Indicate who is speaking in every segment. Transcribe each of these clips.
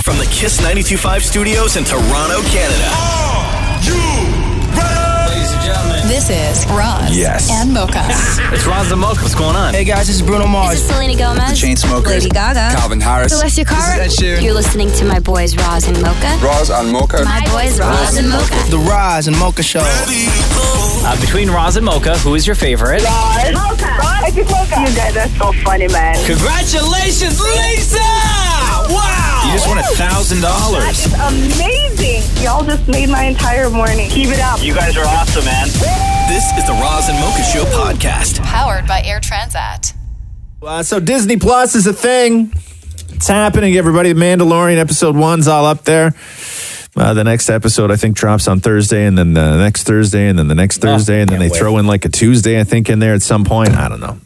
Speaker 1: From the Kiss 925 studios in Toronto, Canada.
Speaker 2: Ladies and gentlemen.
Speaker 3: This is Roz
Speaker 4: Yes.
Speaker 3: and Mocha.
Speaker 2: It's Roz the Moke. What's going on?
Speaker 5: Hey guys, this is Bruno
Speaker 6: This
Speaker 5: Mars.
Speaker 6: is Selena Gomez,
Speaker 4: Chainsmokers.
Speaker 6: Lady Gaga,
Speaker 4: Calvin Harris.
Speaker 6: Celestia Carr.
Speaker 4: This is Ed Sheeran.
Speaker 6: You're listening to my boys Roz and Mocha.
Speaker 4: Roz and Mocha.
Speaker 6: My boys Roz and Mocha.
Speaker 5: The Rise and Mocha Show.
Speaker 2: Uh, between Roz and Mocha, who is your favorite?
Speaker 7: You guys are so funny, man.
Speaker 2: Congratulations, Lisa! Wow! You just won a thousand dollars.
Speaker 7: It's amazing. Y'all just made my entire morning. Keep it up.
Speaker 2: You guys are awesome, man.
Speaker 1: This is the Roz and Mocha Show podcast.
Speaker 3: Powered by Air Transat.
Speaker 8: Uh, so Disney Plus is a thing. It's happening, everybody. The Mandalorian episode one's all up there. Uh, the next episode, I think, drops on Thursday, and then the next Thursday, and then the
Speaker 9: Oh,
Speaker 8: next Thursday, and then they
Speaker 2: can't wait.
Speaker 8: throw in like a Tuesday, I think, in there at some point. I don't know.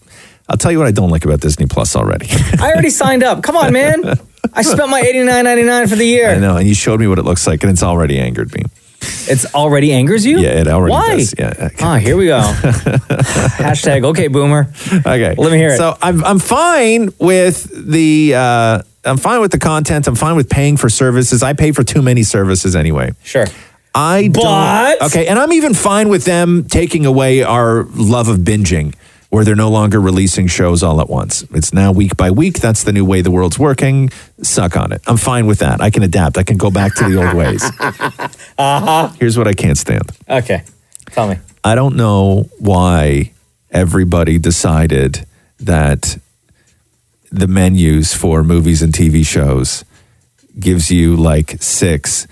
Speaker 8: I'll tell you what I don't like about Disney Plus already.
Speaker 9: I already signed up. Come on, man. I spent my eighty nine ninety nine for the
Speaker 8: I
Speaker 9: year.
Speaker 8: know, and you showed me what it looks like, and it's already angered me.
Speaker 9: It's already angers you.
Speaker 8: Yeah, it already
Speaker 9: Why?
Speaker 8: does. Yeah, I-
Speaker 9: Ah, here we go. Hashtag okay, boomer.
Speaker 8: Okay,
Speaker 9: Let me hear it.
Speaker 8: So I'm I'm fine with the uh, I'm fine with the content. I'm fine with paying for services. I pay for too many services anyway.
Speaker 9: Sure.
Speaker 8: I
Speaker 9: But-
Speaker 8: don't. Okay, and I'm even fine with them taking away our love of binging, where they're no longer releasing shows all at once. It's now week by week. That's the new way the world's working. Suck on it. I'm fine with that. I can adapt. I can go back to the old ways. uh-huh. Here's what I can't stand.
Speaker 9: Uh-huh. Okay. Tell me.
Speaker 8: I don't know why everybody decided that the menus for movies and TV shows gives you like six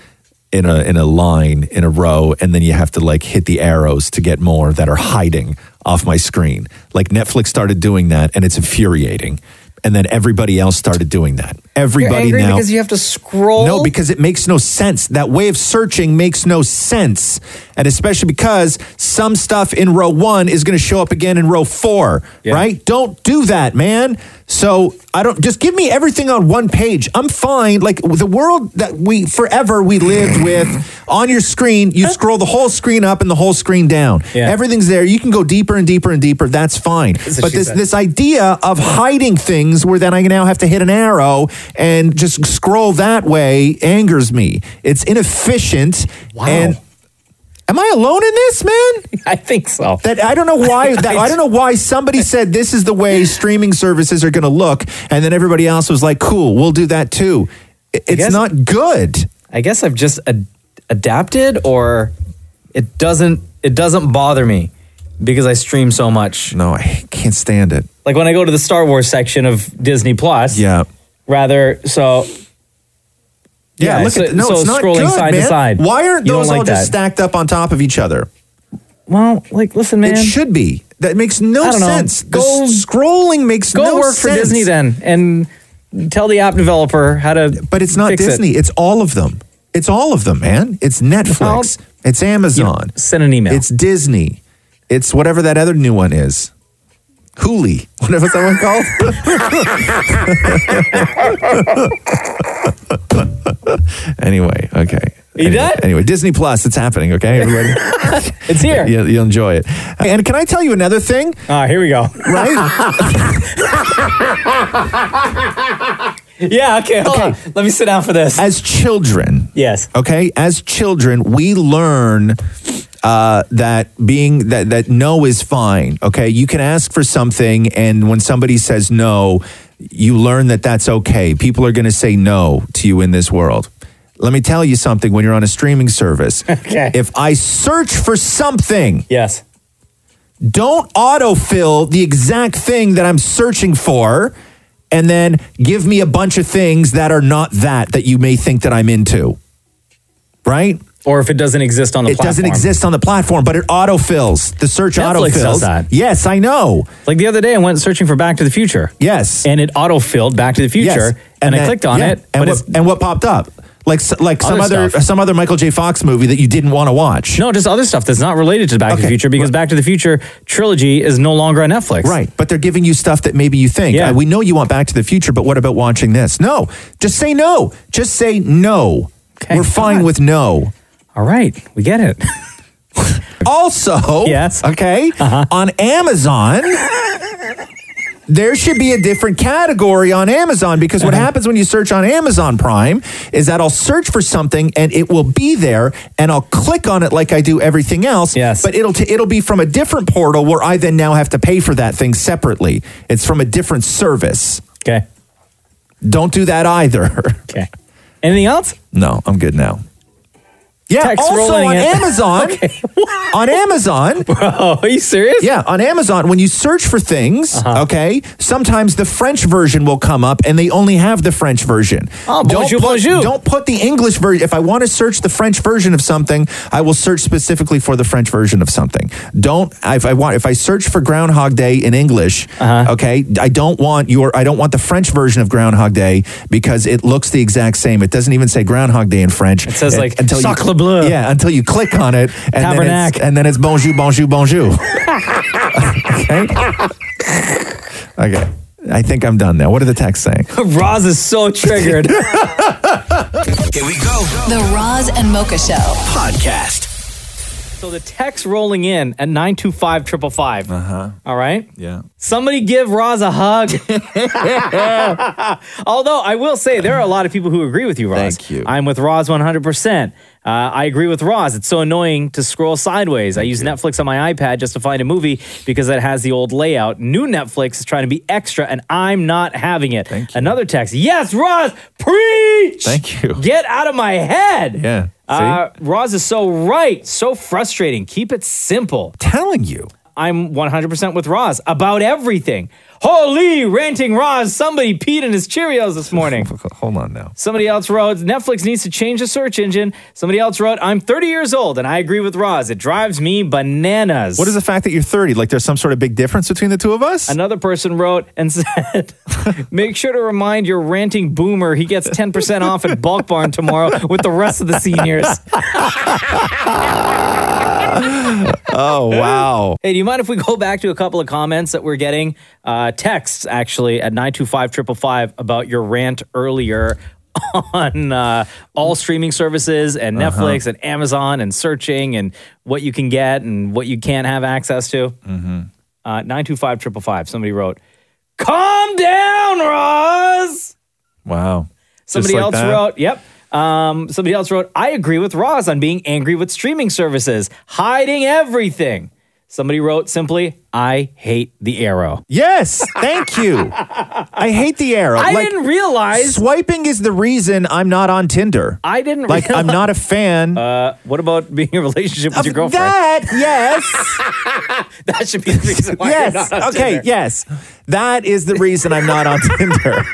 Speaker 8: in a in a line in a row and then you have to like hit the arrows to get more that are hiding off my screen. Like Netflix started doing that and it's infuriating. And then everybody else started doing that.
Speaker 9: You're
Speaker 8: Everybody
Speaker 9: angry
Speaker 8: now
Speaker 9: because you have to scroll.
Speaker 8: no, because it makes no sense. That way of searching makes no sense. And especially because some stuff in row one is going to show up again in row four,
Speaker 9: Yeah.
Speaker 8: right? Don't do that, man. So I don't, just give me everything on one page. I'm fine. Like the world that we forever we lived with on your screen, you scroll the whole screen up and the whole screen down.
Speaker 9: Yeah.
Speaker 8: Everything's there. You can go deeper and deeper and deeper. That's fine.
Speaker 9: what
Speaker 8: But
Speaker 9: she
Speaker 8: this,
Speaker 9: said.
Speaker 8: this this idea of hiding things where then I now have to hit an arrow and just scroll that way angers me. It's inefficient. Wow. And am I alone in this, man?
Speaker 9: I think so.
Speaker 8: That I don't know why that, I don't know why somebody said this is the way streaming services are going to look and then everybody else was like, "Cool, we'll do that too." I- It's
Speaker 9: guess-
Speaker 8: not good.
Speaker 9: I guess I've just ad- adapted, or it doesn't it doesn't bother me because I stream so much.
Speaker 8: No, I can't stand it.
Speaker 9: Like when I go to the Star Wars section of Disney Plus.
Speaker 8: Yeah.
Speaker 9: Rather, so
Speaker 8: Yeah,
Speaker 9: Yeah,
Speaker 8: look
Speaker 9: so-
Speaker 8: at no,
Speaker 9: so
Speaker 8: it's not
Speaker 9: scrolling
Speaker 8: good,
Speaker 9: side to
Speaker 8: man.
Speaker 9: side.
Speaker 8: Why aren't
Speaker 9: You don't
Speaker 8: those all
Speaker 9: like
Speaker 8: just
Speaker 9: that.
Speaker 8: stacked up on top of each other?
Speaker 9: well, like listen, man.
Speaker 8: It should be. That makes no
Speaker 9: I don't know.
Speaker 8: sense. The
Speaker 9: Go-
Speaker 8: s- scrolling makes
Speaker 9: go
Speaker 8: no
Speaker 9: work for
Speaker 8: sense.
Speaker 9: Disney then, and tell the app developer how to.
Speaker 8: But it's not
Speaker 9: fix it.
Speaker 8: Uh, Disney. It's all of them. It's all of them, man. It's Netflix. it's Amazon.
Speaker 9: Send an email.
Speaker 8: It's Disney. It's whatever that other new one is. Hooli. Whatever that one called. anyway, okay.
Speaker 9: You
Speaker 8: anyway,
Speaker 9: done?
Speaker 8: anyway, Disney Plus, it's happening, okay, everybody?
Speaker 9: it's here.
Speaker 8: you'll, you'll enjoy it. And can I tell you another thing?
Speaker 9: Ah, here we go.
Speaker 8: Right?
Speaker 9: Yeah, okay. Hold on. Let me sit down for this.
Speaker 8: As children,
Speaker 9: yes.
Speaker 8: okay as children we learn uh, that being that that no is fine okay you can ask for something and when somebody says no you learn that that's okay people are going to say no to you in this world let me tell you something when you're on a streaming service
Speaker 9: Okay.
Speaker 8: if i search for something
Speaker 9: Yes.
Speaker 8: don't autofill the exact thing that I'm searching for and then give me a bunch of things that are not that that you may think that I'm into. Right?
Speaker 9: Or if it doesn't exist on the
Speaker 8: It doesn't
Speaker 9: platform.
Speaker 8: exist on the platform, but it autofills. The search
Speaker 9: Netflix
Speaker 8: autofills.
Speaker 9: does that.
Speaker 8: Yes, I know.
Speaker 9: Like the other day, I went searching for Back to the Future.
Speaker 8: Yes.
Speaker 9: And it auto filled Back to the Future,
Speaker 8: Yes.
Speaker 9: and, I
Speaker 8: that-
Speaker 9: clicked on
Speaker 8: yeah.
Speaker 9: it.
Speaker 8: And
Speaker 9: but
Speaker 8: what,
Speaker 9: it's,
Speaker 8: and what popped up? Like s- like some
Speaker 9: Other
Speaker 8: other
Speaker 9: stuff.
Speaker 8: some other Michael J. Fox movie that you didn't want to watch.
Speaker 9: no, just other stuff that's not related to Back to the
Speaker 8: Okay.
Speaker 9: Future because Back to the Future trilogy is no longer on Netflix.
Speaker 8: Right, but they're giving you stuff that maybe you think.
Speaker 9: Yeah.
Speaker 8: "Uh, we know you want Back to the Future, but what about watching this? No, just say no. Just say no.
Speaker 9: Okay.
Speaker 8: We're fine
Speaker 9: God.
Speaker 8: with no.
Speaker 9: All right. We get it.
Speaker 8: Also,
Speaker 9: Yes. Uh-huh.
Speaker 8: okay, on Amazon, there should be a different category on Amazon because
Speaker 9: Uh-huh.
Speaker 8: what happens when you search on Amazon Prime is that I'll search for something and it will be there and I'll click on it like I do everything else. Yes. But it'll t- it'll be from a different portal where I then now have to pay for that thing separately. It's from a different service.
Speaker 9: Okay.
Speaker 8: Don't do that either.
Speaker 9: Okay. Anything else?
Speaker 8: No, I'm good now. Yeah,
Speaker 9: Text
Speaker 8: also
Speaker 9: rolling
Speaker 8: on
Speaker 9: it.
Speaker 8: Amazon. on Amazon.
Speaker 9: Bro, are you serious?
Speaker 8: Yeah, on Amazon, when you search for things,
Speaker 9: Uh-huh.
Speaker 8: okay, sometimes the French version will come up and they only have the French version.
Speaker 9: Oh, bonjour,
Speaker 8: don't put,
Speaker 9: bonjour.
Speaker 8: Don't put the English version. If I want to search the French version of something, I will search specifically for the French version of something. Don't if I want if I search for Groundhog Day in English,
Speaker 9: Uh-huh.
Speaker 8: okay, I don't want your I don't want the French version of Groundhog Day because it looks the exact same. It doesn't even say Groundhog Day in French. It
Speaker 9: says, like,
Speaker 8: you,
Speaker 9: Sacre bleu.
Speaker 8: Yeah, until you click on it and then it's,
Speaker 9: Tabernacle.
Speaker 8: and then it's bonjour, bonjour, bonjour. Okay. okay. I think I'm done now. What are the texts saying?
Speaker 9: Roz is so triggered.
Speaker 1: Here we go.
Speaker 3: The Roz and Mocha Show.
Speaker 1: Podcast.
Speaker 9: so the text rolling in at 925 555. Uh-huh. All right.
Speaker 10: Yeah.
Speaker 9: Somebody give Roz a hug. Although I will say there are a lot of people who agree with you, Roz.
Speaker 10: Thank you.
Speaker 9: I'm with Roz 100%. Uh, I agree with Roz. It's so annoying to scroll sideways. I use Netflix on my iPad just to find a movie because it has the old layout. New Netflix is trying to be extra, and I'm not having it.
Speaker 10: Thank you.
Speaker 9: Another text. Yes, Roz, preach.
Speaker 10: Thank you.
Speaker 9: Get out of my head.
Speaker 10: Yeah. See?
Speaker 9: Uh, Roz is so right. So frustrating. Keep it simple.
Speaker 8: Telling you.
Speaker 9: I'm 100% with Roz about everything. Holy ranting Roz, somebody peed in his Cheerios this morning.
Speaker 8: Hold on now.
Speaker 9: Somebody else wrote, Netflix needs to change the search engine. Somebody else wrote, I'm 30 years old and I agree with Roz. It drives me bananas.
Speaker 8: What is the fact that you're 30? Like there's some sort of big difference between the two of us?
Speaker 9: Another person wrote and said, Make sure to remind your ranting boomer he gets 10% off at Bulk Barn tomorrow with the rest of the seniors.
Speaker 8: Oh, wow.
Speaker 9: Hey, do you mind if we go back to a couple of comments that we're getting? Uh, texts actually at 925 about your rant earlier on uh, all streaming services and
Speaker 8: Uh-huh.
Speaker 9: Netflix and Amazon and searching and what you can get and what you can't have access to.
Speaker 8: Mm-hmm.
Speaker 9: Uh, 925 somebody wrote, Calm down, Roz.
Speaker 10: Wow. Just
Speaker 9: Somebody
Speaker 10: like
Speaker 9: else
Speaker 10: that?
Speaker 9: wrote, Yep. Um, somebody else wrote, I agree with Roz on being angry with streaming services, hiding everything. Somebody wrote simply, I hate the arrow.
Speaker 8: Yes. Thank you. I hate the arrow.
Speaker 9: I
Speaker 8: Like,
Speaker 9: didn't realize.
Speaker 8: swiping is the reason I'm not on Tinder.
Speaker 9: I didn't
Speaker 8: like
Speaker 9: realize.
Speaker 8: I'm not a fan
Speaker 9: what about being in a relationship Uh, with
Speaker 8: of
Speaker 9: your girlfriend? That,
Speaker 8: that. Yes.
Speaker 9: should be the reason why you're
Speaker 8: yes.
Speaker 9: not on
Speaker 8: okay.
Speaker 9: Tinder.
Speaker 8: Yes. That is the reason I'm not on Tinder.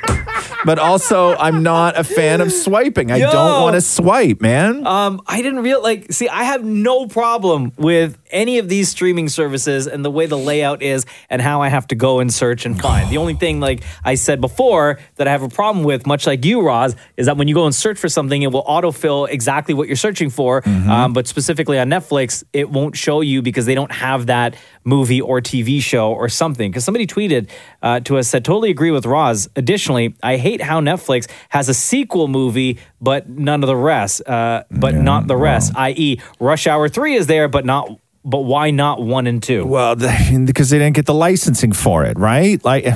Speaker 8: But also, I'm not a fan of swiping. I
Speaker 9: Yo.
Speaker 8: don't want to swipe, man.
Speaker 9: Um, I didn't real like. See, I have no problem with any of these streaming services and the way the layout is and how I have to go and search and find. the only thing, like I said before, that I have a problem with, much like you, Roz, is that when you go and search for something, it will autofill exactly what you're searching for. Um, but specifically on Netflix, it won't show you because they don't have that movie or TV show or something. Because somebody tweeted uh, to us said, "Totally agree with Roz." Additionally, I hate how Netflix has a sequel movie but none of the rest, uh, but not the rest. I.e., Rush Hour Three is there, but not. But why not one and two?
Speaker 8: Well, the, because they didn't get the licensing for it, right? Like,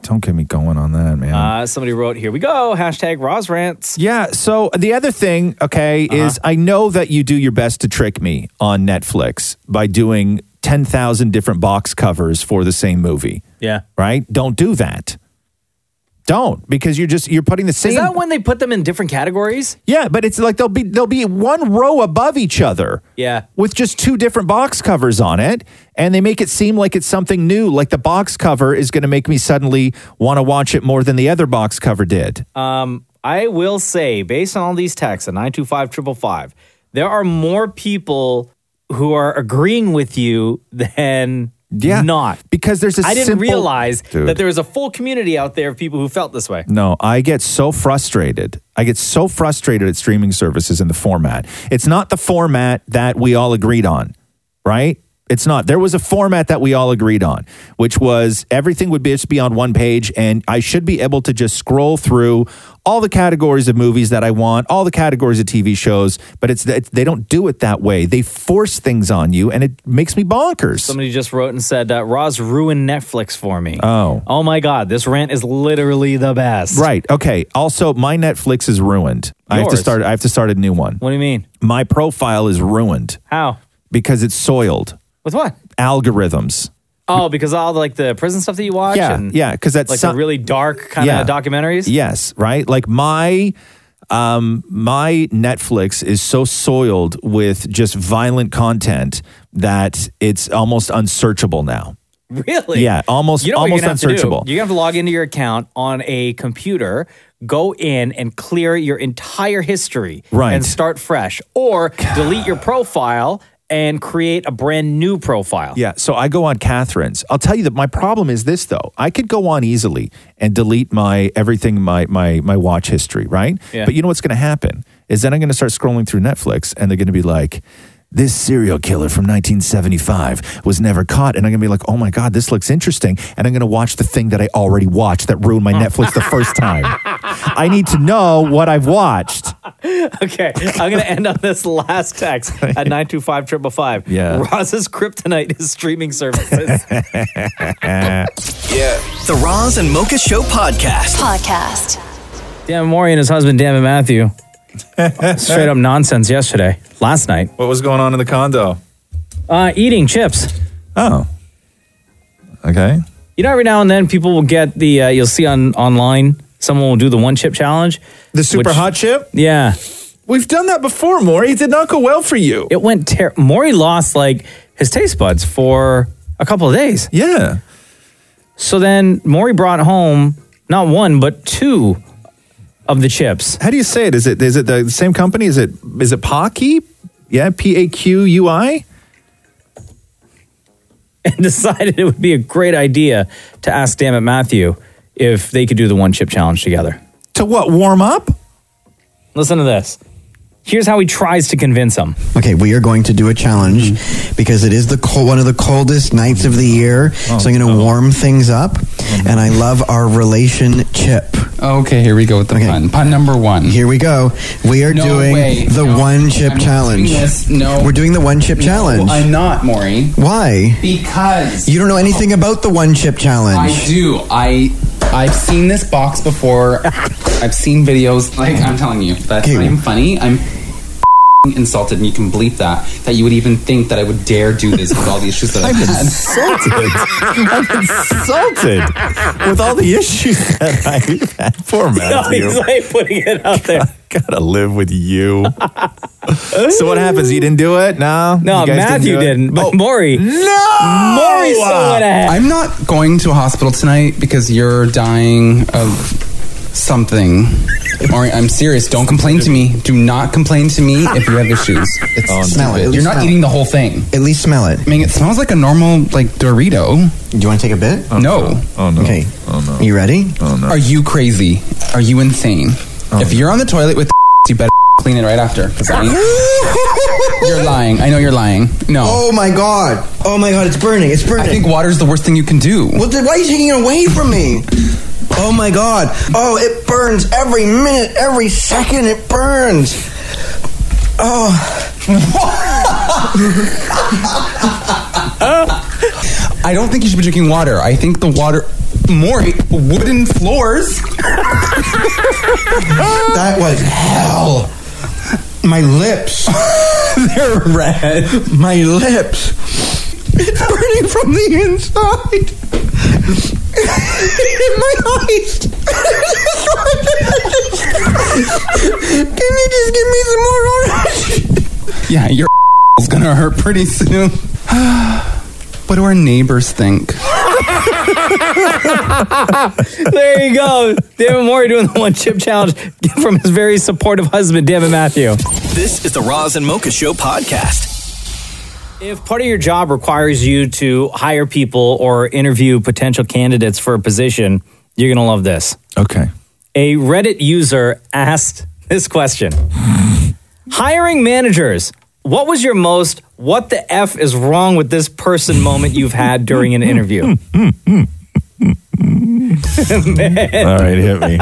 Speaker 8: don't get me going on that, man.
Speaker 9: Uh, somebody wrote, "Here we go." Hashtag Roz rants.
Speaker 8: yeah. So the other thing, okay,
Speaker 9: Uh-huh.
Speaker 8: is I know that you do your best to trick me on Netflix by doing 10,000 different box covers for the same movie,
Speaker 9: Yeah.
Speaker 8: right? Don't do that. Don't because you're just you're putting the same
Speaker 9: Is that when they put them in different categories?
Speaker 8: Yeah, but it's like they'll be they'll be one row above each other.
Speaker 9: Yeah.
Speaker 8: With just two different box covers on it, and they make it seem like it's something new, like the box cover is going to make me suddenly want to watch it more than the other box cover did.
Speaker 9: Um, I will say, based on all these texts, at 925 there are more people who are agreeing with you than
Speaker 8: yeah.
Speaker 9: not.
Speaker 8: Because there's a
Speaker 9: I didn't
Speaker 8: simple-
Speaker 9: realize
Speaker 8: Dude.
Speaker 9: that there was a full community out there of people who felt this way.
Speaker 8: No, I get so frustrated. I get so frustrated at streaming services and the format. It's not the format that we all agreed on, right? It's not. There was a format that we all agreed on, which was everything would be, just be on one page, and I should be able to just scroll through all the categories of movies that I want, all the categories of TV shows. But it's, it's they don't do it that way. They force things on you, and it makes me bonkers.
Speaker 9: Somebody just wrote and said, uh, Roz ruined Netflix for me.
Speaker 8: Oh.
Speaker 9: Oh my God. This rant is literally the best.
Speaker 8: Right. Okay. Also, my Netflix is ruined. I have to
Speaker 9: Yours?
Speaker 8: start. I have to start a new one.
Speaker 9: What do you mean?
Speaker 8: My profile is ruined
Speaker 9: How?
Speaker 8: because it's soiled.
Speaker 9: With what?
Speaker 8: Algorithms.
Speaker 9: Oh, because all like the prison stuff that you watch?
Speaker 8: Yeah.
Speaker 9: And,
Speaker 8: Yeah. Because that's
Speaker 9: Like
Speaker 8: some-
Speaker 9: the really dark kind
Speaker 8: Yeah.
Speaker 9: of documentaries?
Speaker 8: Yes, right? Like my um my Netflix is so soiled with just violent content that it's almost unsearchable now.
Speaker 9: Really?
Speaker 8: Yeah, almost-
Speaker 9: what you're
Speaker 8: almost
Speaker 9: gonna have to do?
Speaker 8: unsearchable.
Speaker 9: You're gonna have to log into your account on a computer, go in and clear your entire history,
Speaker 8: Right.
Speaker 9: and start fresh, or delete your profile and create a brand new profile.
Speaker 8: Yeah, so I go on Catherine's. I'll tell you that my problem is this though. I could go on easily and delete my everything my my my watch history, right?
Speaker 9: Yeah.
Speaker 8: But you know what's going to happen is then I'm going to start scrolling through Netflix and they're going to be like this serial killer from 1975 was never caught and I'm going to be like, "Oh my god, this looks interesting." And I'm going to watch the thing that I already watched that ruined my Netflix the first time. I need to know what I've watched.
Speaker 9: Okay, I'm gonna end on this last text at nine two five triple five.
Speaker 8: Yeah.
Speaker 9: Roz's kryptonite is streaming services.
Speaker 1: The Roz and Mocha Show podcast.
Speaker 3: Podcast.
Speaker 9: Dan Mori and his husband Dammit Matthew. Straight up nonsense yesterday, last night.
Speaker 10: What was going on in the condo?
Speaker 9: Uh, eating chips.
Speaker 10: Oh. Okay.
Speaker 9: You know, every now and then people will get the uh, you'll see on online someone will do the one chip challenge.
Speaker 10: The super
Speaker 9: Which-
Speaker 10: hot chip?
Speaker 9: Yeah,
Speaker 10: We've done that before, Maury. It did not go well for you.
Speaker 9: it went. Ter- Maury lost like his taste buds for a couple of days.
Speaker 10: yeah.
Speaker 9: So then Maury brought home not one but two of the chips.
Speaker 10: How do you say it? Is it is it the same company? Is it is it Pocky? Yeah, P A Q U I.
Speaker 9: and decided it would be a great idea to ask Dammit Matthew if they could do the one chip challenge together.
Speaker 10: To what? Warm up?
Speaker 9: Listen to this. Here's how he tries to convince him.
Speaker 11: Okay, we are going to do a challenge
Speaker 12: Mm-hmm.
Speaker 11: because it is the cold, one of the coldest nights of the year.
Speaker 12: Oh,
Speaker 11: so I'm going to warm things up, and I love our relation chip.
Speaker 12: Mm-hmm. Oh, Okay, here we go with the
Speaker 11: Okay.
Speaker 12: pun. Pun number one.
Speaker 11: Here we go. We are
Speaker 12: No
Speaker 11: doing
Speaker 12: way.
Speaker 11: the
Speaker 12: No,
Speaker 11: one chip
Speaker 12: I'm not
Speaker 11: challenge.
Speaker 12: doing this. No.
Speaker 11: we're doing the one chip
Speaker 12: No,
Speaker 11: challenge.
Speaker 12: I'm not, Maury.
Speaker 11: Why?
Speaker 12: Because
Speaker 11: You don't know anything about the one chip challenge.
Speaker 12: I do. I I've seen this box before. I've seen videos. Like I'm telling you, that's
Speaker 11: Okay.
Speaker 12: not even funny. I'm insulted, and you can bleep that. That you would even think that I would dare do this with all the issues that I've had.
Speaker 8: insulted. I'm insulted with all the issues that I had. Poor Matthew.
Speaker 9: like putting it out there.
Speaker 8: Gotta live with you. so what happens? You didn't do it? No.
Speaker 9: No,
Speaker 8: You guys
Speaker 9: Matthew
Speaker 8: do it?
Speaker 9: didn't, but
Speaker 8: Oh,
Speaker 9: Maury.
Speaker 8: no.
Speaker 9: Maury still went ahead.
Speaker 12: I'm not going to a hospital tonight because you're dying of something. Or I'm serious. Don't complain to me. Do not complain to me if you have issues. It's
Speaker 9: Oh,
Speaker 11: Smell it. At
Speaker 12: You're
Speaker 11: least
Speaker 12: not
Speaker 11: smell
Speaker 12: eating
Speaker 11: it.
Speaker 12: the whole thing.
Speaker 11: At least smell it.
Speaker 12: I mean, it smells like a normal like Dorito.
Speaker 11: Do you want to take a bit?
Speaker 12: no.
Speaker 10: Oh no.
Speaker 11: Okay.
Speaker 10: Oh no.
Speaker 11: You ready?
Speaker 12: Are you crazy? Are you insane?
Speaker 11: Oh
Speaker 12: if you're on the toilet with you better clean it right after. 'cause I ain't- you're lying. I know you're lying. No.
Speaker 11: Oh my god. Oh my god, it's burning. It's burning.
Speaker 12: I think water's the worst thing you can do.
Speaker 11: What the, why are you taking it away from me? Oh my god. Oh, it burns every minute, every second, it burns. Oh,
Speaker 12: I don't think you should be drinking water. I think the water. More wooden floors.
Speaker 11: that was hell. My lips.
Speaker 12: They're red.
Speaker 11: My lips. It's burning from the inside. In my eyes. Can you just give me some more orange?
Speaker 12: Yeah, your is gonna hurt pretty soon. what do our neighbors think?
Speaker 9: There you go. David Maury doing the one chip challenge from his very supportive husband, David Matthew.
Speaker 1: This is the Roz and Mocha Show podcast.
Speaker 9: If part of your job requires you to hire people or interview potential candidates for a position, you're going to love this.
Speaker 8: Okay.
Speaker 9: A Reddit user asked this question Hiring managers, what was your most what the F is wrong with this person moment you've had during an interview? Man.
Speaker 8: All right, hit me.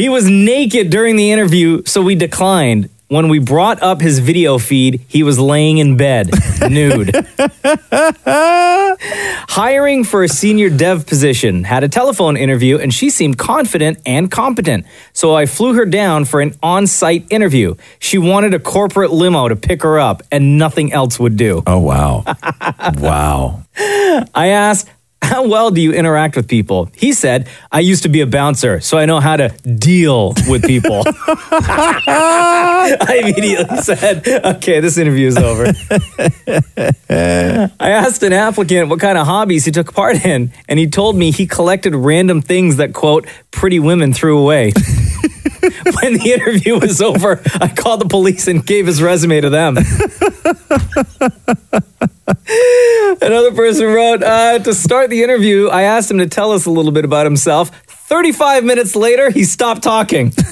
Speaker 9: He was naked during the interview, so we declined. When we brought up his video feed, he was laying in bed, nude. Hiring for a senior dev position, had a telephone interview, and she seemed confident and competent. So I flew her down for an on site interview. She wanted a corporate limo to pick her up, and nothing else would do.
Speaker 8: Oh, wow. wow.
Speaker 9: I asked, How well do you interact with people? He said, I used to be a bouncer, so I know how to deal with people. I immediately said, Okay, this interview is over. I asked an applicant what kind of hobbies he took part in, and he told me he collected random things that, quote, pretty women threw away. when the interview was over, I called the police and gave his resume to them. Another person wrote uh, to start the interview. I asked him to tell us a little bit about himself. Thirty-five minutes later, he stopped talking.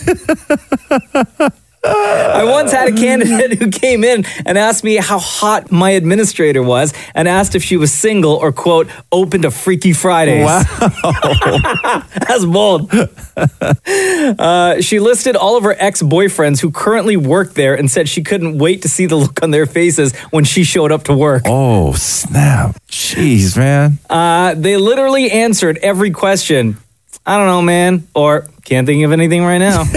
Speaker 9: I once had a candidate who came in and asked me how hot my administrator was, and asked if she was single or quote open to Freaky Fridays. That's bold. Uh, she listed all of her ex boyfriends who currently work there and said she couldn't wait to see the look on their faces when she showed up to work.
Speaker 8: Oh, snap. Jeez, man.
Speaker 9: Uh, they literally answered every question. I don't know, man, or can't think of anything right now.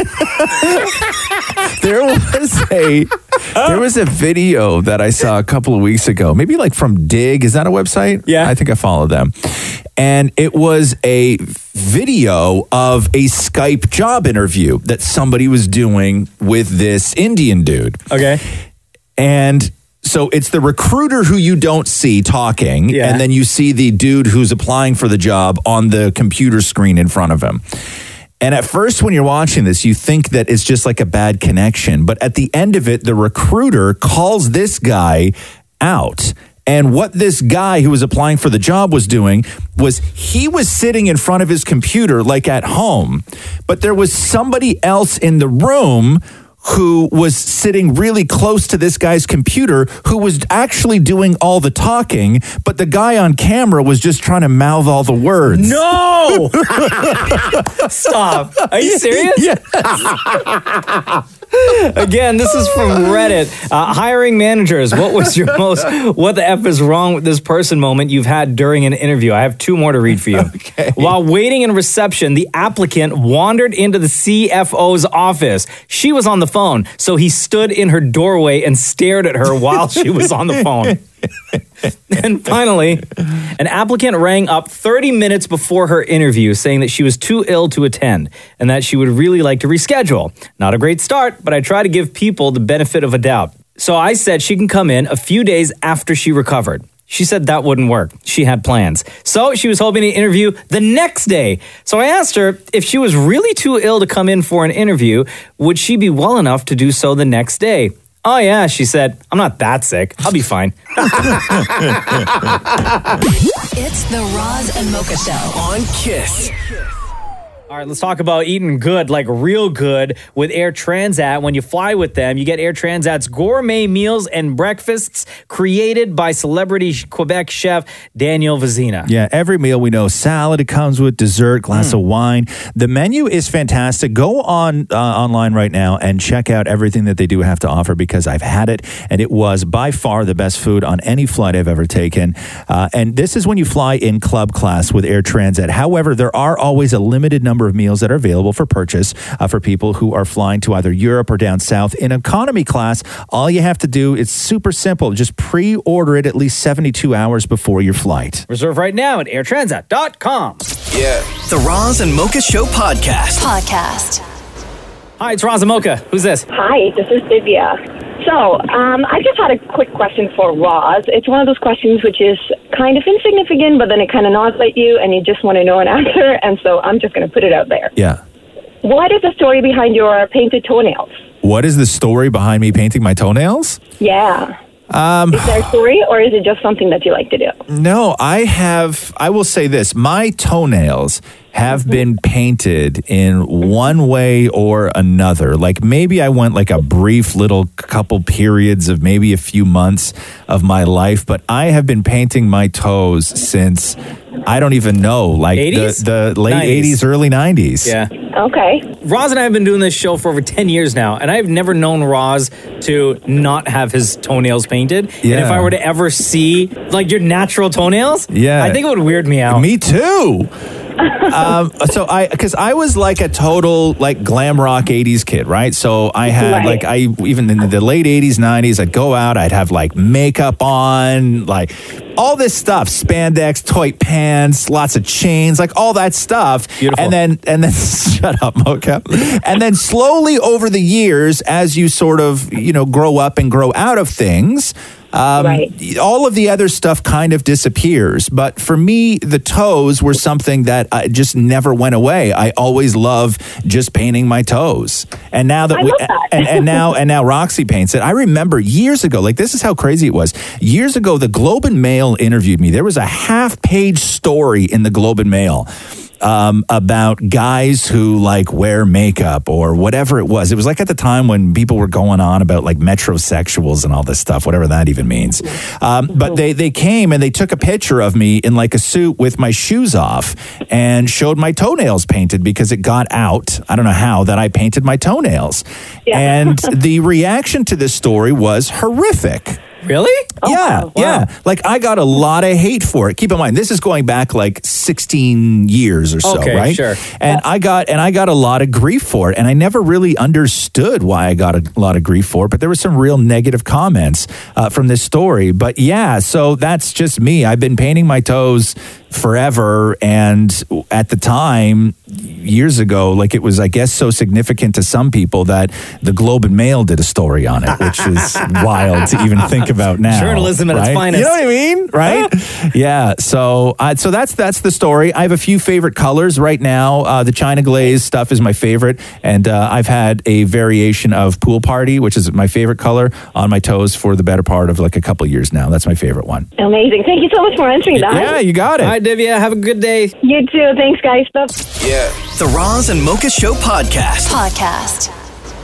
Speaker 8: There was a there was a video that I saw a couple of weeks ago, maybe like from Dig. Is that a website?
Speaker 9: Yeah.
Speaker 8: I think I follow them. And it was a video of a Skype job interview that somebody was doing with this Indian dude.
Speaker 9: okay.
Speaker 8: And so it's the recruiter who you don't see talking,
Speaker 9: Yeah.
Speaker 8: and then you see the dude who's applying for the job on the computer screen in front of him. And at first, when you're watching this, you think that it's just like a bad connection. But at the end of it, the recruiter calls this guy out. And what this guy who was applying for the job was doing was he was sitting in front of his computer, like at home, but there was somebody else in the room who was sitting really close to this guy's computer who was actually doing all the talking, but the guy on camera was just trying to mouth all the words.
Speaker 9: No! Stop. Are you serious? Again, this is from Reddit. Uh, hiring managers, what was your most, what the F is wrong with this person moment you've had during an interview? I have two more to read for you. Okay. While waiting in reception, the applicant wandered into the CFO's office. She was on the phone, so he stood in her doorway and stared at her while she was on the phone. And finally, an applicant rang up 30 minutes before her interview saying that she was too ill to attend and that she would really like to reschedule. Not a great start, but I try to give people the benefit of a doubt. So I said she can come in a few days after she recovered. She said that wouldn't work. She had plans. So she was hoping to interview the next day. So I asked her if she was really too ill to come in for an interview, would she be well enough to do so the next day? Oh, yeah, she said, I'm not that sick. I'll be fine.
Speaker 3: It's the Roz and Mocha Show.
Speaker 13: On Kiss.
Speaker 9: All right, let's talk about eating good, like real good, with Air Transat. When you fly with them, you get Air Transat's gourmet meals and breakfasts created by celebrity Quebec chef Daniel Vizina.
Speaker 8: Yeah, every meal we know salad. It comes with dessert, glass of wine. The menu is fantastic. Go on uh, online right now and check out everything that they do have to offer because I've had it and it was by far the best food on any flight I've ever taken. Uh, and this is when you fly in club class with Air Transat. However, there are always a limited number of meals that are available for purchase uh, for people who are flying to either Europe or down south in economy class. All you have to do it's super simple. Just pre-order it at least 72 hours before your flight.
Speaker 9: Reserve right now at airtransat.com.
Speaker 13: The Roz and Mocha Show podcast.
Speaker 3: Podcast.
Speaker 9: Hi, it's Razamoka. Who's this?
Speaker 14: Hi, this is Divya. So, um, I just had a quick question for Roz. It's one of those questions which is kind of insignificant, but then it kind of nods at you, and you just want to know an answer, and so I'm just going to put it out there.
Speaker 8: Yeah.
Speaker 14: What is the story behind your painted toenails?
Speaker 8: What is the story behind me painting my toenails?
Speaker 14: Yeah. Um, is there a story, or is it just something that you like to do?
Speaker 8: No, I have, I will say this my toenails have been painted in one way or another. Like maybe I went like a brief little couple periods of maybe a few months of my life, but I have been painting my toes since I don't even know, like
Speaker 9: 80s?
Speaker 8: the the late
Speaker 9: 90s.
Speaker 8: 80s, early 90s.
Speaker 9: Yeah.
Speaker 15: Okay.
Speaker 9: Roz and I have been doing this show for over 10 years now, and I've never known Roz to not have his toenails painted. And if
Speaker 8: Yeah.
Speaker 9: I were to ever see like your natural toenails,
Speaker 8: Yeah.
Speaker 9: I think it would weird me out.
Speaker 8: Me too. um, so I, because I was like a total like glam rock '80s kid, right? So I had
Speaker 15: Right.
Speaker 8: like I even in the late '80s, '90s, I'd go out, I'd have like makeup on, like all this stuff, spandex, tight pants, lots of chains, like all that stuff.
Speaker 9: Beautiful.
Speaker 8: And then and then shut up, Mocha. And then slowly over the years, as you sort of you know grow up and grow out of things, um,
Speaker 15: Right.
Speaker 8: all of the other stuff kind of disappears. But for me, the toes were something that I just never went away. I always love just painting my toes. And now that
Speaker 15: I
Speaker 8: we
Speaker 15: love that.
Speaker 8: and, and now and now Roxy paints it. I remember years ago, like this is how crazy it was. Years ago, the Globe and Mail interviewed me. There was a half page story in the Globe and Mail. Um, about guys who like wear makeup or whatever it was. It was like at the time when people were going on about like metrosexuals and all this stuff, whatever that even means. Um, but they they came and they took a picture of me in like a suit with my shoes off and showed my toenails painted because it got out. I don't know how that I painted my toenails,
Speaker 15: Yeah.
Speaker 8: and the reaction to this story was horrific
Speaker 9: really?
Speaker 8: yeah,
Speaker 9: Oh, wow.
Speaker 8: yeah. Like I got a lot of hate for it. Keep in mind, this is going back like 16 years or so,
Speaker 9: Okay,
Speaker 8: right?
Speaker 9: sure.
Speaker 8: And I got and I got a lot of grief for it, and I never really understood why I got a lot of grief for it. But there were some real negative comments uh, from this story. But yeah, so that's just me. I've been painting my toes forever, and at the time, years ago, like it was, I guess, so significant to some people that the Globe and Mail did a story on it, which is wild to even think about now.
Speaker 9: Journalism at its
Speaker 8: right?
Speaker 9: finest.
Speaker 8: You know what I mean, right? yeah. So, uh, so that's that's the story. I have a few favorite colors right now. Uh, the China glaze stuff is my favorite, and uh, I've had a variation of pool party, which is my favorite color, on my toes for the better part of like a couple years now. That's my favorite one.
Speaker 15: Amazing. Thank you so much for answering that.
Speaker 8: Yeah, you got it.
Speaker 9: All right, Divya, have a good day.
Speaker 15: You too. Thanks, guys. Bye.
Speaker 1: The Roz and Mocha Show podcast.
Speaker 3: Podcast.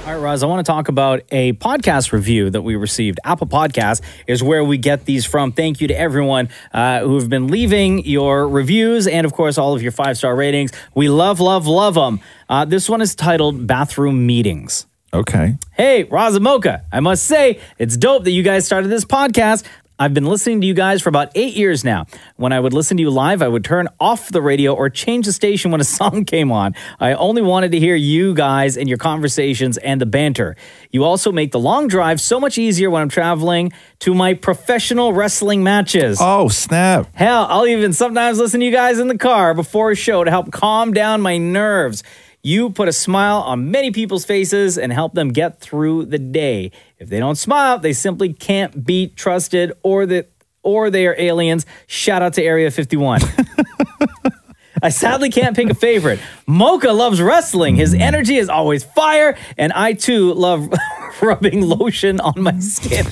Speaker 9: All right, Roz, I want to talk about a podcast review that we received. Apple Podcast is where we get these from. Thank you to everyone uh, who have been leaving your reviews and, of course, all of your five star ratings. We love, love, love them. Uh, this one is titled Bathroom Meetings.
Speaker 8: Okay.
Speaker 9: Hey, Roz and Mocha, I must say, it's dope that you guys started this podcast. I've been listening to you guys for about eight years now. When I would listen to you live, I would turn off the radio or change the station when a song came on. I only wanted to hear you guys and your conversations and the banter. You also make the long drive so much easier when I'm traveling to my professional wrestling matches.
Speaker 8: Oh snap!
Speaker 9: Hell, I'll even sometimes listen to you guys in the car before a show to help calm down my nerves. You put a smile on many people's faces and help them get through the day. If they don't smile, they simply can't be trusted or that or they are aliens. Shout out to Area 51. I sadly can't pick a favorite. Mocha loves wrestling. His energy is always fire, and I too love rubbing lotion on my skin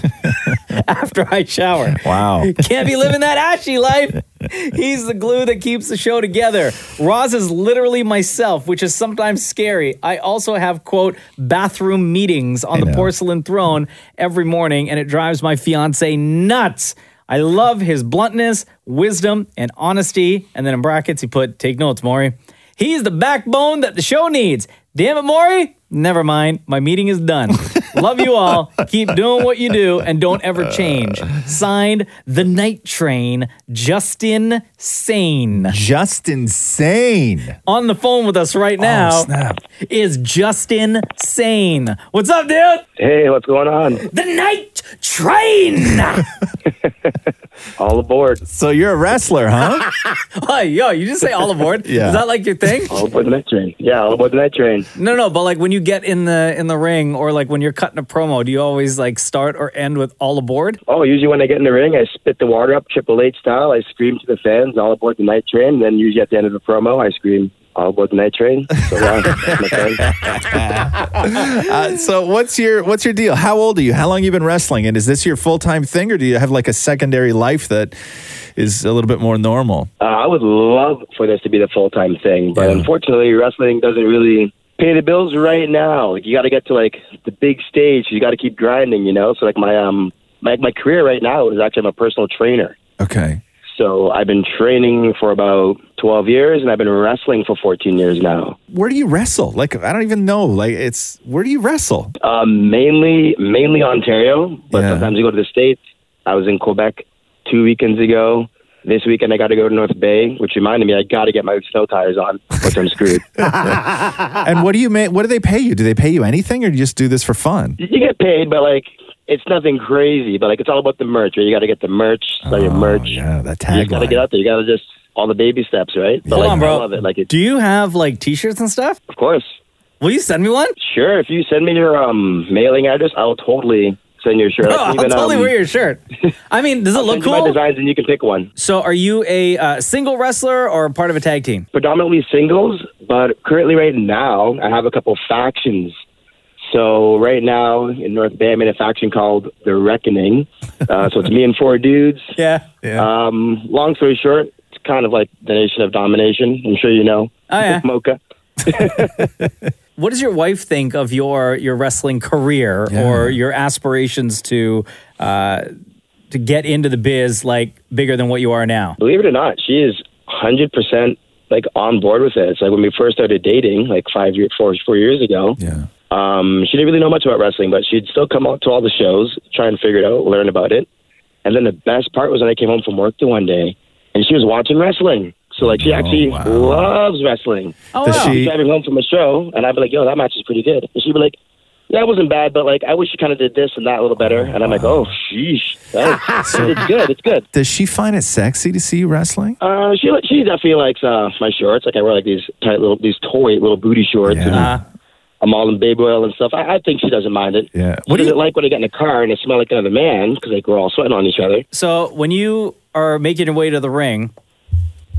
Speaker 9: after I shower.
Speaker 8: Wow.
Speaker 9: Can't be living that ashy life. He's the glue that keeps the show together. Roz is literally myself, which is sometimes scary. I also have, quote, bathroom meetings on the
Speaker 8: know.
Speaker 9: porcelain throne every morning, and it drives my fiance nuts. I love his bluntness, wisdom, and honesty. And then in brackets, he put, take notes, Maury. He's the backbone that the show needs. Damn it, Maury. Never mind. My meeting is done. Love you all. Keep doing what you do and don't
Speaker 8: Uh.
Speaker 9: ever change. Signed, The Night Train, Justin Sane.
Speaker 8: Just insane.
Speaker 9: On the phone with us right now
Speaker 8: Oh, snap.
Speaker 9: is Justin Sane. What's up, dude?
Speaker 16: Hey, what's going on?
Speaker 9: The Night Train.
Speaker 16: All aboard.
Speaker 8: So you're a wrestler, huh?
Speaker 9: oh, yo, you just say all aboard.
Speaker 8: Yeah.
Speaker 9: Is that like your thing?
Speaker 16: All aboard the night train. Yeah, all aboard the night train.
Speaker 9: No, no, but like when you get in the in the ring or like when you're cutting a promo, do you always like start or end with all aboard?
Speaker 16: Oh, usually when I get in the ring, I spit the water up Triple H style. I scream to the fans, all aboard the night train. Then usually at the end of the promo, I scream, All aboard the night train. So long, my friend.
Speaker 8: uh, so what's your what's your deal? How old are you? How long you been wrestling? And is this your full time thing, or do you have like a secondary life that is a little bit more normal?
Speaker 16: Uh, I would love for this to be the full time thing, but unfortunately, wrestling doesn't really pay the bills right now. Like you got to get to like the big stage. You got to keep grinding, you know. So like my um my my career right now is actually I'm a personal trainer.
Speaker 8: Okay.
Speaker 16: So I've been training for about 12 years, and I've been wrestling for 14 years now.
Speaker 8: Where do you wrestle? Like I don't even know. Like it's where do you wrestle?
Speaker 16: Um, mainly mainly Ontario, but sometimes you go to the states. I was in Quebec two weekends ago. This weekend I got to go to North Bay, which reminded me I got to get my snow tires on, which I'm screwed.
Speaker 8: and what do you make? What do they pay you? Do they pay you anything, or do you just do this for fun?
Speaker 16: you get paid, but like it's nothing crazy. But like it's all about the merch. Right? You got to get the merch, sell your merch. Oh, Yeah, that tagline. You got to get out there. You got to just all the baby steps, right? But
Speaker 9: Hold
Speaker 16: like,
Speaker 9: on, bro.
Speaker 16: I love it. Like it,
Speaker 9: Do you have like T-shirts and stuff?
Speaker 16: Of course.
Speaker 9: Will you send me one?
Speaker 16: sure. If you send me your um mailing address, I'll totally send you a shirt.
Speaker 9: Bro,
Speaker 16: I
Speaker 9: I'll
Speaker 16: can even,
Speaker 9: totally
Speaker 16: um,
Speaker 9: wear your shirt. I mean, does it
Speaker 16: I'll
Speaker 9: look
Speaker 16: send you My
Speaker 9: cool?
Speaker 16: designs, and you can pick one.
Speaker 9: So, are you a uh, single wrestler or part of a tag team?
Speaker 16: predominantly singles, but currently right now I have a couple factions. So right now in North Bay, I'm in a faction called The Reckoning. Uh, so it's me and four dudes.
Speaker 9: Yeah.
Speaker 16: Um, long story short, it's kind of like the Nation of Domination. I'm sure you know.
Speaker 9: Oh, yeah.
Speaker 16: Mocha.
Speaker 9: What does your wife think of your your wrestling career or your aspirations to uh, to get into the biz like bigger than what you are now?
Speaker 16: Believe it or not, she is 100% like on board with it. It's like when we first started dating, like five year, four, four years ago. Yeah. Um, she didn't really know much about wrestling, but she'd still come out to all the shows, try and figure it out, learn about it. And then the best part was when I came home from work the one day, and she was watching wrestling. So like she actually loves wrestling.
Speaker 17: Oh, Does wow. she-
Speaker 16: She's driving home from a show, and I'd be like, "Yo, that match is pretty good." And she'd be like, "Yeah, it wasn't bad, but like I wish you kind of did this and that a little better." And I'm like, "Oh, sheesh, that is, it's good, it's good."
Speaker 8: Does she find it sexy to see you wrestling?
Speaker 16: Uh, she li- she definitely likes uh, my shorts. Like I wear like these tight little these toy little booty shorts. And I'm all in baby oil and stuff. I, I think she doesn't mind it. Yeah. What she doesn't like when I get in the car and I smell like another man because like we're all sweating on each other.
Speaker 9: So, when you are making your way to the ring,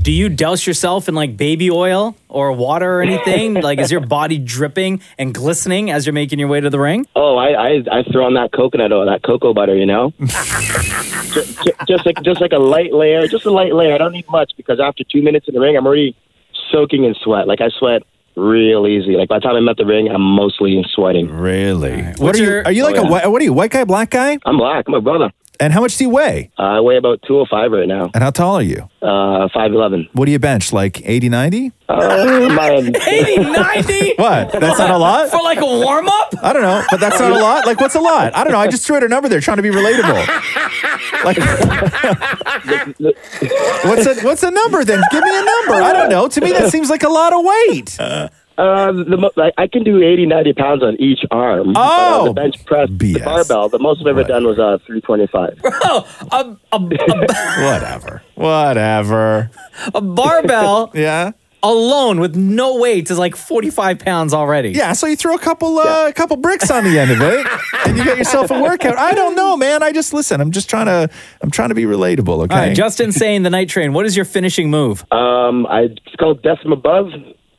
Speaker 9: do you douse yourself in like baby oil or water or anything? like, is your body dripping and glistening as you're making your way to the ring?
Speaker 16: Oh, I I, I throw on that coconut oil, that cocoa butter, you know. just, just like just like a light layer, just a light layer. I don't need much because after two minutes in the ring, I'm already soaking in sweat. Like I sweat real easy. Like by the time I'm at the ring, I'm mostly sweating.
Speaker 8: Really? What are you? Are you like
Speaker 16: Oh,
Speaker 8: a
Speaker 16: yeah.
Speaker 8: whi- what are you? White guy, black guy?
Speaker 16: I'm black. I'm a brother.
Speaker 8: And how much do you weigh?
Speaker 16: Uh, I weigh about 205 right now.
Speaker 8: And how tall are you?
Speaker 16: Uh, 5'11.
Speaker 8: What do you bench? Like 80, 90?
Speaker 16: Oh, my.
Speaker 9: 80, 90?
Speaker 8: What? That's not a lot?
Speaker 9: For like a warm up?
Speaker 8: I don't know, but that's not a lot. Like, what's a lot? I don't know. I just threw out a number there, trying to be relatable. Like, what's a what's a number then? Give me a number. I don't know. To me, that seems like a lot of weight.
Speaker 16: Uh, the mo- like, I can do 80, 90 pounds on each arm. But on
Speaker 8: Oh.
Speaker 16: the bench press, the barbell. The most I've ever done was uh, 325.
Speaker 9: Bro, Oh, a, a, a,
Speaker 8: Whatever. Whatever.
Speaker 9: a barbell
Speaker 8: yeah.
Speaker 9: alone with no weights is like 45 pounds already.
Speaker 8: Yeah. So you throw a couple uh, a couple bricks on the end of it, and you get yourself a workout. I don't know, man. I just listen. I'm just trying to I'm trying to be relatable. Okay.
Speaker 9: All right, Justin saying the night train. What is your finishing move?
Speaker 16: Um, I, it's called Death from Above.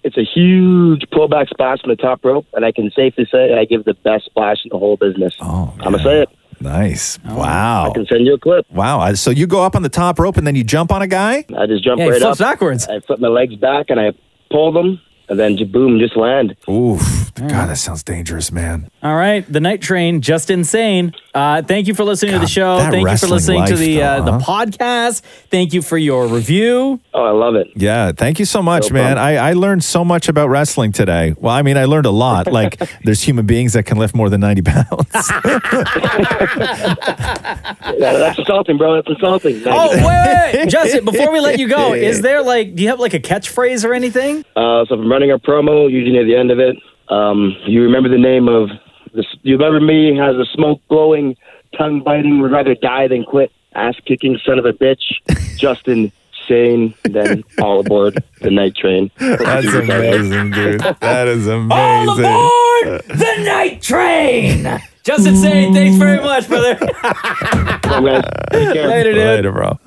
Speaker 16: It's a huge pullback splash from the top rope, and I can safely say I give the best splash in the whole business. Oh, I'm going to say it.
Speaker 8: nice. Wow.
Speaker 16: I can send you a clip.
Speaker 8: Wow. I- So you go up on the top rope and then you jump on a guy.
Speaker 16: I just jump
Speaker 9: Yeah, he
Speaker 16: right up.
Speaker 9: flips backwards.
Speaker 16: I flip my legs back, and I pull them, and then j- boom, just land.
Speaker 8: Oof. God, that sounds dangerous, man.
Speaker 9: All right, the night train, just insane. Uh, thank you for listening to the show.
Speaker 8: that
Speaker 9: Thank you for
Speaker 8: wrestling
Speaker 9: listening to
Speaker 8: life,
Speaker 9: the uh,
Speaker 8: though,
Speaker 9: the podcast. Thank you for your review.
Speaker 16: Oh, I love it.
Speaker 8: Yeah, thank you so much,
Speaker 16: No
Speaker 8: man. I, I learned so much about wrestling today. Well, I mean, I learned a lot. Like, there's human beings that can lift more than 90 pounds.
Speaker 16: Yeah, that's insulting, bro. That's insulting.
Speaker 9: Oh wait, wait, wait. Justin, before we let you go, is there like do you have like a catchphrase or anything?
Speaker 16: Uh, so if I'm running a promo, usually near the end of it, um, you remember the name of the, you remember me has a smoke glowing, tongue biting, would rather die than quit, ass kicking son of a bitch, Justin Sane, then all aboard the night train.
Speaker 8: That's amazing, dude. That is
Speaker 9: All
Speaker 8: amazing.
Speaker 9: aboard the night train. Justin saying thanks very much, brother.
Speaker 16: Well, guys, take care.
Speaker 9: Later, dude.
Speaker 8: Later, bro.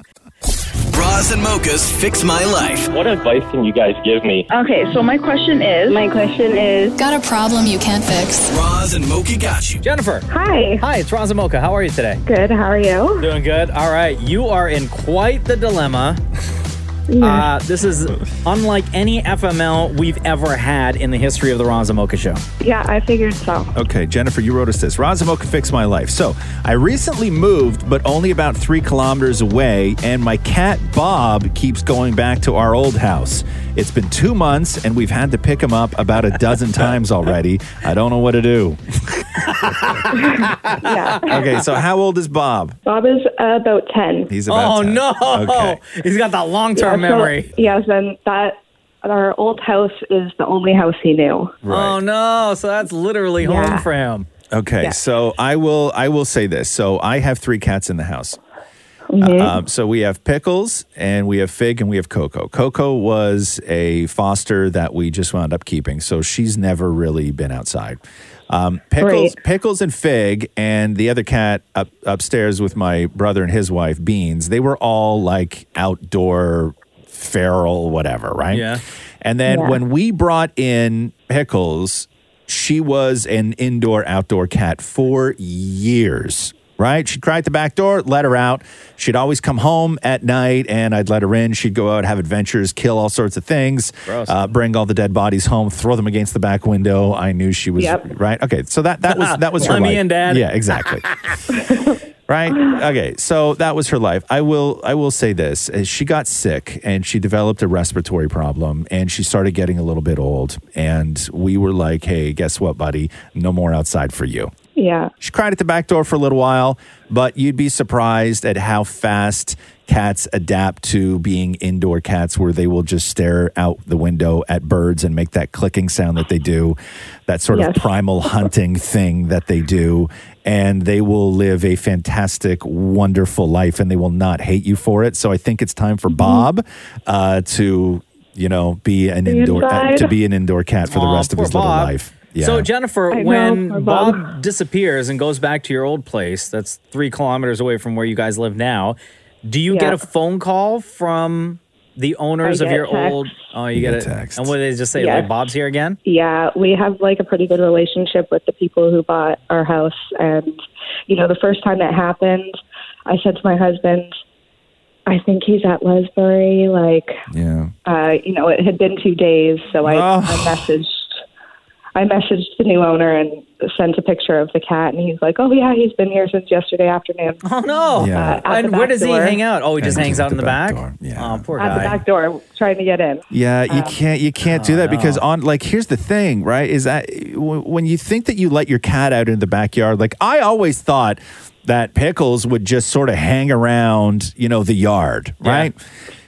Speaker 1: Bras and Mocha's Fix My Life. What advice can you guys give me?
Speaker 7: Okay, so my question is. My question is.
Speaker 3: Got a problem you can't fix?
Speaker 1: Bras and Mocha got you.
Speaker 9: Jennifer.
Speaker 7: Hi.
Speaker 9: Hi, it's Roz and Mocha. How are you today?
Speaker 7: Good. How are you?
Speaker 9: Doing good. All right. You are in quite the dilemma.
Speaker 7: Yeah.
Speaker 9: Uh, this is unlike any FML we've ever had in the history of the Roz and Mocha show.
Speaker 7: Yeah, I figured so.
Speaker 8: Okay, Jennifer, you wrote us this. Razamo can fix my life. So I recently moved, but only about three kilometers away, and my cat Bob keeps going back to our old house. It's been two months, and we've had to pick him up about a dozen times already. I don't know what to do.
Speaker 7: yeah.
Speaker 8: Okay, so how old is Bob?
Speaker 7: Bob is about 10.
Speaker 8: He's about
Speaker 9: Oh,
Speaker 8: 10.
Speaker 9: no.
Speaker 8: Okay.
Speaker 9: He's got that long term
Speaker 7: Yeah, so-
Speaker 9: memory.
Speaker 7: Yes, and that our old house is the only house he knew.
Speaker 9: Oh, no. So that's literally home for him.
Speaker 8: Okay,
Speaker 9: Yeah.
Speaker 8: so I will I will say this. So I have three cats in the house.
Speaker 7: Mhm.
Speaker 8: Um, so we have Pickles and we have Fig and we have Coco. Coco was a foster that we just wound up keeping, so she's never really been outside. Um, Pickles, Pickles and Fig and the other cat up, upstairs with my brother and his wife Beans. They were all like outdoor feral whatever, right?
Speaker 17: Yeah.
Speaker 8: And then
Speaker 17: Yeah.
Speaker 8: when we brought in Pickles, she was an indoor outdoor cat for years, right? She'd cry at the back door, let her out. She'd always come home at night and I'd let her in. She'd go out, have adventures, kill all sorts of things,
Speaker 17: Gross.
Speaker 8: uh, bring all the dead bodies home, throw them against the back window. I knew she was
Speaker 17: Yep.
Speaker 8: right. Okay. So that, that was, that was her
Speaker 17: Let me
Speaker 8: life.
Speaker 17: in, Dad.
Speaker 8: Yeah, exactly. right okay so that was her life i will i will say this Uh, she got sick and she developed a respiratory problem and she started getting a little bit old and we were like hey guess what buddy no more outside for you
Speaker 7: Yeah.
Speaker 8: she cried at the back door for a little while but you'd be surprised at how fast cats adapt to being indoor cats where they will just stare out the window at birds and make that clicking sound that they do that sort of
Speaker 17: Yes.
Speaker 8: primal hunting thing that they do and they will live a fantastic wonderful life and they will not hate you for it so i think it's time
Speaker 9: Mm-hmm.
Speaker 8: for bob uh, to you know be an
Speaker 9: Be
Speaker 8: indoor uh,
Speaker 9: inside.
Speaker 8: to be an indoor cat for the
Speaker 9: Aw,
Speaker 8: rest of
Speaker 9: poor
Speaker 8: his little
Speaker 9: Uh, Bob.
Speaker 8: life yeah.
Speaker 9: So, Jennifer,
Speaker 7: I know,
Speaker 9: when
Speaker 7: poor
Speaker 9: Bob.
Speaker 7: Bob.
Speaker 9: disappears and goes back to your old place, that's three kilometers away from where you guys live now, do you get a
Speaker 7: Yeah.
Speaker 9: phone call from the owners
Speaker 7: I
Speaker 9: of
Speaker 7: get
Speaker 9: your
Speaker 7: a text.
Speaker 9: old. Oh, you, get, a text. And what do they just say?
Speaker 7: Yes.
Speaker 9: Like, Bob's here again?
Speaker 7: Yeah, we have like a pretty good relationship with the people who bought our house. And, you know, the first time it happened, I said to my husband, I think he's at Lesbury. Like,
Speaker 8: yeah.
Speaker 7: uh, you know, it had been two days, so I,
Speaker 9: Oh.
Speaker 7: I messaged. I messaged the new owner and sent a picture of the cat, and he's like, "Oh yeah, he's been here since yesterday afternoon." Uh,
Speaker 9: Oh no!
Speaker 8: Yeah.
Speaker 9: and where does he hang out? Oh, he just
Speaker 8: And
Speaker 9: hangs
Speaker 8: at
Speaker 9: out in
Speaker 8: the
Speaker 9: the back? Yeah. Oh, poor
Speaker 7: At the
Speaker 9: guy.
Speaker 7: back door, trying to get in.
Speaker 8: Yeah, you can't you can't do that
Speaker 9: no.
Speaker 8: because on like here's the thing, right? Is that w- when you think that you let your cat out in the backyard, like I always thought that pickles would just sort of hang around, you know, the yard, right?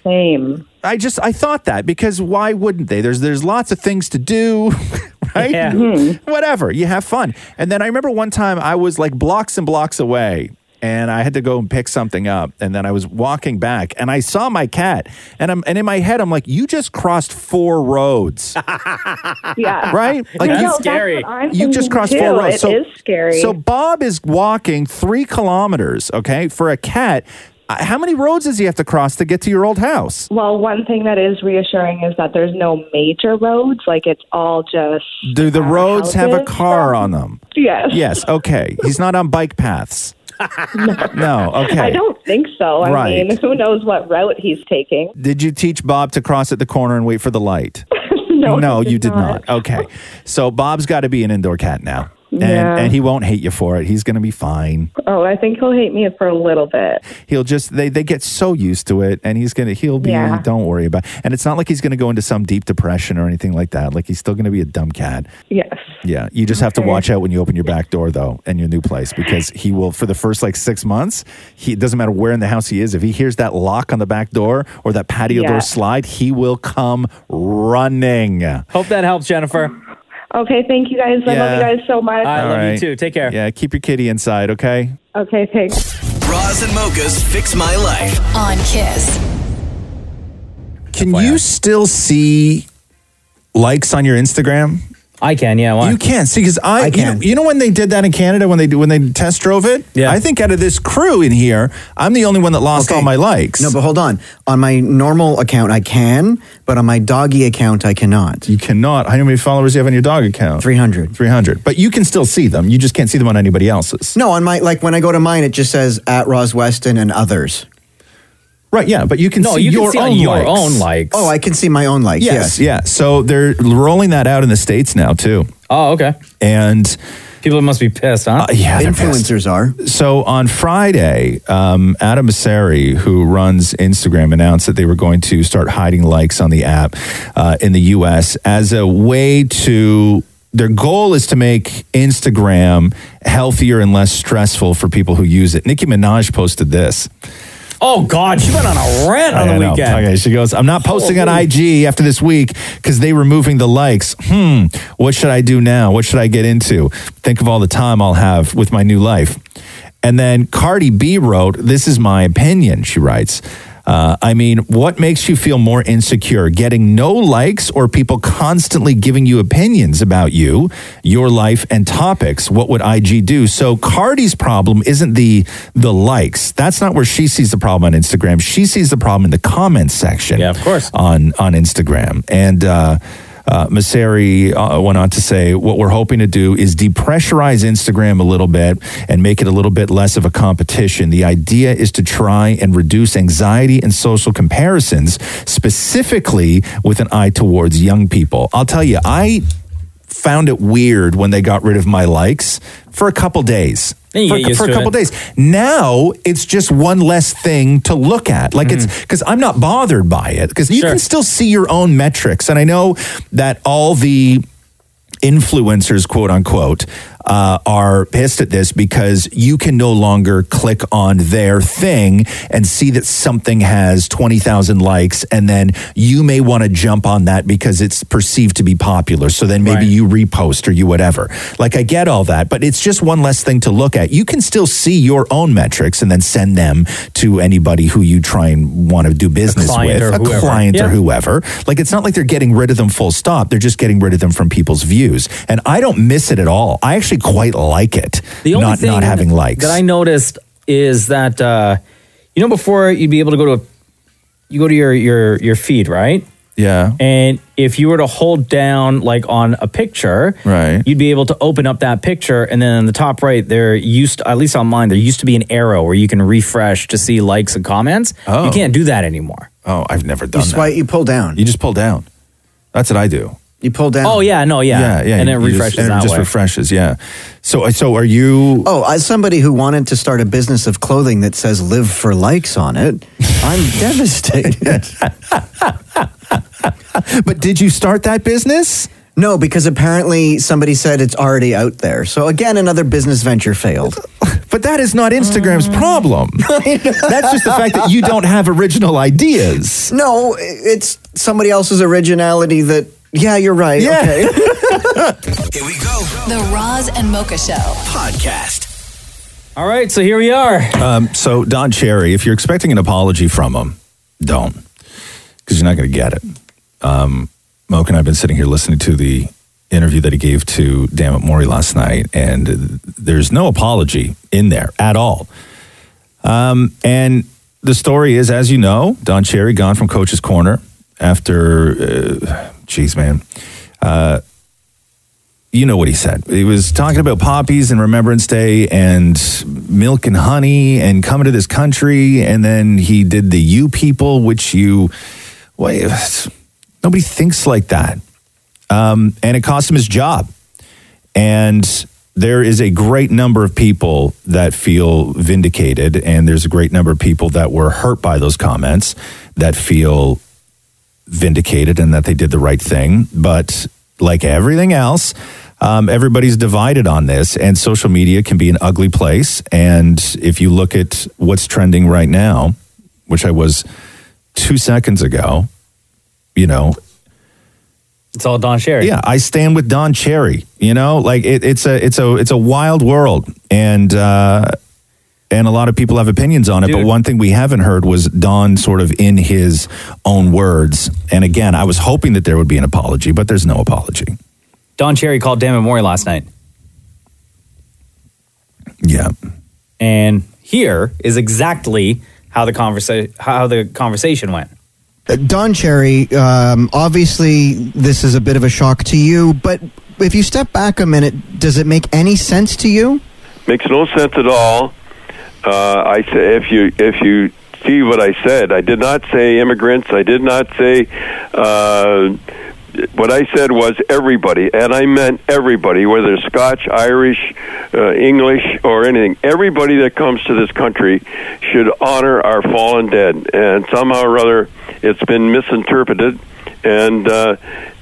Speaker 7: Same.
Speaker 8: I just I thought that because why wouldn't they? There's there's lots of things to do, right?
Speaker 17: Yeah. Mhm.
Speaker 8: Whatever, you have fun. And then I remember one time I was like blocks and blocks away and I had to go and pick something up and then I was walking back and I saw my cat and I'm and in my head I'm like you just crossed four roads.
Speaker 7: Yeah.
Speaker 8: Right?
Speaker 7: Like
Speaker 8: you- You just crossed four roads.
Speaker 7: It is scary.
Speaker 8: So Bob is walking three kilometers, okay, for a cat. Uh, How many roads does he have to cross to get to your old house?
Speaker 7: well, one thing that is reassuring is that there's no major roads. Like it's all just
Speaker 8: Do the roads have a
Speaker 7: houses?
Speaker 8: car on them?
Speaker 7: yes.
Speaker 8: Yes. Okay. He's not on bike paths. no. Okay.
Speaker 7: I don't think so. I
Speaker 8: Right.
Speaker 7: mean, who knows what route he's taking?
Speaker 8: Did you teach Bob to cross at the corner and wait for the light?
Speaker 7: No, I
Speaker 8: you did
Speaker 7: not.
Speaker 8: not. Okay. So Bob's got to be an indoor cat now. And,
Speaker 7: Yeah.
Speaker 8: and he won't hate you for it. He's going to be fine.
Speaker 7: Oh, I think he'll hate me for a little bit.
Speaker 8: He'll just they they get so used to it and he's going to he'll be
Speaker 7: Yeah.
Speaker 8: don't worry about. And it's not like he's going to go into some deep depression or anything like that. Like he's still going to be a dumb cat.
Speaker 7: Yes.
Speaker 8: Yeah, you just have to watch out when you open your back door though and your new place because he will for the first like 6 months, he it doesn't matter where in the house he is, if he hears that lock on the back door or that patio
Speaker 7: Yeah.
Speaker 8: door slide, he will come running.
Speaker 9: Hope that helps, Jennifer.
Speaker 7: Okay, thank you guys. I love
Speaker 8: Yeah.
Speaker 7: you guys so much.
Speaker 8: All right.
Speaker 9: Take care.
Speaker 8: Yeah, keep your kitty inside, okay?
Speaker 7: Okay, thanks.
Speaker 1: Bras and Mocha's Fix My Life.
Speaker 3: On Kiss.
Speaker 8: Can you still see likes on your Instagram?
Speaker 9: I can, yeah. Why?
Speaker 8: You can see because I, You, know, you know when they did that in Canada when they when they test drove it. Yeah, I think out of this crew in here, I'm the only one that lost all my likes.
Speaker 11: No, but hold on. On my normal account, I can, but on my doggy account, I cannot.
Speaker 8: You cannot. How many followers do you have on your dog account?
Speaker 11: Three hundred.
Speaker 8: Three hundred. But you can still see them. You just can't see them on anybody else's.
Speaker 11: No, on my like when I go to mine, it just says at Ros Weston and others.
Speaker 8: Right. Yeah, but you can see your own likes.
Speaker 11: Oh, I can see my own likes. Yes.
Speaker 8: Yes, yeah. So they're rolling that out in the states now too.
Speaker 9: Oh, okay.
Speaker 8: And
Speaker 9: people must be pissed, huh?
Speaker 8: Uh, yeah, they're
Speaker 11: Influencers are.
Speaker 8: So on Friday, um, Adam Asseri, who runs Instagram, announced that they were going to start hiding likes on the app uh, in the U.S. as a way to. Their goal is to make Instagram healthier and less stressful for people who use it. Nicki Minaj posted this.
Speaker 9: Oh God, she went on a rant on
Speaker 8: I
Speaker 9: the
Speaker 8: know.
Speaker 9: weekend.
Speaker 8: Okay, she goes, I'm not posting on IG after this week because they were moving the likes. Hmm, what should I do now? What should I get into? Think of all the time I'll have with my new life. And then Cardi B wrote, This is my opinion, she writes. Uh, I mean, what makes you feel more insecure? Getting no likes or people constantly giving you opinions about you, your life, and topics? What would IG do? So Cardi's problem isn't the the likes. That's not where she sees the problem on Instagram. She sees the problem in the comments section. Yeah, of course. On on Instagram and. Uh, uh, Masseri uh, went on to say, What we're hoping to do is depressurize Instagram a little bit and make it a little bit less of a competition. The idea is to try and reduce anxiety and social comparisons, specifically with an eye towards young people. I'll tell you, I found it weird when they got rid of my likes for a couple days.
Speaker 9: Then you
Speaker 8: for,
Speaker 9: get used
Speaker 8: for
Speaker 9: to
Speaker 8: a couple
Speaker 9: it.
Speaker 8: days. Now it's just one less thing to look at. Like
Speaker 9: Mm.
Speaker 8: it's because I'm not bothered by it because you can still see your own metrics. And I know that all the influencers, quote unquote, uh, are pissed at this because you can no longer click on their thing and see that something has 20,000 likes. And then you may want to jump on that because it's perceived to be popular. So then maybe you repost or you whatever. Like I get all that, but it's just one less thing to look at. You can still see your own metrics and then send them to anybody who you try and want to do business
Speaker 9: client
Speaker 8: with,
Speaker 9: or
Speaker 8: a
Speaker 9: whoever.
Speaker 8: client or
Speaker 9: Yeah.
Speaker 8: whoever whoever. Like it's not like they're getting rid of them full stop. They're just getting rid of them from people's views. And I don't miss it at all. I actually quite like it.
Speaker 9: The only
Speaker 8: not
Speaker 9: thing
Speaker 8: not having likes.
Speaker 9: that I noticed is that uh, you know before you'd be able to go to a, you go to your your your feed right
Speaker 8: yeah
Speaker 9: and if you were to hold down like on a picture
Speaker 8: right
Speaker 9: you'd be able to open up that picture and then in the top right there used at least on mine there used to be an arrow where you can refresh to see likes and comments
Speaker 8: Oh.
Speaker 9: you can't do that anymore
Speaker 8: oh I've never done
Speaker 11: You
Speaker 8: that.
Speaker 11: swipe. You pull down.
Speaker 8: You just pull down. That's what I do.
Speaker 11: You pull down.
Speaker 9: oh yeah no yeah
Speaker 8: Yeah, yeah,
Speaker 9: and it
Speaker 8: you just-
Speaker 9: refreshes
Speaker 8: and it
Speaker 9: that
Speaker 8: just
Speaker 9: way
Speaker 8: refreshes yeah so uh, so are you
Speaker 11: oh as somebody who wanted to start a business of clothing that says live for likes on it i'm devastated
Speaker 8: but did you start that business
Speaker 11: no because apparently somebody said it's already out there so again another business venture failed Mm.
Speaker 8: But that is not Instagram's problem. That's just the fact that you don't have original ideas.
Speaker 11: no it's somebody else's originality that yeah you're right
Speaker 8: Yeah.
Speaker 11: okay
Speaker 3: The Roz and Mocha Show podcast.
Speaker 9: all right so here we are
Speaker 8: Um, so Don Cherry, if you're expecting an apology from him, don't, because you're not going to get it. Um, Moke and I've been sitting here listening to the interview that he gave to Damn It Maury last night, and uh, there's no apology in there at all. Um, and the story is, as you know, Don Cherry gone from Coach's Corner after, uh, geez, man. Uh, you know what he said. He was talking about poppies and Remembrance Day and milk and honey and coming to this country. And then he did the you people, which you, well, it's- nobody thinks like that. Um, and it cost him his job. And there is a great number of people that feel vindicated. And there's a great number of people that were hurt by those comments that feel vindicated and that they did the right thing. But like everything else, um, everybody's divided on this, and social media can be an ugly place. And if you look at what's trending right now, which I was two seconds ago, you know,
Speaker 9: it's all don sherry
Speaker 8: yeah, I stand with Don Cherry. You know, like it, it's a it's a it's a wild world, and uh, and a lot of people have opinions on it. But one thing we haven't heard was Don sort of in his own words. And again, I was hoping that there would be an apology, but there's no apology.
Speaker 9: Don Cherry called Dan Mori last night.
Speaker 8: Yeah.
Speaker 9: And here is exactly how the conversa- how the conversation went.
Speaker 18: Uh, Don Cherry, um, obviously, this is a bit of a shock to you, but if you step back a minute, does it make any sense to you?
Speaker 19: Makes no sense at all. Uh, I say if you if you see what I said, I did not say immigrants. I did not say. Uh, what I said was everybody, and I meant everybody, whether Scotch, Irish, uh, English, or anything. Everybody that comes to this country should honor our fallen dead, and somehow or other, it's been misinterpreted, and uh,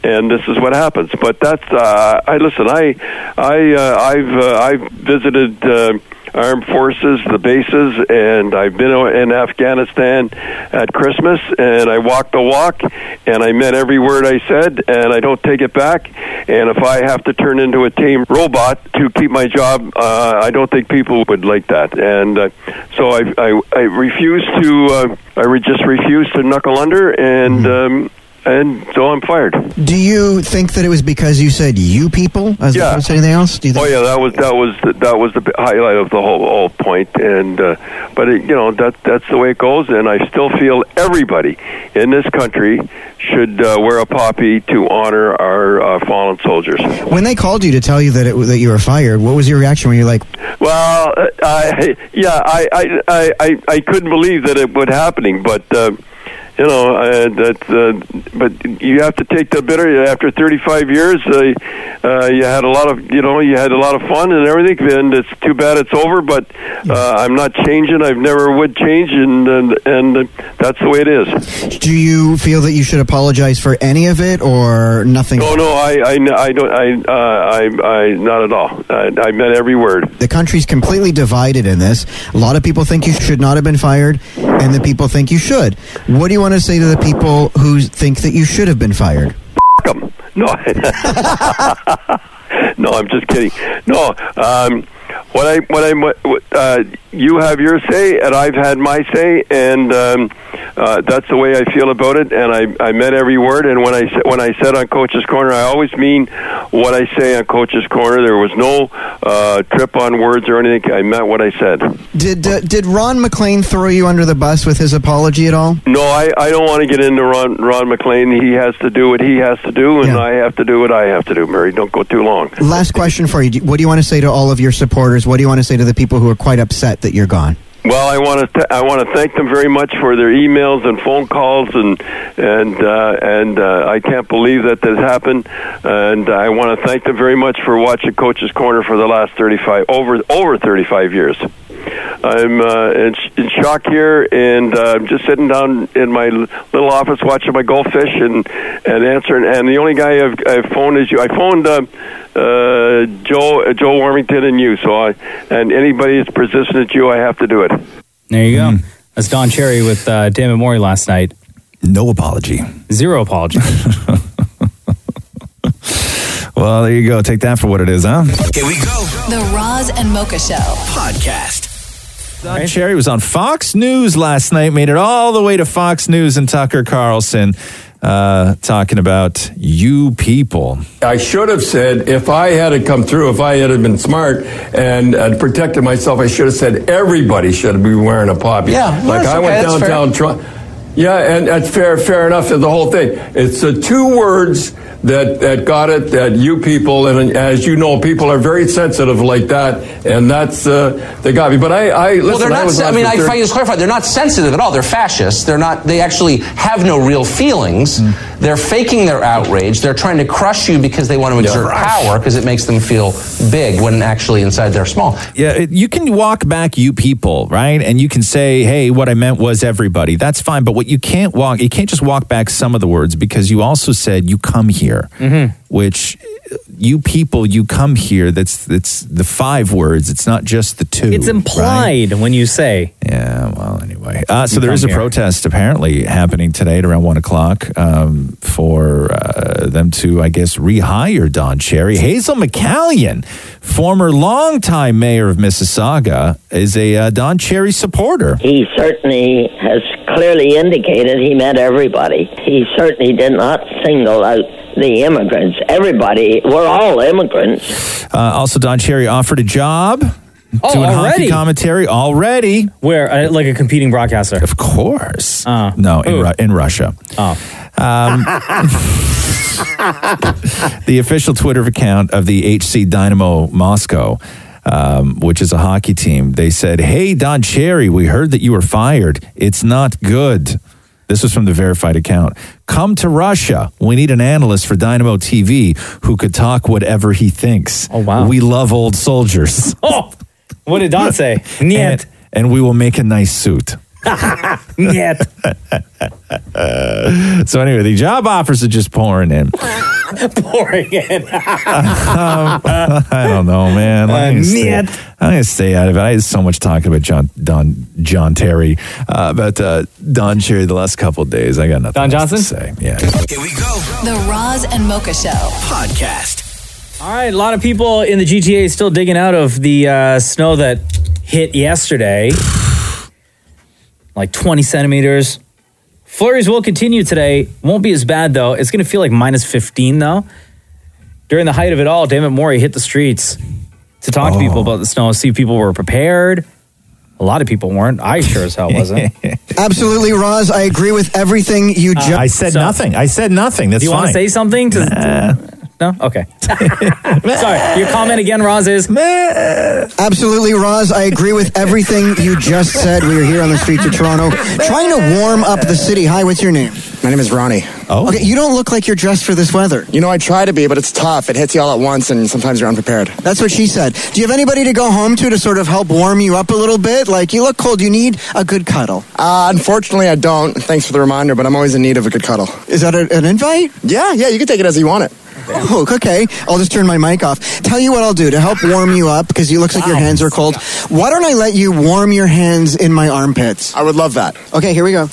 Speaker 19: and this is what happens. But that's uh, I listen. I I uh, I've uh, I've visited. Uh, Armed forces, the bases, and I've been in Afghanistan at Christmas, and I walked the walk, and I meant every word I said, and I don't take it back. And if I have to turn into a tame robot to keep my job, uh, I don't think people would like that. And uh, so I, I, I refuse to, uh, I re- just refuse to knuckle under, and um, and so I'm fired.
Speaker 18: Do you think that it was because you said you people as
Speaker 19: Yeah.
Speaker 18: opposed to anything else? Do you think
Speaker 19: Oh yeah, that was that was the, that was the bi- highlight of the whole, whole point. And uh, but it, you know that that's the way it goes. And I still feel everybody in this country should uh, wear a poppy to honor our uh, fallen soldiers.
Speaker 18: when they called you to tell you that it, that you were fired? What was your reaction? Were you like,
Speaker 19: Well, uh, I, yeah, I, I, I, I, I couldn't believe that it would happening, but uh, you know uh, that. Uh, but you have to take the bitter. After 35 years, uh, uh, you had a lot of, you know, you had a lot of fun and everything. And it's too bad it's over. But uh, I'm not changing. I've never would change, and and, and that's the way it is.
Speaker 18: do you feel that you should apologize for any of it or nothing?
Speaker 19: No, no, I, I, I don't, I, uh, I, I, not at all. I, I meant every word.
Speaker 18: The country's completely divided in this. A lot of people think you should not have been fired, and the people think you should. What do you want to say to the people who think that you should have been fired?
Speaker 19: No, no, I'm just kidding. No, um, what I what I what, uh, you have your say, and I've had my say, and um, uh, that's the way I feel about it. And I I meant every word. And when I sa- when I said on Coach's Corner, I always mean what I say on Coach's Corner. There was no uh, trip on words or anything. I meant what I said.
Speaker 18: Did uh, did Ron McLean throw you under the bus with his apology at all?
Speaker 19: No, I, I don't want to get into Ron Ron McLean. He has to do what he has to do, and I have to do what I have to do. Murray, don't go too long.
Speaker 18: Last question for you. Do- What do you want to say to all of your supporters? What do you want to say to the people who are quite upset that you're gone?
Speaker 19: Well, I want to th- I want to thank them very much for their emails and phone calls and and uh, and uh, I can't believe that this happened. And I want to thank them very much for watching Coach's Corner for the last thirty five over over thirty five years. I'm uh, in, sh- in shock here, and uh, I'm just sitting down in my l- little office watching my goldfish and and answering. And the only guy I've, I've phoned is you. I phoned. Uh, uh, Joe uh, Joe Warmington and you. So I and anybody that's persistent at you, I have to do it.
Speaker 9: There you
Speaker 8: Mm-hmm.
Speaker 9: go. That's Don Cherry with uh, Dan Mori last night.
Speaker 8: No apology.
Speaker 9: Zero apology.
Speaker 8: Well, there you go. Take that for what it is, huh?
Speaker 3: Here we go. The Roz and Mocha Show podcast.
Speaker 8: Don Cherry was on Fox News last night, made it all the way to Fox News and Tucker Carlson uh, talking about you people.
Speaker 20: I should have said, if I had to come through, if I had have been smart and uh, protected myself, I should have said everybody should be wearing a poppy.
Speaker 21: Yeah, well,
Speaker 20: like
Speaker 21: that's
Speaker 20: I went
Speaker 21: okay, that's fair.
Speaker 20: downtown. Toronto. Yeah, and that's fair. Fair enough. and The whole thing. It's the two words that that got it. That you people, and as you know, people are very sensitive like that, and that's uh, they got me. But I, I listen.
Speaker 21: well, they're
Speaker 20: I
Speaker 21: not.
Speaker 20: was
Speaker 21: sen- I
Speaker 20: on
Speaker 21: mean,
Speaker 20: for
Speaker 21: I, if I
Speaker 20: 30
Speaker 21: just clarify, they're not sensitive at all. They're fascists. They're not. They actually have no real feelings.
Speaker 20: Hmm.
Speaker 21: They're faking their outrage. They're trying to crush you because they want to exert power because it makes them feel big when actually inside they're small.
Speaker 8: Yeah, it, you can walk back you people, right? And you can say, hey, what I meant was everybody. That's fine. But what you can't walk, you can't just walk back some of the words because you also said you come here,
Speaker 6: Mm-hmm.
Speaker 8: which uh, you people, you come here. That's that's the five words. It's not just the two.
Speaker 9: It's implied when you say.
Speaker 8: Yeah, well, anyway. Uh, so
Speaker 9: You
Speaker 8: there
Speaker 9: come
Speaker 8: is a
Speaker 9: here.
Speaker 8: protest apparently happening today at around one o'clock um, for uh, them to, I guess, rehire Don Cherry. Hazel McCallion, former longtime mayor of Mississauga, is a uh, Don Cherry supporter.
Speaker 15: He certainly has clearly indicated he met everybody. He certainly did not single out the immigrants. Everybody, we're all immigrants.
Speaker 8: Uh, also, Don Cherry offered a job
Speaker 15: Oh,
Speaker 8: doing hockey
Speaker 15: already?
Speaker 8: commentary already.
Speaker 9: Where, uh, like a competing broadcaster? Uh,
Speaker 8: Of course. no, in, Ru- in Russia. Oh. Um, the official Twitter account of the HC Dynamo Moscow, um, which is a hockey team, they said, Hey, Don Cherry, we heard that you were fired. It's not good. This was from the verified account. Come to Russia. We need an analyst for Dynamo TV who could talk whatever he thinks. Oh, wow. We love old soldiers.
Speaker 9: Oh, what did Don say? Niet.
Speaker 8: And, and we will make a nice suit.
Speaker 9: Niet.
Speaker 8: Uh, so, anyway, the job offers are just pouring in.
Speaker 9: Mm-hmm. Pouring in.
Speaker 8: Um, I don't know, man. I'm, gonna stay,
Speaker 9: Uh, Niet.
Speaker 8: I'm gonna stay out of it. I had so much talking about John Don John Terry, uh, about uh, Don Cherry the last couple of days. I got nothing. Don Johnson. To say. Yeah.
Speaker 3: The Roz and Mocha Show podcast.
Speaker 9: All right, a lot of people in the GTA still digging out of the uh, snow that hit yesterday, like 20 centimeters. Flurries will continue today. Won't be as bad though. It's going to feel like minus 15 though. During the height of it all, Dammit Morey hit the streets to talk to people about the snow, see if people were prepared. A lot of people weren't. I sure as hell wasn't.
Speaker 18: Absolutely, Roz. I agree with everything you just.
Speaker 9: I said Uh, So- nothing.
Speaker 8: I said nothing. Uh,
Speaker 9: Do you want to say something? To, No? Okay. Sorry. Your comment again, Roz, is.
Speaker 18: Absolutely, Roz. I agree with everything you just said. We are here on the streets of Toronto trying to warm up the city. Hi, what's your name?
Speaker 22: My name is Ronnie.
Speaker 8: Oh.
Speaker 18: Okay, you don't look like you're dressed for this weather.
Speaker 22: You know, I try to be, but it's tough. It hits you all at once, and sometimes you're unprepared.
Speaker 18: That's what she said. Do you have anybody to go home to to sort of help warm you up a little bit? Like, you look cold. You need a good cuddle.
Speaker 22: Uh, unfortunately, I don't. Thanks for the reminder, but I'm always in need of a good cuddle.
Speaker 18: Is that a, an invite?
Speaker 22: Yeah, yeah, you can take it as you want it.
Speaker 18: Oh, okay. I'll just turn my mic off. Tell you what I'll do to help warm you up because you looks like your hands are cold. Why don't I let you warm your hands in my armpits?
Speaker 22: I would love that.
Speaker 18: Okay, here we go.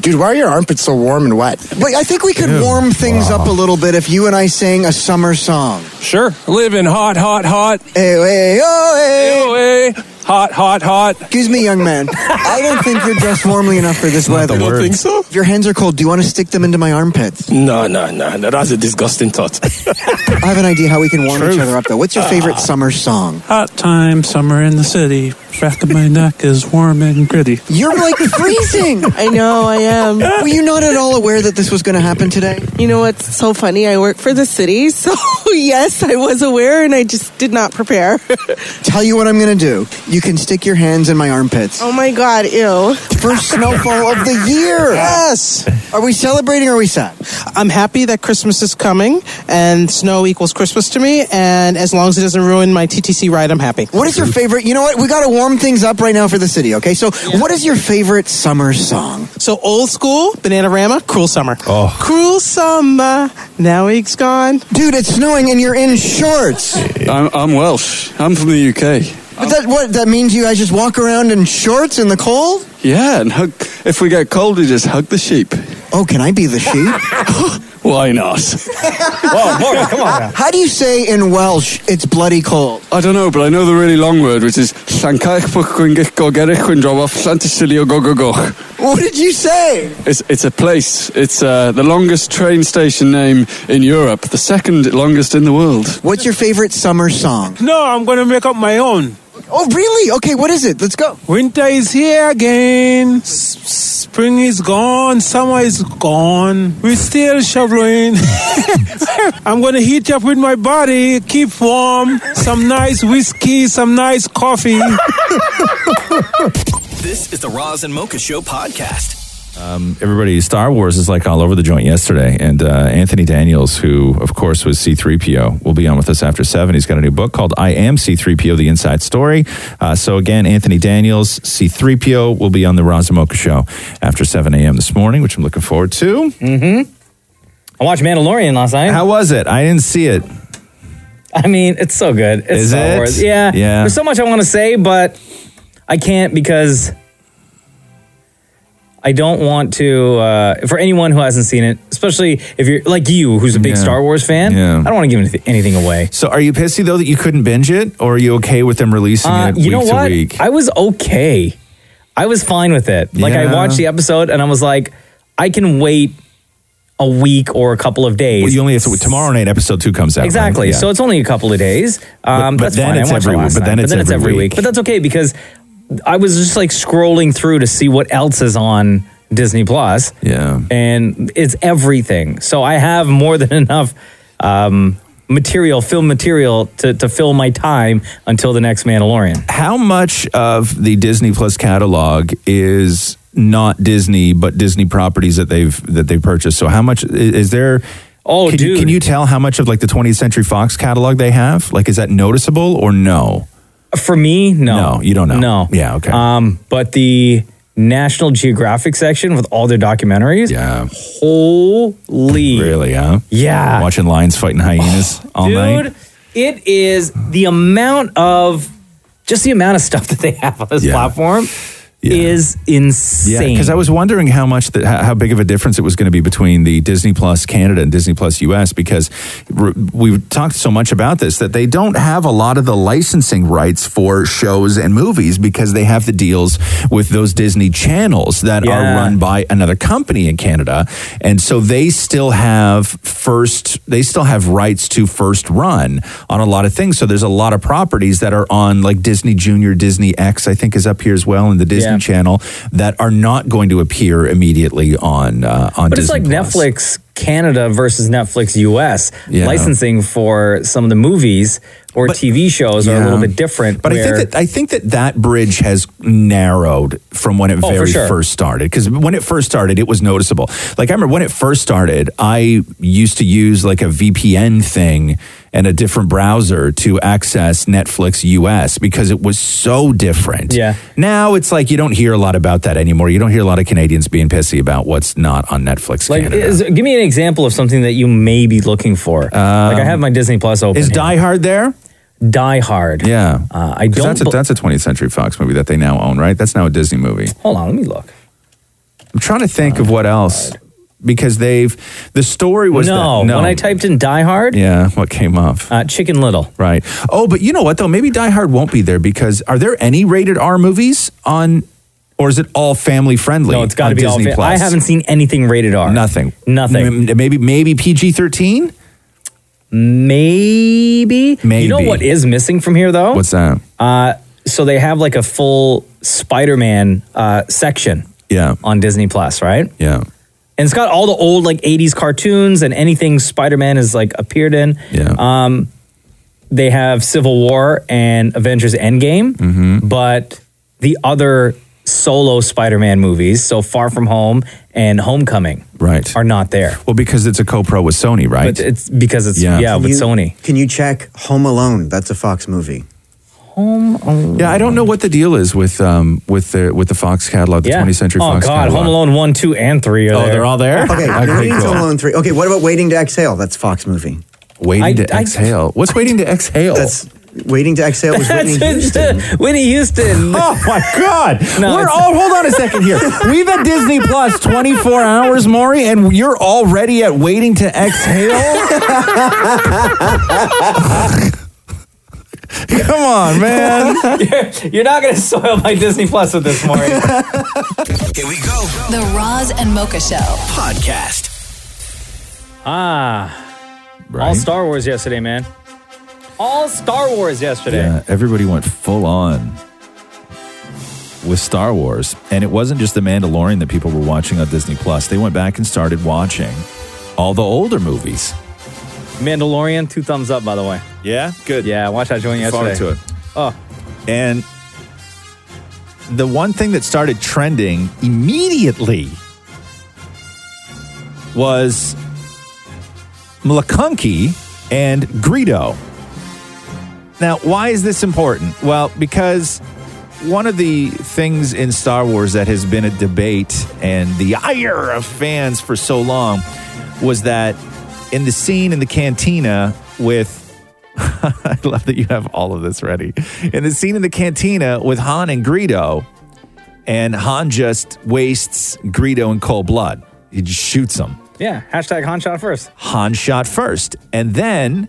Speaker 22: Dude, why are your armpits so warm and wet?
Speaker 18: But I think we could warm things up a little bit if you and I sang a summer song.
Speaker 23: Sure. Living hot, hot, hot.
Speaker 18: Hey, hey, oh,
Speaker 23: hey. Hot, hot, hot.
Speaker 18: eh, Excuse me, young man. I don't think you're dressed warmly enough for this weather.
Speaker 23: I don't think
Speaker 18: so. If your hands are cold, do you want to stick them into my armpits?
Speaker 23: No, no, no, no. That's a disgusting thought.
Speaker 18: I have an idea how we can warm each other up, though. What's your favorite
Speaker 22: Ah.
Speaker 18: summer song?
Speaker 23: Hot time, summer in the city. Back of my neck is warm and gritty.
Speaker 18: You're like freezing. I know, I am. Were you not at all aware that this was going to happen today?
Speaker 11: You know what's so funny? I work for the city, so yes, I was aware and I just did not prepare.
Speaker 18: Tell you what I'm going to do. You can stick your hands in my armpits.
Speaker 11: oh my god, ew.
Speaker 18: First snowfall of the year. Yes. Are we celebrating or are we sad?
Speaker 11: I'm happy that Christmas is coming and snow equals Christmas to me, and as long as it doesn't ruin my TTC ride, I'm happy.
Speaker 18: What is your favorite? You know what? We got to warm things up right now for the city, okay? So, what is your favorite summer song?
Speaker 11: So old school, Bananarama, Cruel Summer.
Speaker 8: Oh.
Speaker 11: Cruel Summer, now it's gone.
Speaker 18: Dude, it's snowing and you're in shorts.
Speaker 24: I'm, I'm Welsh. I'm from the UK.
Speaker 18: But that what that means you guys just walk around in shorts in the cold?
Speaker 24: Yeah, and hug, if we get cold, we just hug the sheep.
Speaker 18: Oh, can I be the sheep?
Speaker 24: Why not?
Speaker 18: Whoa,
Speaker 24: Morgan, come on now.
Speaker 18: How do you say in Welsh it's bloody cold?
Speaker 24: I don't know, but I know the really long word, which is Llancaich Pwcwingich Gogerich Windroboff Llantysilio Gogogoch.
Speaker 18: What did you say?
Speaker 24: It's, it's a place. It's uh, the longest train station name in Europe, the second longest in the world.
Speaker 18: What's your favorite summer song?
Speaker 23: No, I'm going to make up my own.
Speaker 18: Oh, really? Okay, what is it? Let's go.
Speaker 23: Winter is here again. S- spring is gone. Summer is gone. We're still shoveling. I'm going to heat up with my body. Keep warm. Some nice whiskey, some nice coffee.
Speaker 1: This is the Roz and Mocha Show podcast.
Speaker 8: Um, everybody, Star Wars is like all over the joint yesterday, and uh, Anthony Daniels, who of course was C3PO, will be on with us after seven. He's got a new book called "I Am C3PO: The Inside Story." Uh, so again, Anthony Daniels, C3PO, will be on the Razamoka Show after seven a.m. this morning, which I'm looking forward to.
Speaker 9: Mm-hmm. I watched Mandalorian last night.
Speaker 8: How was it? I didn't see it.
Speaker 9: I mean, it's so good. It's
Speaker 8: Is
Speaker 9: Star
Speaker 8: it?
Speaker 9: Wars. Yeah.
Speaker 8: Yeah.
Speaker 9: There's so much I want to say, but I can't because I don't want to. Uh, for anyone who hasn't seen it, especially if you're like you, who's a big
Speaker 8: Yeah.
Speaker 9: Star Wars fan,
Speaker 8: Yeah.
Speaker 9: I don't want to give anyth- anything away.
Speaker 8: So, are you pissy though that you couldn't binge it, or are you okay with them releasing
Speaker 9: Uh,
Speaker 8: it
Speaker 9: you
Speaker 8: week
Speaker 9: know
Speaker 8: to
Speaker 9: what?
Speaker 8: week?
Speaker 9: I was okay. I was fine with it. Like
Speaker 8: Yeah.
Speaker 9: I watched the episode and I was like, I can wait a week or a couple of days.
Speaker 8: Well, you only have to, tomorrow night episode two comes out. right?
Speaker 9: exactly.
Speaker 8: Yeah.
Speaker 9: So it's only a couple of days. Um,
Speaker 8: But- but
Speaker 9: that's
Speaker 8: then
Speaker 9: fine.
Speaker 8: it's
Speaker 9: I watched
Speaker 8: every
Speaker 9: it
Speaker 8: week.
Speaker 9: last
Speaker 8: But
Speaker 9: night.
Speaker 8: then it's every
Speaker 9: week. But that's okay because I was just like scrolling through to see what else is on Disney Plus.
Speaker 8: Yeah,
Speaker 9: and it's everything. So I have more than enough um, material, film material to to fill my time until the next Mandalorian.
Speaker 8: How much of the Disney Plus catalog is not Disney, but Disney properties that they've that they purchased? So how much i- is there?
Speaker 9: Oh,
Speaker 8: can, You, can
Speaker 9: dude.
Speaker 8: you tell how much of like the 20th Century Fox catalog they have? Like, is that noticeable or no?
Speaker 9: For me, no.
Speaker 8: No, you don't know.
Speaker 9: No.
Speaker 8: Yeah. Okay.
Speaker 9: Um, but the National Geographic section with all their documentaries. Yeah. Holy.
Speaker 8: Really? Yeah.
Speaker 9: Yeah.
Speaker 8: Watching lions fighting hyenas all night.
Speaker 9: Dude, it is the amount of just the amount of stuff that they have on this platform is insane.
Speaker 8: because I was wondering how much that how, how big of a difference it was going to be between the Disney Plus Canada and Disney Plus US because r we've talked so much about this that they don't have a lot of the licensing rights for shows and movies because they have the deals with those Disney channels that are
Speaker 6: Yeah.
Speaker 8: run by another company in Canada and so they still have first they still have rights to first run on a lot of things so there's a lot of properties that are on like Disney Junior Disney X I think is up here as well in the Disney
Speaker 9: Yeah.
Speaker 8: Channel that are not going to appear immediately on uh, on
Speaker 9: but
Speaker 8: Disney
Speaker 9: it's like Netflix Canada versus Netflix US.
Speaker 8: Yeah.
Speaker 9: Licensing for some of the movies or TV shows are a little
Speaker 8: Yeah.
Speaker 9: bit different.
Speaker 8: But I
Speaker 9: where-
Speaker 8: think that I think that that bridge has narrowed from when it
Speaker 9: Oh, for
Speaker 8: very
Speaker 9: sure.
Speaker 8: first started. Because when it first started, it was noticeable. Like I remember when it first started, I used to use like a VPN thing and a different browser to access Netflix US because it was so different. Yeah. Now it's like you don't hear a lot about that anymore. You don't hear a lot of Canadians being pissy about what's not on Netflix
Speaker 9: like,
Speaker 8: Canada.
Speaker 9: is, give me an example of something that you may be looking for. like I have my Disney Plus open.
Speaker 8: Um, is Die Hard there?
Speaker 9: Die Hard.
Speaker 8: Yeah,
Speaker 9: uh, I
Speaker 8: 'Cause
Speaker 9: don't
Speaker 8: That's a,
Speaker 9: bel-
Speaker 8: that's a 20th Century Fox movie that they now own, right? That's now a Disney movie.
Speaker 9: Hold on, let me look.
Speaker 8: I'm trying to think of what else because they've the story was
Speaker 9: no,
Speaker 8: that, no.
Speaker 9: When I typed in Die Hard,
Speaker 8: yeah, what came up?
Speaker 9: Uh, Chicken Little,
Speaker 8: right? Oh, but you know what though? Maybe Die Hard won't be there because are there any rated R movies on, or is it all family friendly?
Speaker 9: no, it's got to
Speaker 8: on
Speaker 9: be
Speaker 8: Disney
Speaker 9: all. Fa- I
Speaker 8: Plus?
Speaker 9: haven't seen anything rated R.
Speaker 8: nothing.
Speaker 9: Nothing.
Speaker 8: M- maybe maybe PG thirteen.
Speaker 9: Maybe.
Speaker 8: Maybe.
Speaker 9: You know what is missing from here though?
Speaker 8: What's that?
Speaker 9: Uh, so they have like a full Spider-Man uh, section.
Speaker 8: Yeah.
Speaker 9: On Disney Plus, right?
Speaker 8: Yeah.
Speaker 9: And it's got all the old like '80s cartoons and anything Spider-Man has like appeared in. Yeah. Um, they have Civil War and Avengers Endgame,
Speaker 8: Mm-hmm.
Speaker 9: but the other solo Spider-Man movies, so Far From Home and Homecoming,
Speaker 8: right,
Speaker 9: are not there.
Speaker 8: Well, because it's a co-pro with Sony, right?
Speaker 9: But it's because it's yeah,
Speaker 18: Can
Speaker 9: with
Speaker 18: you-
Speaker 9: Sony.
Speaker 18: Can you check Home Alone? That's a Fox movie.
Speaker 9: Home Alone.
Speaker 8: Yeah, I don't know what the deal is with um with the with the Fox catalog, the 20th Century
Speaker 9: oh
Speaker 8: Fox
Speaker 9: God,
Speaker 8: catalog.
Speaker 9: Home Alone one, two, and three are
Speaker 8: Oh,
Speaker 9: there.
Speaker 8: they're all there?
Speaker 18: Okay,
Speaker 8: Okay,
Speaker 18: Noreen's
Speaker 8: cool.
Speaker 18: Home Alone three. Okay, what about Waiting to Exhale? That's Fox movie.
Speaker 8: Waiting to Exhale. What's Waiting to Exhale?
Speaker 18: That's Waiting to Exhale. Was Whitney Houston.
Speaker 9: Whitney Houston.
Speaker 8: Oh my God!
Speaker 18: No,
Speaker 8: We're
Speaker 18: it's-
Speaker 8: all. Hold on a second here. We've had Disney Plus 24 hours, Maury, and you're already at waiting to exhale. Come on, man.
Speaker 9: you're, you're not going to soil my Disney Plus with this morning.
Speaker 3: The Roz and Mocha Show
Speaker 25: podcast.
Speaker 9: Ah, all Star Wars yesterday, man. All Star Wars yesterday.
Speaker 8: Yeah, everybody went full on with Star Wars, and it wasn't just the Mandalorian that people were watching on Disney Plus. They went back and started watching all the older movies.
Speaker 9: Mandalorian, two thumbs up, by the way.
Speaker 8: Yeah, good.
Speaker 9: Yeah, watch I joined
Speaker 8: Forward
Speaker 9: yesterday.
Speaker 8: to it.
Speaker 9: Oh,
Speaker 8: And the one thing that started trending immediately was McClunky and Greedo. Now, why is this important? Well, because one of the things in Star Wars that has been a debate and the ire of fans for so long was that in the scene in the cantina with I love that you have all of this ready. In the scene in the cantina with Han and Greedo, and Han just wastes Greedo in cold blood. He just shoots him.
Speaker 9: yeah. Hashtag Han shot first.
Speaker 8: Han shot first. And then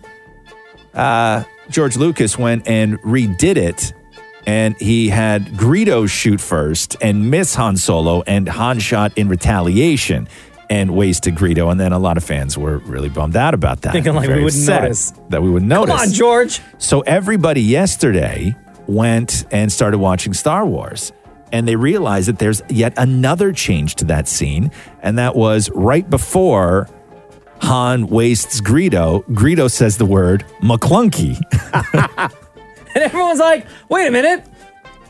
Speaker 8: uh, George Lucas went and redid it. And he had Greedo shoot first and miss Han Solo, and Han shot in retaliation. and wasted Greedo. And then a lot of fans were really bummed out about that.
Speaker 9: Thinking like we
Speaker 8: Very
Speaker 9: wouldn't
Speaker 8: upset
Speaker 9: notice.
Speaker 8: That we would notice.
Speaker 9: on, George.
Speaker 8: So everybody yesterday went and started watching Star Wars. And they realized that there's yet another change to that scene. And that was right before Han wastes Greedo, Greedo says the word McClunky.
Speaker 9: And everyone's like, wait a minute.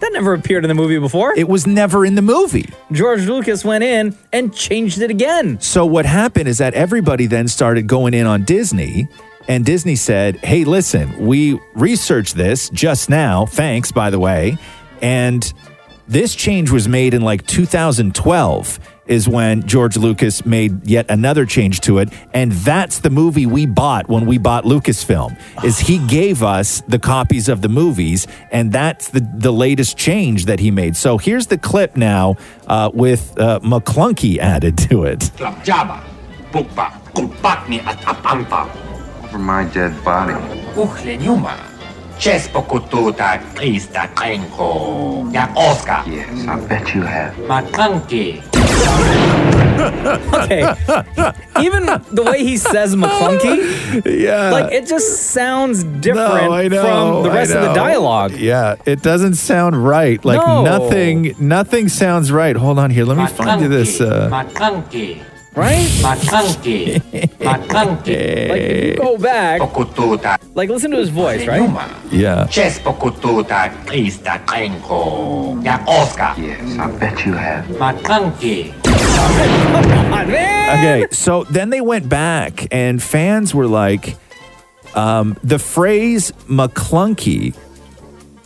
Speaker 9: That never appeared in the movie before.
Speaker 8: It was never in the movie.
Speaker 9: George Lucas went in and changed it again.
Speaker 8: So what happened is that everybody then started going in on Disney, and Disney said, "Hey, listen, we researched this just now. Thanks, by the way." And this change was made in like 2012 is when George Lucas made yet another change to it, and that's the movie we bought when we bought Lucasfilm. Is he gave us the copies of the movies, and that's the the latest change that he made. So here's the clip now uh, with uh, McClunky added to it.
Speaker 6: Jabba, Bukba, Kumpatni at Apampa.
Speaker 26: Over my dead body.
Speaker 6: Uhlenyuma. Chespokututa Krista Krenko. Ya Oscar.
Speaker 26: Yes, I bet you have.
Speaker 6: Matanki.
Speaker 9: okay. Even the way he says McClunky,
Speaker 8: yeah,
Speaker 9: like it just sounds different
Speaker 8: No, I know,
Speaker 9: from the
Speaker 8: I
Speaker 9: rest of the
Speaker 8: know.
Speaker 9: dialogue.
Speaker 8: Yeah, it doesn't sound right. Like
Speaker 9: No.
Speaker 8: nothing, nothing sounds right. Hold on here. Let me find you this. Uh,
Speaker 6: Matanki.
Speaker 9: Right?
Speaker 6: Matanki. Matanki.
Speaker 9: Like if you go back, like listen to his voice, right?
Speaker 8: yeah.
Speaker 6: Chespokututa Krista Krenko. Ya Oscar.
Speaker 26: Yes, I bet you have.
Speaker 6: Matanki.
Speaker 8: Okay, so then they went back, and fans were like, um, the phrase McClunky,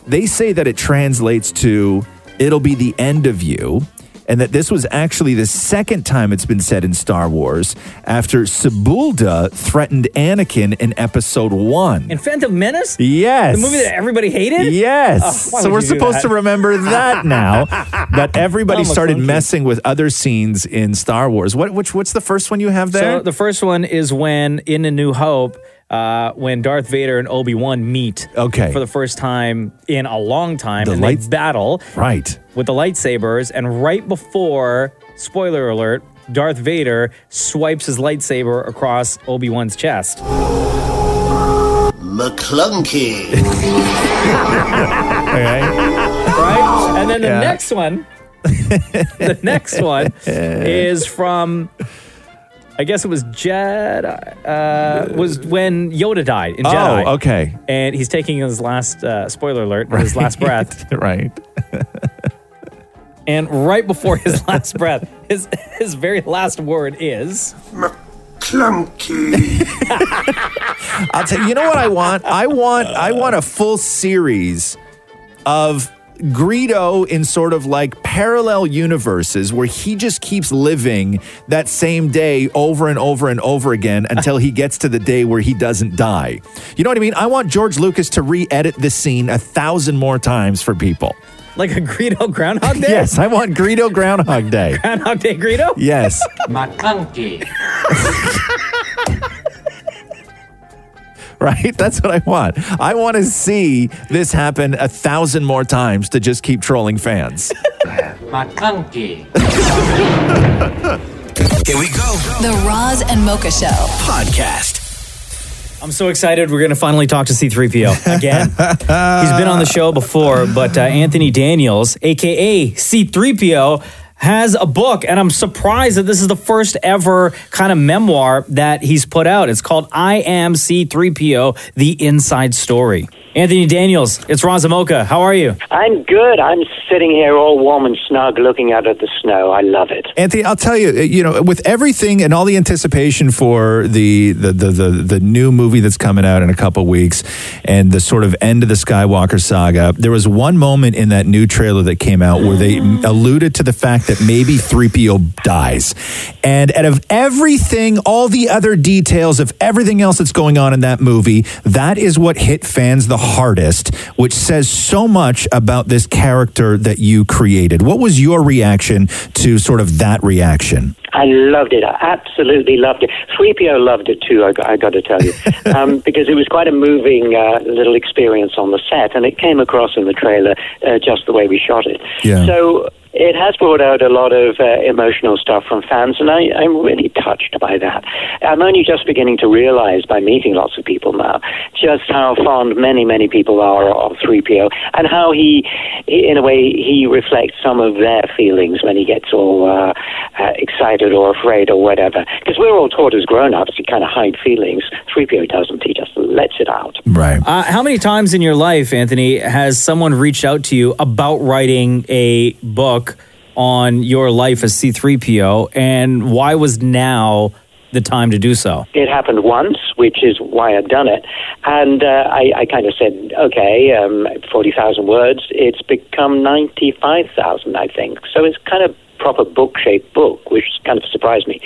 Speaker 8: they say that it translates to it'll be the end of you, and that this was actually the second time it's been said in Star Wars after Sebulda threatened Anakin in episode one.
Speaker 9: In Phantom Menace?
Speaker 8: Yes.
Speaker 9: The movie that everybody hated?
Speaker 8: Yes.
Speaker 9: Oh, why
Speaker 8: so
Speaker 9: would
Speaker 8: we're
Speaker 9: you do
Speaker 8: supposed
Speaker 9: that?
Speaker 8: to remember that now that everybody
Speaker 9: Oh,
Speaker 8: started
Speaker 9: McClunky.
Speaker 8: messing with other scenes in Star Wars. What which what's the first one you have there?
Speaker 9: So the first one is when in A New Hope, uh, when Darth Vader and Obi Wan meet,
Speaker 8: Okay.
Speaker 9: for the first time in a long time,
Speaker 8: The
Speaker 9: and
Speaker 8: lights-
Speaker 9: they battle,
Speaker 8: right,
Speaker 9: with the lightsabers, and right before, spoiler alert, Darth Vader swipes his lightsaber across Obi Wan's chest.
Speaker 6: McClunky.
Speaker 8: Oh.
Speaker 9: Right? And then the
Speaker 6: Yeah.
Speaker 9: next one, the next one is from, I guess it was Jedi, uh, was when Yoda died in
Speaker 8: Oh,
Speaker 9: Jedi.
Speaker 8: okay.
Speaker 9: And he's taking his last, uh, spoiler alert, his last breath.
Speaker 8: right.
Speaker 9: And right before his last breath, his, his very last word is
Speaker 6: McClunky.
Speaker 8: I'll tell you, you know what I want? I want I want a full series of Greedo in sort of like parallel universes where he just keeps living that same day over and over and over again until he gets to the day where he doesn't die. You know what I mean? I want George Lucas to re-edit this scene a thousand more times for people.
Speaker 9: like a Greedo Groundhog Day?
Speaker 8: Yes, I want Greedo Groundhog Day.
Speaker 9: Groundhog Day Greedo?
Speaker 8: Yes.
Speaker 6: McClunky.
Speaker 8: right? That's what I want. I want to see this happen a thousand more times to just keep trolling fans.
Speaker 6: McClunky.
Speaker 3: Here we go. The Roz and Mocha Show podcast.
Speaker 9: I'm so excited. We're going to finally talk to C3PO again. He's been on the show before, but uh, Anthony Daniels, AKA C3PO, has a book, and I'm surprised that this is the first ever kind of memoir that he's put out. It's called I Am C3PO The Inside Story. Anthony Daniels, it's Ron Zamoka. How are you?
Speaker 27: I'm good. I'm sitting here all warm and snug looking out at the snow. I love it.
Speaker 8: Anthony, I'll tell you, you know, with everything and all the anticipation for the the the the, the new movie that's coming out in a couple weeks and the sort of end of the Skywalker saga, there was one moment in that new trailer that came out where they alluded to the fact that maybe 3PO dies. And out of everything, all the other details of everything else that's going on in that movie, that is what hit fans the hardest, which says so much about this character that you created. What was your reaction to sort of that reaction?
Speaker 27: I loved it. I absolutely loved it. 3PO loved it too, I, got- I got to tell you, um, because it was quite a moving uh, little experience on the set, and it came across in the trailer uh, just the way we shot it.
Speaker 28: Yeah.
Speaker 27: So it has brought out a lot of uh, emotional stuff from fans, and I, I'm really touched by that. I'm only just beginning to realize by meeting lots of people now just how fond many, many people are of 3PO and how he, in a way, he reflects some of their feelings when he gets all uh, uh, excited or afraid or whatever. Because we're all taught as grown ups to kind of hide feelings. 3PO doesn't, he just lets it out.
Speaker 8: Right.
Speaker 9: Uh, how many times in your life, Anthony, has someone reached out to you about writing a book on your life as C3PO, and why was now the time to do so?
Speaker 27: It happened once, which is why I'd done it. And uh, I, I kind of said, okay, um, 40,000 words. It's become 95,000, I think. So it's kind of proper book-shaped book, which kind of surprised me.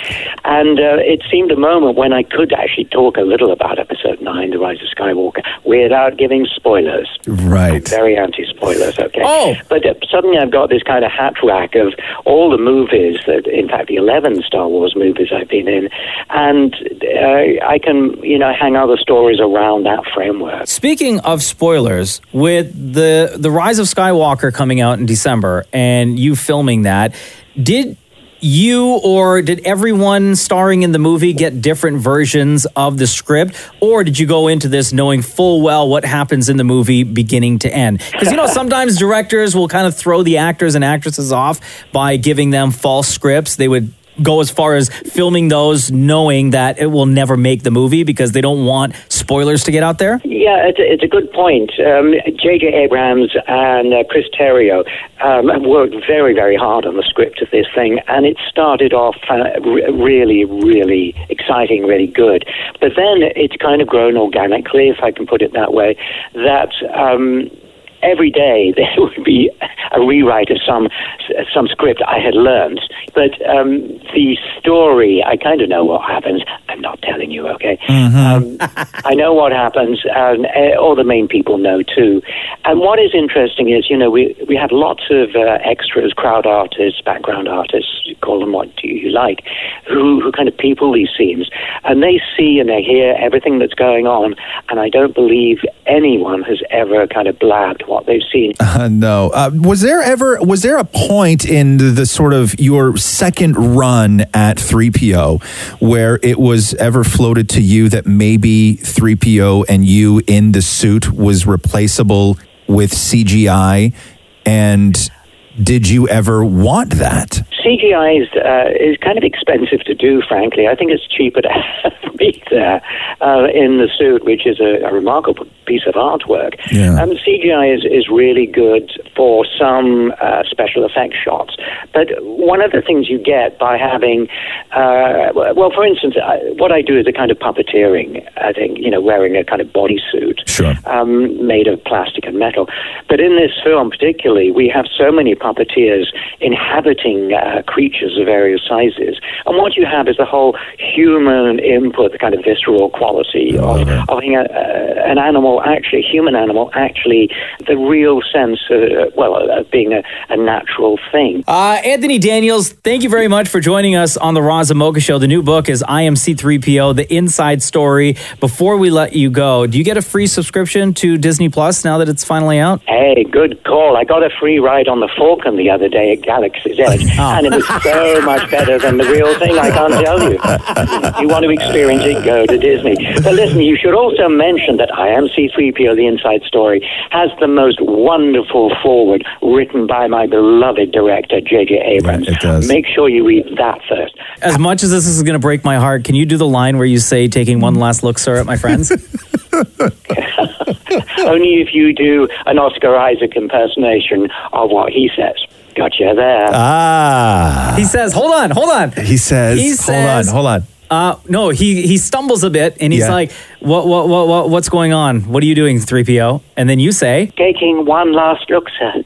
Speaker 27: And uh, it seemed a moment when I could actually talk a little about Episode 9, The Rise of Skywalker, without giving spoilers.
Speaker 8: Right.
Speaker 27: Very anti-spoilers, okay?
Speaker 9: Oh!
Speaker 27: But uh, suddenly I've got this kind of hat rack of all the movies that, in fact, the 11 Star Wars movies I've been in, and uh, I can, you know, hang other stories around that framework.
Speaker 9: Speaking of spoilers, with the the Rise of Skywalker coming out in December and you filming that, did you or did everyone starring in the movie get different versions of the script or did you go into this knowing full well what happens in the movie beginning to end because you know sometimes directors will kind of throw the actors and actresses off by giving them false scripts they would go as far as filming those knowing that it will never make the movie because they don't want spoilers to get out there
Speaker 27: Yeah, it's a, it's a good point. Um, J.J. Abrams and uh, Chris Terrio um, worked very, very hard on the script of this thing, and it started off uh, re- really, really exciting, really good. But then it's kind of grown organically, if I can put it that way, that. Um, Every day there would be a rewrite of some some script I had learned, but um, the story I kind of know what happens. I'm not telling you, okay? I know what happens, and uh, all the main people know too. And what is interesting is, you know, we we had lots of uh, extras, crowd artists, background artists, you call them what you, you like, who who kind of people these scenes, and they see and they hear everything that's going on. And I don't believe anyone has ever kind of blabbed what they've seen.
Speaker 8: Uh, no. Uh, was there ever was there a point in the, the sort of your second run at 3PO where it was ever floated to you that maybe 3PO and you in the suit was replaceable with CGI and did you ever want that?
Speaker 27: CGI is, uh, is kind of expensive to do, frankly. I think it's cheaper to have me there uh, in the suit, which is a, a remarkable piece of artwork.
Speaker 15: Yeah.
Speaker 27: Um, CGI is, is really good for some uh, special effect shots. But one of the things you get by having, uh, well, for instance, I, what I do is a kind of puppeteering, I think, you know, wearing a kind of bodysuit
Speaker 8: sure.
Speaker 27: um, made of plastic and metal. But in this film, particularly, we have so many puppeteers inhabiting uh, creatures of various sizes. And what you have is the whole human input, the kind of visceral quality of, of being a, uh, an animal, actually, a human animal, actually, the real sense, uh, well, of being a, a natural thing.
Speaker 9: Uh, Anthony Daniels, thank you very much for joining us on the Raza Mocha Show. The new book is I Am C3PO, The Inside Story. Before we let you go, do you get a free subscription to Disney Plus now that it's finally out?
Speaker 27: Hey, good call. I got a free ride on the Falcon the other day at Galaxy's Edge,
Speaker 9: Oh.
Speaker 27: and it was so much better than the real thing, I can't tell you. If you want to experience it, go to Disney. But listen, you should also mention that I Am C3PO, The Inside Story, has the most wonderful forward written by my beloved director, J.J. Abrams.
Speaker 9: it does.
Speaker 27: Make sure you read that first.
Speaker 9: As much as this is going to break my heart, can you do the line where you say, taking one last look, sir, at my friends?
Speaker 27: Only if you do an Oscar Isaac impersonation of what he says. Gotcha there.
Speaker 8: Ah.
Speaker 9: Uh. he says, hold on, hold on.
Speaker 8: He says,
Speaker 9: He says-
Speaker 8: hold on, hold on.
Speaker 9: Uh, no, he, he stumbles a bit and he's
Speaker 8: Yeah.
Speaker 9: like, what, what, what, what, what's going on? What are you doing, 3PO? And then you say,
Speaker 27: Taking one last look, sir,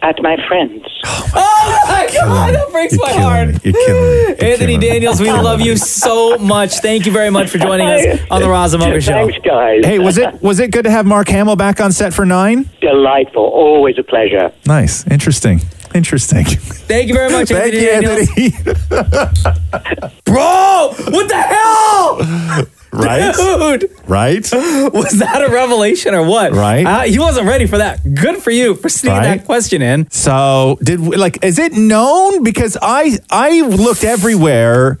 Speaker 27: at my friends.
Speaker 9: Oh my God, that breaks my heart. Anthony Daniels, we love you so much. Thank you very much for joining us on the Roz and Mocha Show.
Speaker 27: Thanks, guys.
Speaker 8: Hey, was it was it good to have Mark Hamill back on set for 9?
Speaker 27: Delightful. Always a pleasure.
Speaker 8: Nice. Interesting. Interesting.
Speaker 9: Thank you very much,
Speaker 8: Thank
Speaker 9: Anthony
Speaker 8: you,
Speaker 9: Daniels.
Speaker 8: Anthony.
Speaker 9: Bro, what the hell?
Speaker 8: Right?
Speaker 9: Dude.
Speaker 8: Right?
Speaker 9: Was that a revelation or what?
Speaker 8: Right.
Speaker 9: Uh, he wasn't ready for that. Good for you for sneaking that question in.
Speaker 8: So did we- like is it known? Because I I looked everywhere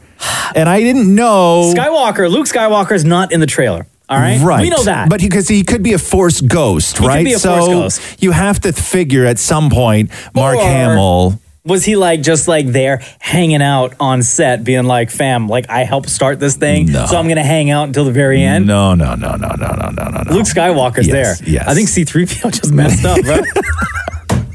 Speaker 8: and I didn't know
Speaker 9: Skywalker, Luke Skywalker is not in the trailer. All right.
Speaker 8: Right.
Speaker 9: We know that.
Speaker 8: But because he, could be a force ghost,
Speaker 9: He could
Speaker 8: right?
Speaker 9: be a
Speaker 8: so
Speaker 9: Force ghost.
Speaker 8: you have to figure at some point Mark
Speaker 9: Or
Speaker 8: Hamill.
Speaker 9: Was he like just like there hanging out on set, being like, fam, like I helped start this thing, so I'm gonna hang out until the very end?
Speaker 8: No, no, no, no, no, no, no, no, no.
Speaker 9: Luke Skywalker's
Speaker 8: Yes,
Speaker 9: there.
Speaker 8: yes.
Speaker 9: I think C3PO just messed up, bro.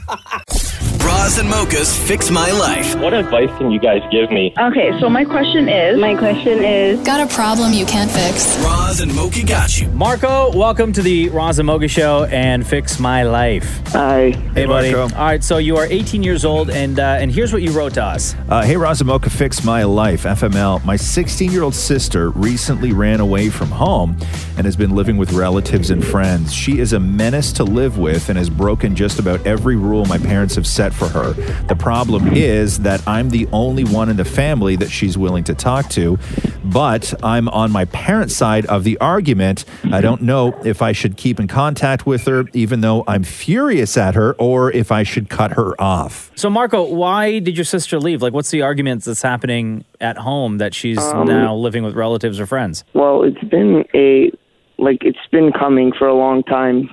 Speaker 1: Bras and mochas fix my life.
Speaker 15: What advice can you guys give me?
Speaker 3: Okay, so my question is. My question is. Got a problem you can't fix?
Speaker 1: Bras and mocha got you.
Speaker 9: Marco, welcome to the Roz and Mocha Show and Fix My Life.
Speaker 15: Hi.
Speaker 9: Hey, buddy.
Speaker 8: Marco.
Speaker 9: All right, so you are 18 years old, and uh, and here's what you wrote to us.
Speaker 8: Uh, hey, Razamoka, fix my life. FML. My 16 year old sister recently ran away from home and has been living with relatives and friends. She is a menace to live with and has broken just about every rule my parents have set for her. The problem is that I'm the only one in the family that she's willing to talk to, but I'm on my parents' side of the argument. I don't know if I should keep in contact with her, even though I'm furious at her, or if I should cut her off.
Speaker 9: So, Marco, why did your sister leave? Like, what's the argument that's happening at home that she's
Speaker 15: Um,
Speaker 9: now living with relatives or friends?
Speaker 15: Well, it's been a like it's been coming for a long time.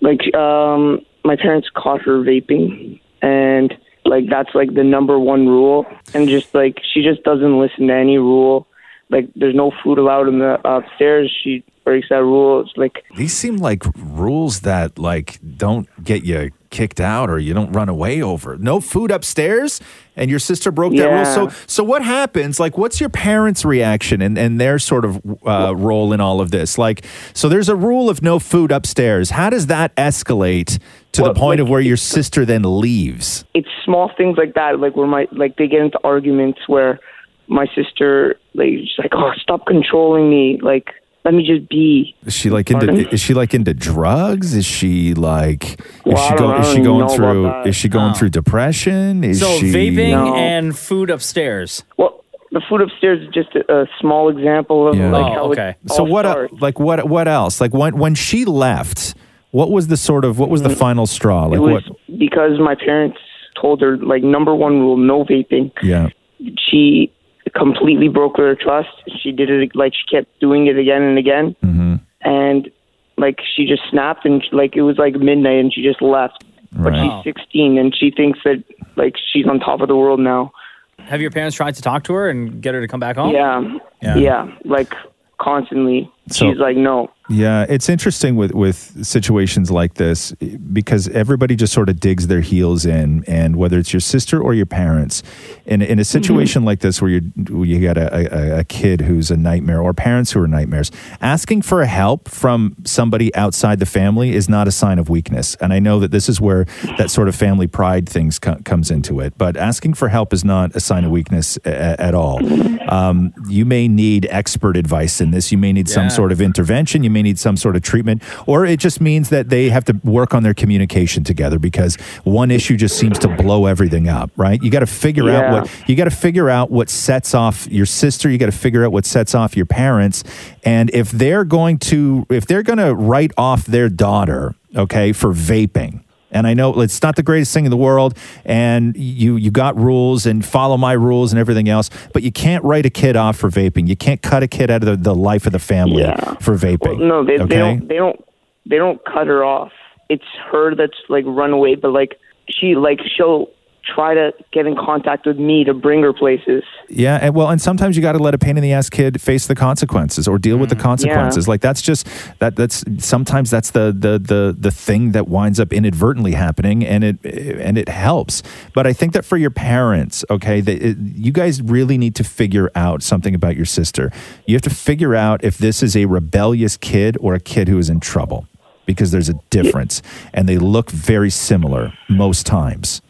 Speaker 15: Like um my parents caught her vaping and like that's like the number one rule and just like she just doesn't listen to any rule. Like there's no food allowed in the upstairs. She breaks that rule. It's like
Speaker 8: These seem like rules that like don't get you kicked out or you don't run away over. No food upstairs and your sister broke that rule.
Speaker 15: Yeah.
Speaker 8: So so what happens? Like what's your parents' reaction and, and their sort of uh, role in all of this? Like so there's a rule of no food upstairs. How does that escalate to the point of where your sister then leaves?
Speaker 15: it's small things like that, like where my like they get into arguments where my sister like she's like, Oh, stop controlling me, like let me just be
Speaker 8: Is she like into
Speaker 15: Pardon?
Speaker 8: is she like into drugs? Is she like
Speaker 15: Well,
Speaker 8: is
Speaker 15: I
Speaker 8: she
Speaker 15: don't
Speaker 8: go,
Speaker 15: know.
Speaker 8: is
Speaker 15: I
Speaker 8: she
Speaker 15: don't
Speaker 8: going
Speaker 15: know
Speaker 8: through
Speaker 15: about that.
Speaker 8: is she going through depression? Is
Speaker 9: so,
Speaker 8: she
Speaker 9: vaping and food upstairs.
Speaker 15: Well, the food upstairs is just a, a small example of like how
Speaker 9: Oh,
Speaker 15: it all
Speaker 8: So what?
Speaker 15: starts.
Speaker 8: Like what? What else? Like when when she left, what was the sort of what was the final straw? Like
Speaker 15: Mm-hmm. it was
Speaker 8: what?
Speaker 15: because my parents told her like number one rule, no vaping.
Speaker 8: Yeah.
Speaker 15: She completely broke her trust. She did it like she kept doing it again and again,
Speaker 8: Mm-hmm.
Speaker 15: and like she just snapped and like it was like midnight and she just left.
Speaker 9: Wow.
Speaker 15: But she's 16 and she thinks that like she's on top of the world now.
Speaker 9: Have your parents tried to talk to her and get her to come back home?
Speaker 15: Yeah.
Speaker 8: Yeah.
Speaker 15: yeah, like constantly.
Speaker 8: So-
Speaker 15: she's like, no.
Speaker 8: Yeah, it's interesting with with situations like this because everybody just sort of digs their heels in, and whether it's your sister or your parents, in in a situation like this where you you got a, a, a kid who's a nightmare or parents who are nightmares, asking for help from somebody outside the family is not a sign of weakness. And I know that this is where that sort of family pride things co- comes into it, but asking for help is not a sign of weakness a- at all. Um, you may need expert advice in this. You may need some
Speaker 10: Yeah.
Speaker 8: sort of sort of intervention. You may need some sort of treatment, or it just means that they have to work on their communication together because one issue just seems to blow everything up, right? You got to figure out
Speaker 10: Yeah.
Speaker 8: what you got to figure out what sets off your sister. You got to figure out what sets off your parents, and if they're going to if they're going to write off their daughter, okay, for vaping. And I know it's not the greatest thing in the world, and you you got rules and follow my rules and everything else, but you can't write a kid off for vaping. You can't cut a kid out of the, the life of the family for vaping.
Speaker 15: No, they,
Speaker 8: okay?
Speaker 15: they don't. They don't. They don't cut her off. It's her that's like run away, but like she like she'll try to get in contact with me to bring her places.
Speaker 8: Yeah, and well, and sometimes you got to let a pain in the ass kid face the consequences or deal with the consequences. Like that's just that that's sometimes that's the the the the thing that winds up inadvertently happening, and it and it helps. But I think that for your parents, okay, that it, you guys really need to figure out something about your sister. You have to figure out if this is a rebellious kid or a kid who is in trouble, because there's a difference, and they look very similar most times.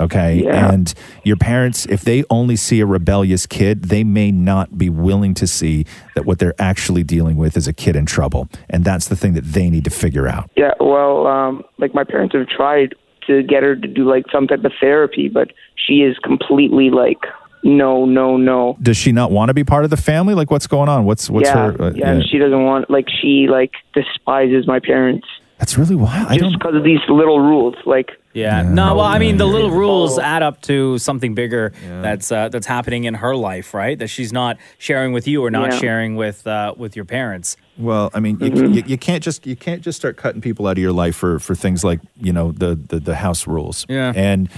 Speaker 8: Okay.
Speaker 10: Yeah.
Speaker 8: And your parents, if they only see a rebellious kid, they may not be willing to see that what they're actually dealing with is a kid in trouble. And that's the thing that they need to figure out.
Speaker 15: Yeah. Well, um, like my parents have tried to get her to do like some type of therapy, but she is completely like No, no, no.
Speaker 8: Does she not want to be part of the family? Like, what's going on? What's what's
Speaker 15: yeah,
Speaker 8: her? uh,
Speaker 15: yeah, and she doesn't want like she like despises my parents.
Speaker 8: That's really wild. I
Speaker 15: Just because of these little rules, like
Speaker 9: Yeah. No, well, I mean, the little rules add up to something bigger that's uh, that's happening in her life, right? That she's not sharing with you or not
Speaker 8: Yeah.
Speaker 9: sharing with uh, with your parents.
Speaker 8: Well, I mean, you, you, you can't just you can't just start cutting people out of your life for for things like you know the the, the house rules.
Speaker 9: Yeah.
Speaker 8: and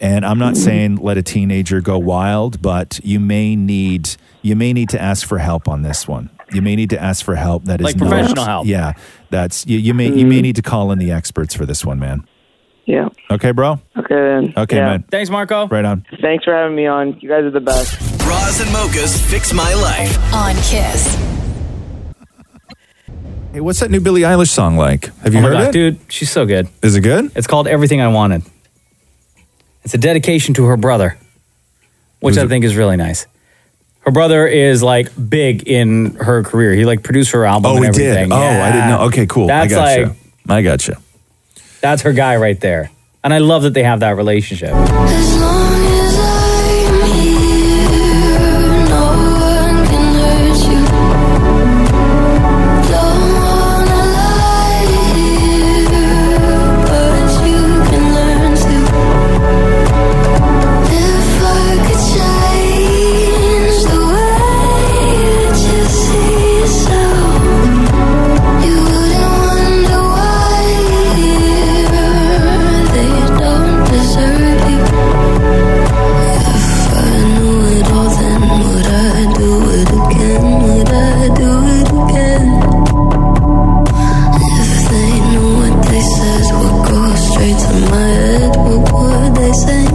Speaker 8: and I'm not saying let a teenager go wild, but you may need you may need to ask for help on this one. You may need to ask for help that is
Speaker 9: Like
Speaker 8: not-
Speaker 9: professional help.
Speaker 8: Yeah, that's you, you may you may need to call in the experts for this one, man.
Speaker 15: yeah.
Speaker 8: Okay, bro.
Speaker 15: Okay then.
Speaker 8: Okay,
Speaker 15: Yeah.
Speaker 8: man.
Speaker 9: Thanks, Marco.
Speaker 8: Right on.
Speaker 15: Thanks for having me on. You guys are the best.
Speaker 1: Roz and Mocha's Fix My Life.
Speaker 3: on Kiss.
Speaker 8: Hey, what's that new Billie Eilish song like? Have you
Speaker 9: Oh my
Speaker 8: heard
Speaker 9: God,
Speaker 8: it,
Speaker 9: dude? She's so good.
Speaker 8: Is it good?
Speaker 9: It's called Everything I Wanted. It's a dedication to her brother, which I think is really nice. Her brother is like big in her career. He like produced her album.
Speaker 8: Oh,
Speaker 9: and
Speaker 8: he did?
Speaker 9: everything.
Speaker 8: Oh, I didn't know. Okay, cool. I
Speaker 9: That's
Speaker 8: gotcha.
Speaker 9: like
Speaker 8: I gotcha.
Speaker 9: That's her guy right there, and I love that they have that relationship.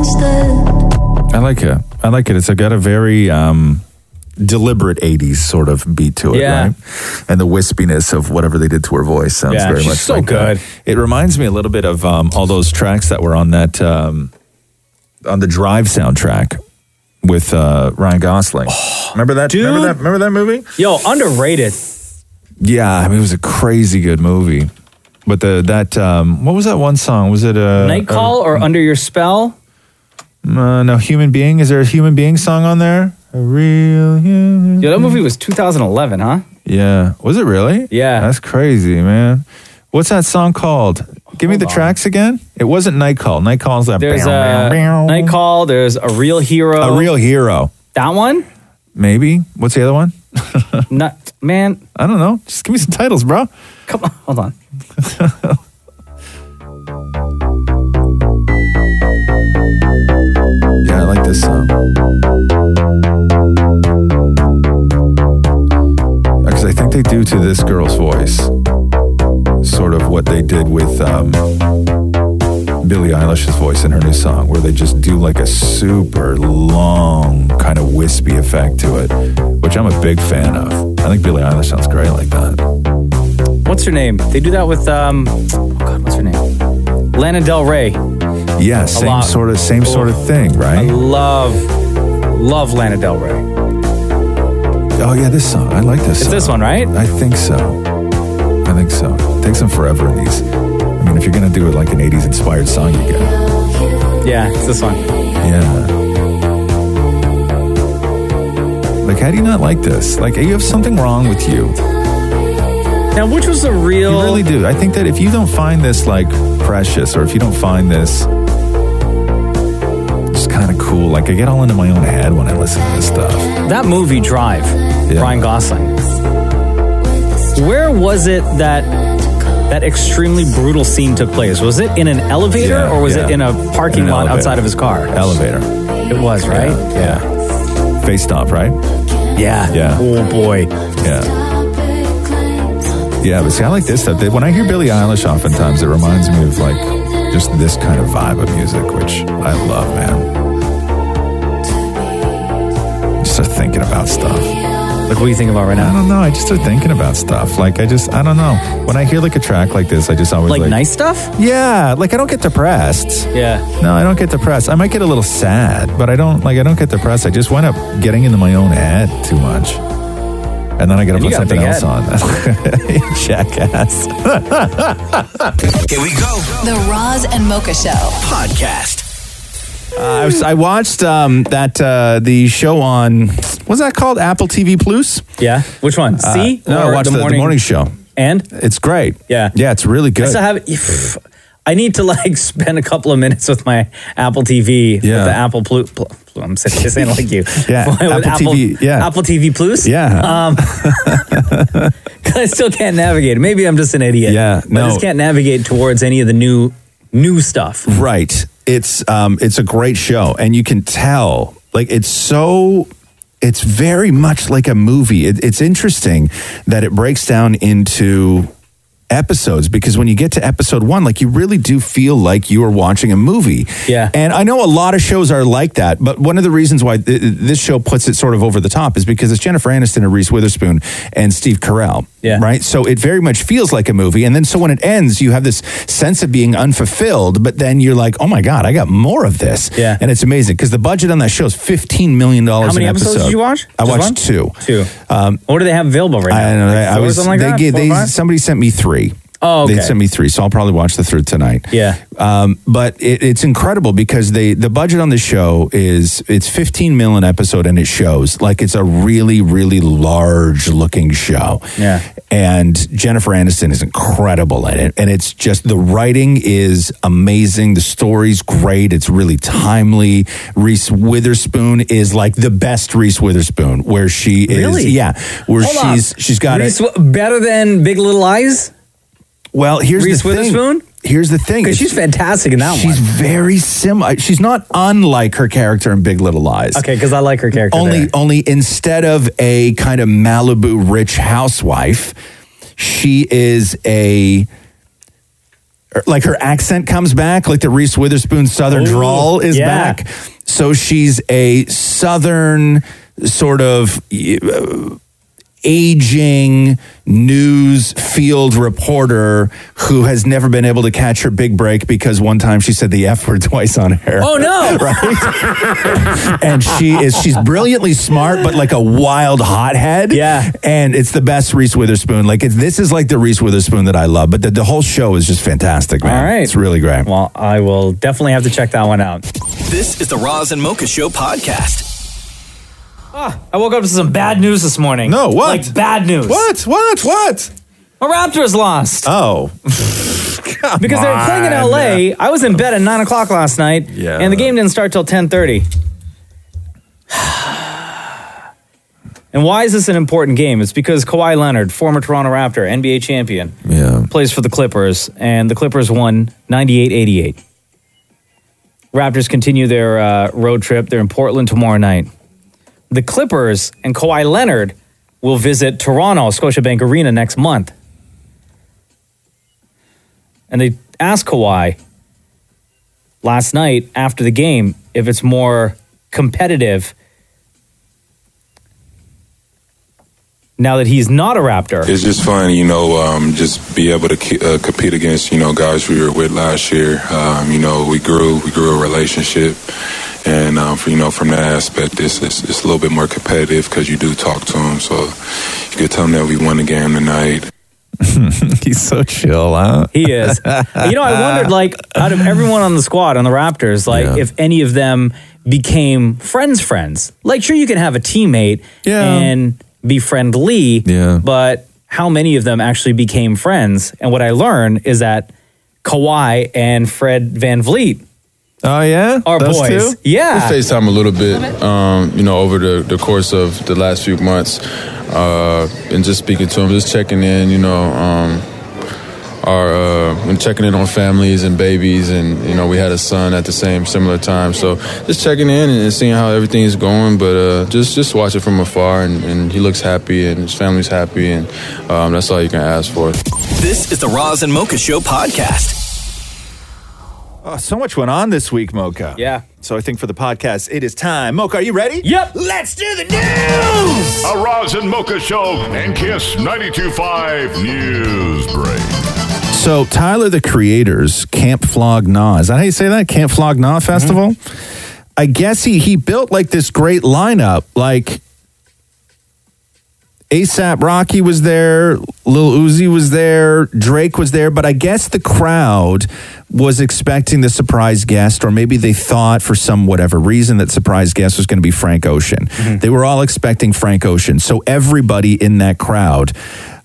Speaker 8: I like it. I like it. It's got a very um, deliberate '80s sort of beat to it,
Speaker 9: Yeah.
Speaker 8: right? And the wispiness of whatever they did to her voice sounds
Speaker 9: Yeah,
Speaker 8: very
Speaker 9: she's
Speaker 8: much
Speaker 9: so
Speaker 8: like that.
Speaker 9: good.
Speaker 8: It reminds me a little bit of um, all those tracks that were on that um, on the Drive soundtrack with uh, Ryan Gosling.
Speaker 9: Oh,
Speaker 8: remember that? Remember that? Remember that movie?
Speaker 9: Yo, underrated.
Speaker 8: Yeah, I mean, it was a crazy good movie. But the that um, what was that one song? Was it a
Speaker 9: Night Call or Under Your Spell?
Speaker 8: Uh, no, human being. Is there a human being song on there? A real human.
Speaker 9: Yo, that movie was 2011, huh?
Speaker 8: Yeah. Was it really?
Speaker 9: Yeah.
Speaker 8: That's crazy, man. What's that song called? Give me the tracks again. It wasn't Night Call. Night Call's that.
Speaker 9: There's
Speaker 8: bow,
Speaker 9: a
Speaker 8: bow, bow.
Speaker 9: Night Call. There's a Real Hero.
Speaker 8: A real hero.
Speaker 9: That one?
Speaker 8: Maybe. What's the other one?
Speaker 9: Not man.
Speaker 8: I don't know. Just give me some titles, bro.
Speaker 9: Come on. Hold on.
Speaker 8: Yeah, I like this song. Because I think they do to this girl's voice sort of what they did with um, Billie Eilish's voice in her new song, where they just do like a super long, kind of wispy effect to it, which I'm a big fan of. I think Billie Eilish sounds great like that.
Speaker 9: What's her name? They do that with um. Oh God, what's her name? Lana Del Rey.
Speaker 8: Yeah,
Speaker 9: A
Speaker 8: same
Speaker 9: lot.
Speaker 8: sort of same sort of thing, right?
Speaker 9: I love, love Lana Del Rey.
Speaker 8: Oh yeah, this song. I like this.
Speaker 9: It's
Speaker 8: song.
Speaker 9: this one, right?
Speaker 8: I think so. I think so. takes them forever in these. I mean, if you're gonna do it like an '80s inspired song, you got
Speaker 9: Yeah, it's this one.
Speaker 8: yeah. Like, how do you not like this? Like, you have something wrong with you.
Speaker 9: Now, which was the real?
Speaker 8: You really do. I think that if you don't find this like precious, or if you don't find this just kind of cool, like I get all into my own head when I listen to this stuff.
Speaker 9: That movie Drive. Ryan Gosling. Where was it that that extremely brutal scene took place? Was it in an elevator
Speaker 8: Yeah,
Speaker 9: or was it
Speaker 8: yeah.
Speaker 9: in a parking
Speaker 8: In an
Speaker 9: lot
Speaker 8: elevator.
Speaker 9: outside of his car?
Speaker 8: Elevator.
Speaker 9: It was right.
Speaker 8: Yeah. Face stomp, right?
Speaker 9: Yeah.
Speaker 8: Yeah.
Speaker 9: Oh boy.
Speaker 8: Yeah. Yeah, but see, I like this stuff. They- When I hear Billie Eilish, oftentimes it reminds me of like just this kind of vibe of music, which I love, man. Just start thinking about stuff.
Speaker 9: Like, what do you think about right now?
Speaker 8: I don't know. I just start thinking about stuff. Like, I just, I don't know. When I hear like a track like this, I just always
Speaker 9: Like,
Speaker 8: like,
Speaker 9: nice stuff.
Speaker 8: Yeah, like I don't get depressed.
Speaker 9: Yeah.
Speaker 8: No, I don't get depressed. I might get a little sad, but I don't like I don't get depressed. I just wind up getting into my own head too much. And then I gotta
Speaker 1: And you
Speaker 8: put
Speaker 1: got a
Speaker 8: something
Speaker 1: big
Speaker 8: else
Speaker 1: head.
Speaker 8: on. Jackass.
Speaker 1: Here we go.
Speaker 3: The Roz and Mocha Show.
Speaker 1: Podcast.
Speaker 8: Uh, I, was, I watched um, that uh, the show on what's that called? Apple TV Plus.
Speaker 9: Yeah. Which one?
Speaker 8: Uh,
Speaker 9: See?
Speaker 8: no, I
Speaker 9: Or
Speaker 8: watched the, the morning, show.
Speaker 9: And
Speaker 8: it's great.
Speaker 9: Yeah.
Speaker 8: Yeah, it's really good.
Speaker 9: I still have. If, I need to like spend a couple of minutes with my Apple TV with the Apple Plus. Plu- I'm saying saying it like you.
Speaker 8: Yeah,
Speaker 9: With
Speaker 8: Apple TV, yeah.
Speaker 9: Apple TV Plus.
Speaker 8: Yeah.
Speaker 9: Um, 'cause I still can't navigate. it. Maybe I'm just an idiot. Yeah. I
Speaker 8: no.
Speaker 9: just can't navigate towards any of the new new stuff.
Speaker 8: Right. It's um it's a great show and you can tell like it's so it's very much like a movie. It, it's interesting that it breaks down into episodes because when you get to episode 1 like you really do feel like you are watching a movie.
Speaker 9: Yeah.
Speaker 8: And I know a lot of shows are like that, but one of the reasons why th- th- this show puts it sort of over the top is because it's Jennifer Aniston and Reese Witherspoon and Steve Carell. Yeah. Right. So it very much feels like a movie. And then so when it ends, you have this sense of being unfulfilled, but then you're like, oh my God, I got more of this.
Speaker 9: Yeah.
Speaker 8: And it's amazing because the budget on that show is $15 million
Speaker 9: How many
Speaker 8: an
Speaker 9: episodes
Speaker 8: episode.
Speaker 9: did you watch?
Speaker 8: I
Speaker 9: Just
Speaker 8: watched
Speaker 9: one?
Speaker 8: two.
Speaker 9: Two.
Speaker 8: Um,
Speaker 9: what do they have available right now?
Speaker 8: I don't know.
Speaker 9: Like
Speaker 8: I
Speaker 9: four or
Speaker 8: was,
Speaker 9: something like
Speaker 8: they
Speaker 9: that?
Speaker 8: gave,
Speaker 9: Four or
Speaker 8: they,
Speaker 9: five?
Speaker 8: somebody sent me three.
Speaker 9: Oh, okay.
Speaker 8: They sent me three, so I'll probably watch the third tonight.
Speaker 9: Yeah.
Speaker 8: Um, but it, it's incredible because they the budget on the show is it's 15 mil an episode, and it shows like it's a really really large looking show.
Speaker 9: Yeah.
Speaker 8: And Jennifer Aniston is incredible in it, and it's just the writing is amazing. The story's great. It's really timely. Reese Witherspoon is like the best Reese Witherspoon, where she is.
Speaker 9: Really?
Speaker 8: Yeah. Where
Speaker 9: Hold on.
Speaker 8: she's she's got
Speaker 9: Reese
Speaker 8: it.
Speaker 9: Wi- better than Big Little Eyes.
Speaker 8: Well, here's
Speaker 9: Reese
Speaker 8: the thing.
Speaker 9: Witherspoon.
Speaker 8: Here's the thing.
Speaker 9: Because she's fantastic in that
Speaker 8: She's
Speaker 9: one.
Speaker 8: very similar. She's not unlike her character in Big Little Lies.
Speaker 9: Okay, because I like her character.
Speaker 8: Only,
Speaker 9: there.
Speaker 8: only instead of a kind of Malibu rich housewife, she is a. er, Like her accent comes back, like the Reese Witherspoon Southern drawl is
Speaker 9: yeah.
Speaker 8: back. So she's a Southern sort of uh, aging news field reporter who has never been able to catch her big break because one time she said the F word twice on air.
Speaker 9: Oh no!
Speaker 8: right? and she is she's brilliantly smart, but like a wild hothead. Yeah, and it's the best Reese Witherspoon. Like it's, this is like the Reese Witherspoon that I love. But the, the whole show is just fantastic, man.
Speaker 9: All right.
Speaker 8: it's really great.
Speaker 9: Well, I will definitely have to check that one out.
Speaker 1: This is the Roz and Mocha Show podcast.
Speaker 9: I woke up to some bad news this morning.
Speaker 1: No, what?
Speaker 9: Like bad news.
Speaker 8: What? What? What?
Speaker 9: My Raptors lost.
Speaker 8: Oh.
Speaker 9: because they were playing in
Speaker 29: on.
Speaker 9: LA. I was in bed at nine o'clock last night.
Speaker 29: Yeah.
Speaker 9: And the game didn't start till ten thirty. And why is this an important game? It's because Kawhi Leonard, former Toronto Raptor, NBA champion,
Speaker 8: yeah.
Speaker 9: plays for the Clippers, and the Clippers won 98 88. Raptors continue their uh, road trip. They're in Portland tomorrow night. The Clippers and Kawhi Leonard will visit Toronto, Scotiabank Arena next month. And they asked Kawhi last night after the game if it's more competitive now that he's not a Raptor.
Speaker 17: It's just fun, you know, um, just be able to ke- uh, compete against, you know, guys we were with last year. Um, you know, we grew, we grew a relationship. And, um, for, you know, from that aspect, it's, it's, it's a little bit more competitive because you do talk to them. So you could tell them that we won the game tonight.
Speaker 8: He's so chill, huh?
Speaker 9: He is. you know, I wondered, like, out of everyone on the squad, on the Raptors, like, if any of them became friends, friends. Like, sure, you can have a teammate and be friendly, yeah. but how many of them actually became friends? And what I learned is that Kawhi and Fred Van Vliet.
Speaker 8: Oh, yeah?
Speaker 9: Are boys. Yeah.
Speaker 17: We FaceTime a little bit, um, you know, over the, the course of the last few months. Uh, and just speaking to them, just checking in, you know, um, our, uh, and checking in on families and babies. And, you know, we had a son at the same similar time. So just checking in and seeing how everything is going. But uh, just, just watch it from afar. And, and he looks happy and his family's happy. And um, that's all you can ask for.
Speaker 1: This is the Roz and Mocha Show podcast.
Speaker 8: Oh, so much went on this week, Mocha. Yeah. So I think for the podcast, it is time. Mocha, are you ready?
Speaker 9: Yep.
Speaker 8: Let's do the
Speaker 6: news. A Roz and Mocha Show and Kiss 92.5 News Break.
Speaker 8: So Tyler the Creator's Camp Flog Na is that how you say that? Camp Flog Na Festival.
Speaker 9: Mm-hmm.
Speaker 8: I guess he he built like this great lineup, like ASAP Rocky was there, Lil Uzi was there, Drake was there, but I guess the crowd was expecting the surprise guest, or maybe they thought for some whatever reason that surprise guest was going to be Frank Ocean.
Speaker 9: Mm-hmm.
Speaker 8: They were all expecting Frank Ocean. So everybody in that crowd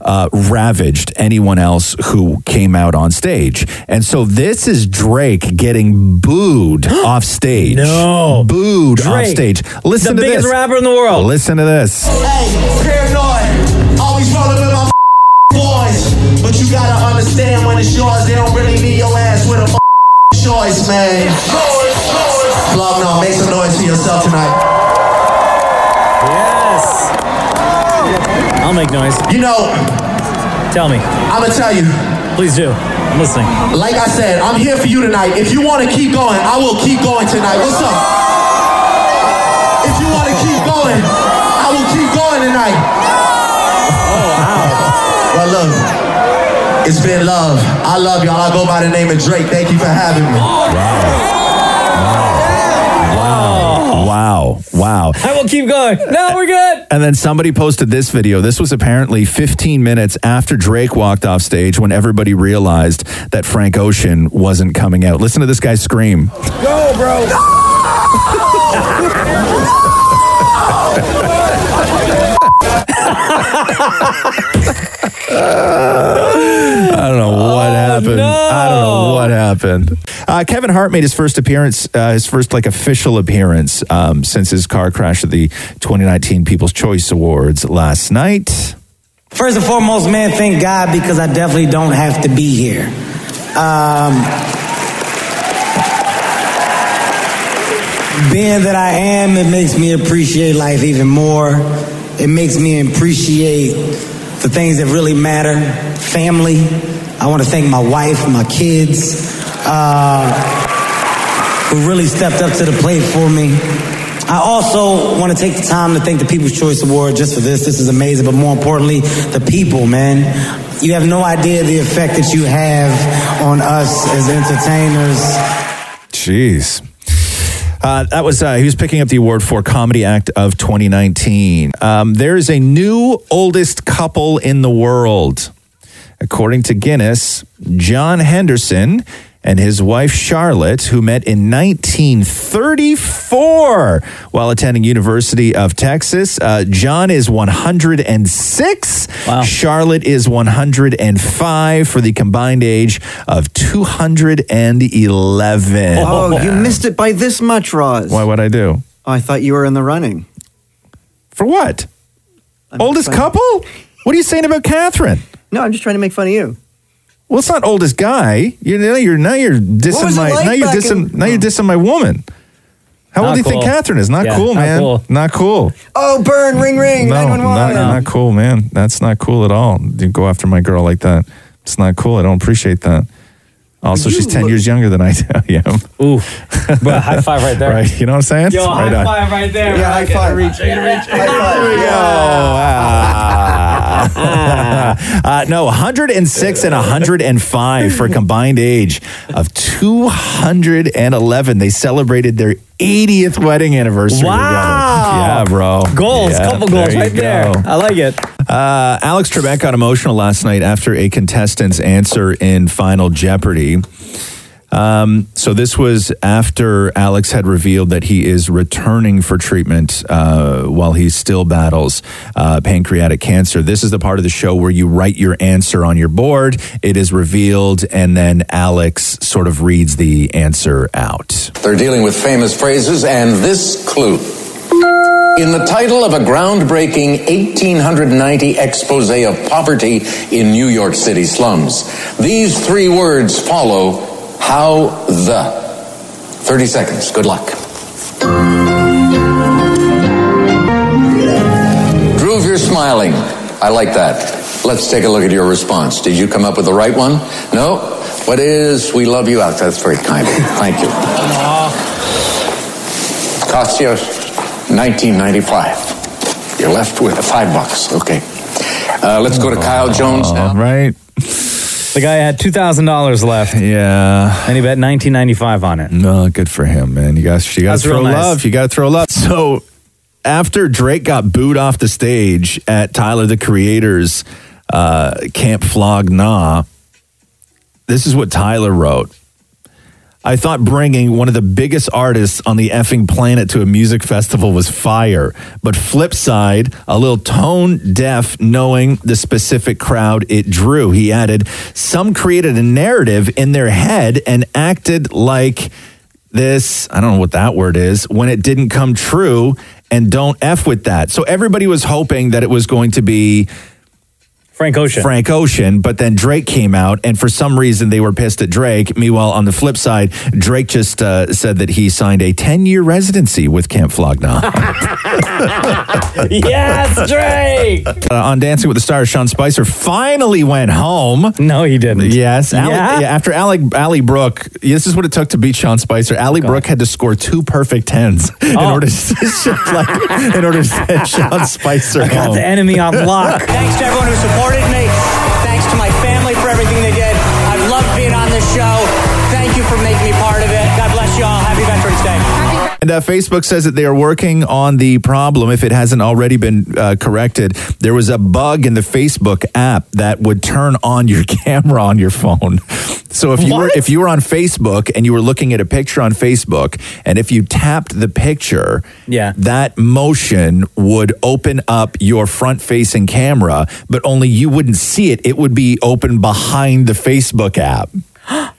Speaker 8: uh, ravaged anyone else who came out on stage. And so this is Drake getting booed off stage. No. Booed off
Speaker 9: Drake,
Speaker 8: stage. Listen
Speaker 9: the
Speaker 8: to
Speaker 9: biggest
Speaker 8: this.
Speaker 9: rapper in the world.
Speaker 8: Listen to this.
Speaker 6: Hey, paranoid. Always rolling with my boys. But you gotta understand when it's yours, they don't really need your ass with a choice, man. Love, no, make some noise for yourself tonight.
Speaker 9: Yes.
Speaker 6: Oh.
Speaker 9: I'll make noise.
Speaker 6: You know.
Speaker 9: Tell me.
Speaker 6: I'm gonna tell you.
Speaker 9: Please do. I'm listening.
Speaker 6: Like I said, I'm here for you tonight. If you wanna keep going, I will keep going tonight. What's up? If you wanna keep going, I will keep going tonight. Oh, wow. Well, look, it's been love. I love y'all. I go by the name of Drake. Thank you for having me.
Speaker 8: Wow. Wow. Wow.
Speaker 9: I will keep going. No, we're good.
Speaker 8: And then somebody posted this video. This was apparently 15 minutes after Drake walked off stage when everybody realized that Frank Ocean wasn't coming out. Listen to this guy scream.
Speaker 30: Go, bro.
Speaker 8: I don't know what happened. I don't know what happened. Uh, Kevin Hart made his first appearance, uh, his first like official appearance um, since his car crash at the 2019 People's Choice Awards last night.
Speaker 31: First and foremost, man, thank God because I definitely don't have to be here. Um, being that I am, it makes me appreciate life even more. It makes me appreciate the things that really matter family. I want to thank my wife, my kids, uh, who really stepped up to the plate for me. I also want to take the time to thank the People's Choice Award just for this. This is amazing, but more importantly, the people, man. You have no idea the effect that you have on us as entertainers.
Speaker 8: Jeez. Uh, that was uh, he was picking up the award for Comedy Act of 2019. Um, there is a new oldest couple in the world, according to Guinness. John Henderson and his wife Charlotte, who met in 1934 while attending University of Texas. Uh, John is 106. Charlotte is 105 for the combined age of 211.
Speaker 18: Oh, you missed it by this much, Roz.
Speaker 8: Why would I do?
Speaker 18: I thought you were in the running.
Speaker 8: For what? Oldest couple? What are you saying about Catherine?
Speaker 18: No, I'm just trying to make fun of you.
Speaker 8: Well, it's not oldest guy. You're now you're now you're
Speaker 18: What was
Speaker 8: dissing
Speaker 18: it
Speaker 8: my
Speaker 18: like
Speaker 8: now you're
Speaker 18: back
Speaker 8: dissing
Speaker 18: in-
Speaker 8: now you're dissing my woman. How
Speaker 18: Not
Speaker 8: old do you think
Speaker 18: cool.
Speaker 8: Catherine is? Not
Speaker 18: Yeah,
Speaker 8: cool,
Speaker 18: not
Speaker 8: man.
Speaker 18: cool.
Speaker 8: Not cool.
Speaker 18: Oh, burn, ring, ring,
Speaker 8: no,
Speaker 18: 911.
Speaker 8: not, not cool, man. That's not cool at all. You go after my girl like that. It's not cool. I don't appreciate that. Also, she's ten years younger than I am.
Speaker 9: Ooh, but high five right there.
Speaker 8: Right, you know what I'm saying?
Speaker 9: Yo,
Speaker 8: Right
Speaker 9: high
Speaker 8: on.
Speaker 9: five right there. Yeah, high five. Reach.
Speaker 8: There we go. Ah. uh, no, 106 and 105 for a combined age of 211. They celebrated their 80th wedding anniversary.
Speaker 9: Wow.
Speaker 8: Together. Yeah, bro.
Speaker 9: Goals,
Speaker 8: Yeah,
Speaker 9: couple goals
Speaker 8: you
Speaker 9: right there.
Speaker 8: go.
Speaker 9: I like it.
Speaker 8: Uh, Alex Trebek got emotional last night after a contestant's answer in Final Jeopardy. Um, so this was after Alex had revealed that he is returning for treatment uh, while he still battles uh, pancreatic cancer. This is the part of the show where you write your answer on your board. It is revealed, and then Alex sort of reads the answer out.
Speaker 32: They're dealing with famous phrases and this clue. In the title of a groundbreaking 1890 expose of poverty in New York City slums, these three words follow how the. 30 seconds. Good luck. Drew, if you're smiling, I like that. Let's take a look at your response. Did you come up with the right one? No? What is we love you out? That's very kind of you. Thank you. Cost you 1995. You're left with five bucks. Okay. Uh, let's go to Kyle Jones now.
Speaker 8: Right.
Speaker 9: The guy had two thousand dollars left.
Speaker 8: Yeah,
Speaker 9: and he bet nineteen ninety five on it.
Speaker 8: No, good for him, man. You guys, you got to
Speaker 9: That's real
Speaker 8: throw
Speaker 9: nice.
Speaker 8: love. You got to throw love. So after Drake got booed off the stage at Tyler the Creator's uh, Camp Flog Nah, this is what Tyler wrote. I thought bringing one of the biggest artists on the effing planet to a music festival was fire. But flip side, a little tone deaf knowing the specific crowd it drew. He added, some created a narrative in their head and acted like this, I don't know what that word is, when it didn't come true and don't F with that. So everybody was hoping that it was going to be
Speaker 9: Frank Ocean.
Speaker 8: Frank Ocean, but then Drake came out, and for some reason they were pissed at Drake. Meanwhile, on the flip side, Drake just uh, said that he signed a 10 year residency with Camp Flogna.
Speaker 9: yes, Drake.
Speaker 8: uh, on Dancing with the Stars, Sean Spicer finally went home.
Speaker 9: No, he didn't.
Speaker 8: Yes. Ali,
Speaker 9: Yeah?
Speaker 8: yeah? after Ali, Ali Brooke, this is what it took to beat Sean Spicer. Ali Brooke had to score two perfect tens in
Speaker 9: Oh.
Speaker 8: order to send, like, in order to send Sean Spicer
Speaker 9: I got
Speaker 8: home.
Speaker 9: the enemy on lock.
Speaker 6: Thanks to everyone who supported me. Thanks to my family for everything they did. I've loved being on this show. Thank you for making me part of it. God bless you all. Happy Veterans Day.
Speaker 8: And uh, Facebook says that they are working on the problem if it hasn't already been uh, corrected. There was a bug in the Facebook app that would turn on your camera on your phone. So if you were if you were on Facebook and you were looking at a picture on Facebook, and if you tapped the picture,
Speaker 9: Yeah.
Speaker 8: that motion would open up your front facing camera, but only you wouldn't see it. It would be open behind the Facebook app.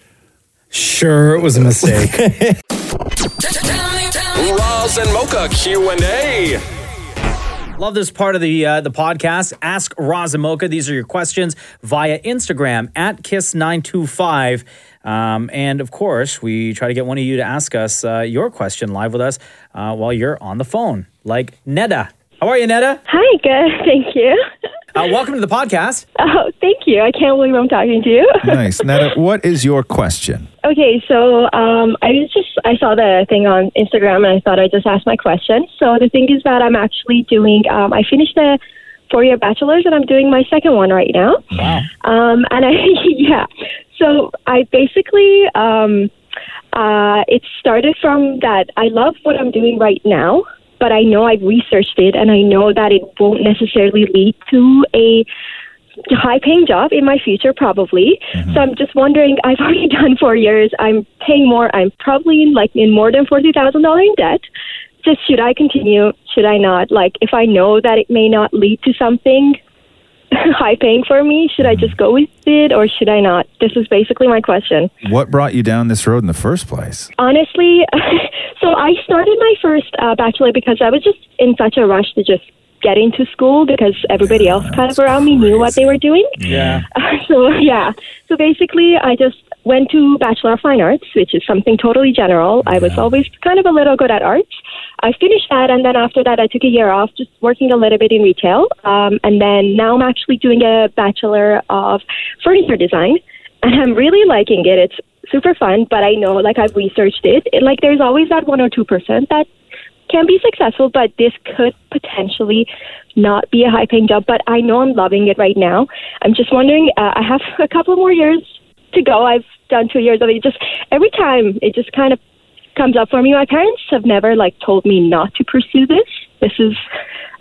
Speaker 9: Sure, it was a mistake.
Speaker 33: Roz and Mocha Q&A.
Speaker 9: Love this part of the uh, the podcast. Ask Roz and Mocha. These are your questions via Instagram at Kiss925. Um, and of course, we try to get one of you to ask us uh, your question live with us uh, while you're on the phone, like Neda. How are you, Neda?
Speaker 34: Hi, good. Thank you.
Speaker 9: Uh, welcome to the podcast.
Speaker 34: Oh, thank you. I can't believe I'm talking to you.
Speaker 8: nice. Now, what is your question?
Speaker 34: Okay, so um, I was just I saw the thing on Instagram and I thought I'd just ask my question. So the thing is that I'm actually doing um, I finished a four year bachelor's and I'm doing my second one right now.
Speaker 35: Wow.
Speaker 34: Um, and I yeah, so I basically um, uh, it started from that I love what I'm doing right now, but I know I've researched it and I know that it won't necessarily lead to a high paying job in my future probably so i'm just wondering i've already done four years i'm paying more i'm probably in like in more than forty thousand dollar in debt just should i continue should i not like if i know that it may not lead to something high paying for me should i just go with it or should i not this is basically my question
Speaker 8: What brought you down this road in the first place?
Speaker 34: honestly so i started my first uh, bachelor because i was just in such a rush to just get into school because everybody else kind of around me knew what they were doing
Speaker 35: Yeah.
Speaker 34: so yeah so basically i just went to bachelor of fine arts which is something totally general i was always kind of a little good at arts i finished that and then after that i took a year off just working a little bit in retail um, and then now i'm actually doing a bachelor of furniture design and i'm really liking it it's super fun but i know like i've researched it, it like there's always that one or two percent that can be successful, but this could potentially not be a high paying job. But I know I'm loving it right now. I'm just wondering, uh, I have a couple more years to go. I've done two years of it. Just every time it just kind of comes up for me. My parents have never like told me not to pursue this. This is,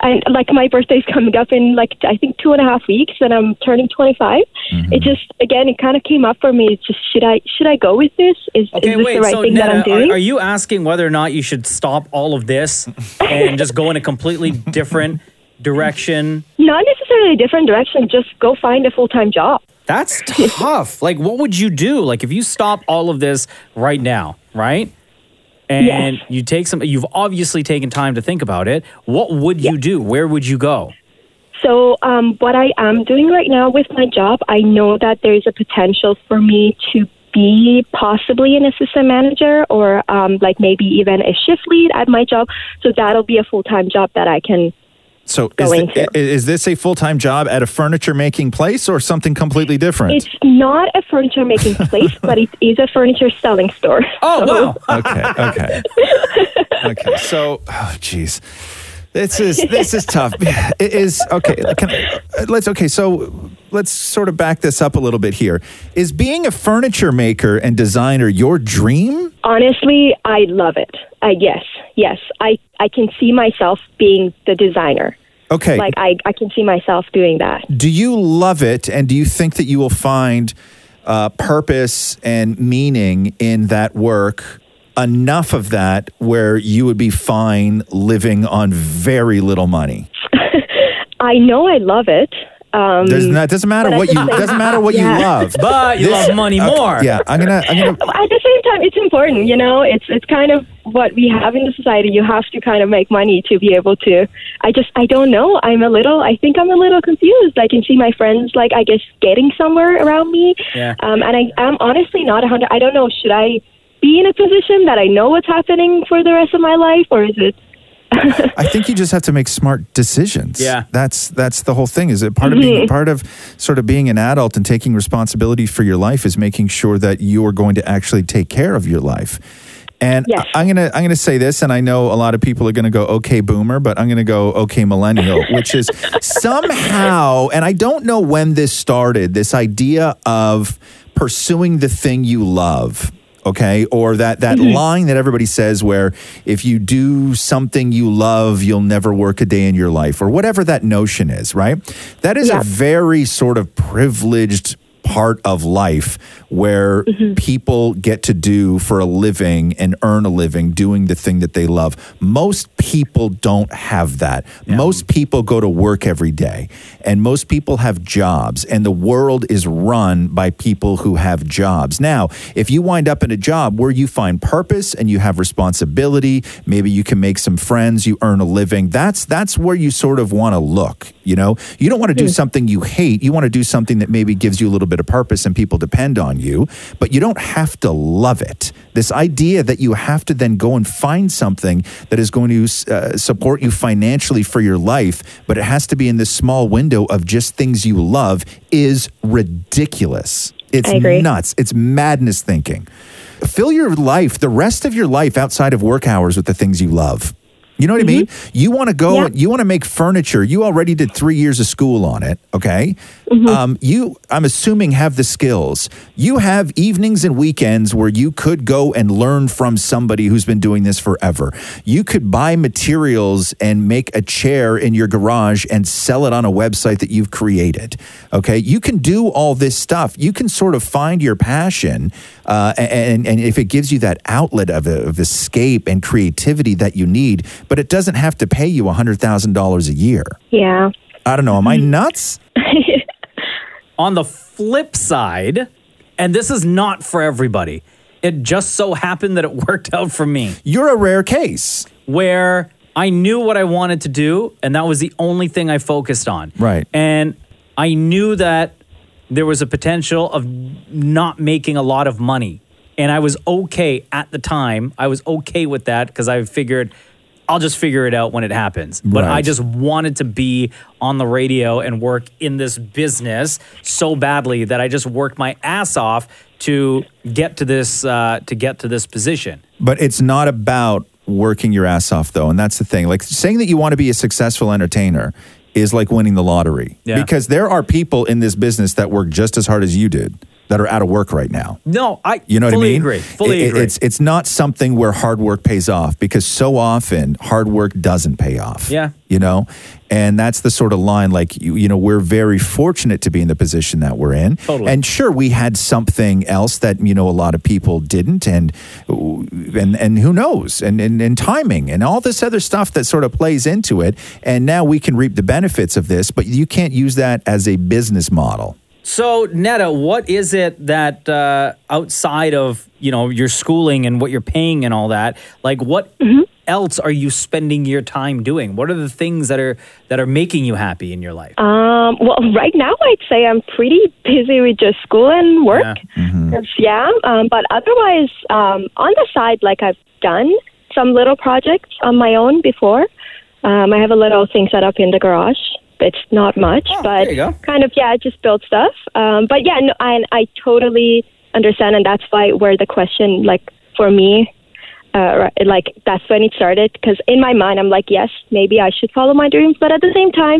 Speaker 34: I, like my birthday's coming up in like I think two and a half weeks, and I'm turning 25. It just again, it kind of came up for me. It's just should I should I go with this? Is, is this the right thing that I'm
Speaker 9: Neda,
Speaker 34: doing?
Speaker 9: are, are you asking whether or not you should stop all of this and just go in a completely different direction?
Speaker 34: not necessarily a different direction. Just go find a full time job.
Speaker 9: That's tough. like, what would you do? Like, if you stop all of this right now, right? And you take some, you've obviously taken time to think about it. What would you do? Where would you go?
Speaker 34: So, um, what I am doing right now with my job, I know that there's a potential for me to be possibly an assistant manager or um, like maybe even a shift lead at my job. So, that'll be a full time job that I can.
Speaker 8: So is, thi- i- is this a full time job at a furniture making place or something completely different?
Speaker 34: It's not a furniture making place, but it is a furniture selling store. Oh,
Speaker 8: wow. okay, okay, okay. So, oh, jeez, this is this is tough. It is okay. Can I, let's okay. So, let's sort of back this up a little bit here. Is being a furniture maker and designer your dream?
Speaker 34: Honestly, I love it. I yes, yes. I I can see myself being the designer.
Speaker 8: Okay.
Speaker 34: Like I I can see myself doing that.
Speaker 8: Do you love it, and do you think that you will find uh, purpose and meaning in that work? Enough of that where you would be fine living on very little money.
Speaker 34: I know I love it. Um,
Speaker 8: Does not doesn't matter
Speaker 34: but at
Speaker 8: what
Speaker 34: the
Speaker 8: you
Speaker 34: same-
Speaker 8: doesn't matter what
Speaker 34: Yeah.
Speaker 8: you love, This- okay, Yeah, I'm gonna I'm gonna
Speaker 34: At the same time, it's important, you know. It's it's kind of what we have in the society. You have to kind of make money to be able to. I just I don't know. I'm a little. I think I'm a little confused. I can see my friends like I guess getting somewhere around me,
Speaker 7: Yeah.
Speaker 34: um, and I am honestly not a hundred. I don't know. Should I be in a position that I know what's happening for the rest of my life, or is it?
Speaker 8: I think you just have to make smart decisions.
Speaker 34: Yeah.
Speaker 8: that's that's the whole thing. Is it part of being
Speaker 34: Mhm.
Speaker 8: part of sort of being an adult and taking responsibility for your life is making sure that you are going to actually take care of your life. And I, am gonna I'm gonna say this, and I know a lot of people are gonna go okay boomer, but I'm gonna go okay millennial, which is somehow, and I don't know when this started. This idea of pursuing the thing you love. Okay, or that that
Speaker 6: Mhm.
Speaker 8: line that everybody says where if you do something you love, you'll never work a day in your life, or whatever that notion is, right? That is a very sort of privileged part of life where people get to do for a living and earn a living doing the thing that they love. Most people don't have that. Most people go to work every day and most people have jobs and the world is run by people who have jobs. Now, if you wind up in a job where you find purpose and you have responsibility, maybe you can make some friends, you earn a living. That's that's where you sort of want to look, you know? You don't want to do
Speaker 6: Mm.
Speaker 8: something you hate. You want to do something that maybe gives you a little bit of purpose and people depend on you, but you don't have to love it. This idea that you have to then go and find something that is going to uh, support you financially for your life, but it has to be in this small window of just things you love is ridiculous. It's
Speaker 6: I agree.
Speaker 8: nuts. It's madness thinking. Fill your life, the rest of your life outside of work hours with the things you love. You know what I mean? You want to go,
Speaker 6: Yeah.
Speaker 8: you want to make furniture. You already did three years of school on it, okay? Um, you, I'm assuming, have the skills. You have evenings and weekends where you could go and learn from somebody who's been doing this forever. You could buy materials and make a chair in your garage and sell it on a website that you've created, okay? You can do all this stuff. You can sort of find your passion, uh, and and if it gives you that outlet of, of escape and creativity that you need, but it doesn't have to pay you hundred thousand dollars a year.
Speaker 34: Yeah.
Speaker 8: I don't know. Am I nuts?
Speaker 9: On the flip side, and this is not for everybody, it just so happened that it worked out for me.
Speaker 8: You're a rare case
Speaker 9: where I knew what I wanted to do, and that was the only thing I focused on.
Speaker 8: Right.
Speaker 9: And I knew that there was a potential of not making a lot of money. And I was okay at the time. I was okay with that because I figured I'll just figure it out when it happens. But
Speaker 1: Right.
Speaker 9: I just wanted to be on the radio and work in this business so badly that I just worked my ass off to get to this uh, to get to this position.
Speaker 8: But it's not about working your ass off though, and that's the thing. Like saying that you want to be a successful entertainer is like winning the lottery
Speaker 9: Yeah.
Speaker 8: because there are people in this business that work just as hard as you did that are out of work right now.
Speaker 9: No, I
Speaker 8: You know
Speaker 9: fully
Speaker 8: what I mean?
Speaker 9: agree. Fully
Speaker 8: It- it-
Speaker 9: agree.
Speaker 8: It's it's not something where hard work pays off because so often hard work doesn't pay off.
Speaker 9: Yeah.
Speaker 8: You know, and that's the sort of line like you, you know we're very fortunate to be in the position that we're in.
Speaker 9: Totally.
Speaker 8: And sure, we had something else that you know a lot of people didn't, and and and who knows, and and, and timing and all this other stuff that sort of plays into it. And now we can reap the benefits of this, but you can't use that as a business model.
Speaker 9: So, Netta, what is it that uh, outside of you know your schooling and what you're paying and all that, like what else are you spending your time doing? What are the things that are that are making you happy in your life?
Speaker 34: Um, well, right now I'd say I'm pretty busy with just school and work.
Speaker 9: Yeah.
Speaker 14: Mm-hmm.
Speaker 34: That's- Yeah, um, but otherwise, um, on the side, like I've done some little projects on my own before. Um, I have a little thing set up in the garage. It's not much,
Speaker 14: Oh,
Speaker 34: but
Speaker 14: there you go.
Speaker 34: kind of yeah, I just build stuff. Um, but yeah, no, I, I totally understand, and that's why where the question like for me. Uh, right, like that's when it started because in my mind I'm like yes maybe I should follow my dreams but at the same time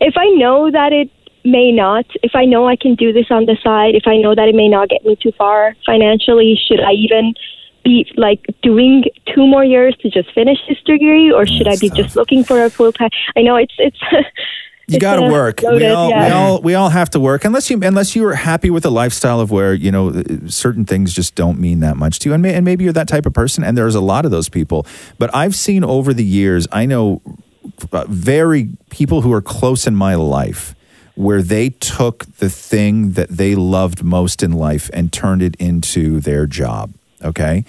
Speaker 34: if I know that it may not. If I know I can do this on the side, if I know that it may not get me too far financially, should I even be like doing two more years to just finish this degree, or should I be just looking for a full time? I know it's it's.
Speaker 8: You got to
Speaker 34: uh,
Speaker 8: work. we
Speaker 34: loaded,
Speaker 8: all we
Speaker 34: yeah.
Speaker 8: all we all have to work unless you unless you are happy with a lifestyle of where you know uh, certain things just don't mean that much to you, and, may, and maybe you're that type of person. And there's a lot of those people. But I've seen over the years, I know uh, very people who are close in my life where they took the thing that they loved most in life and turned it into their job. Okay.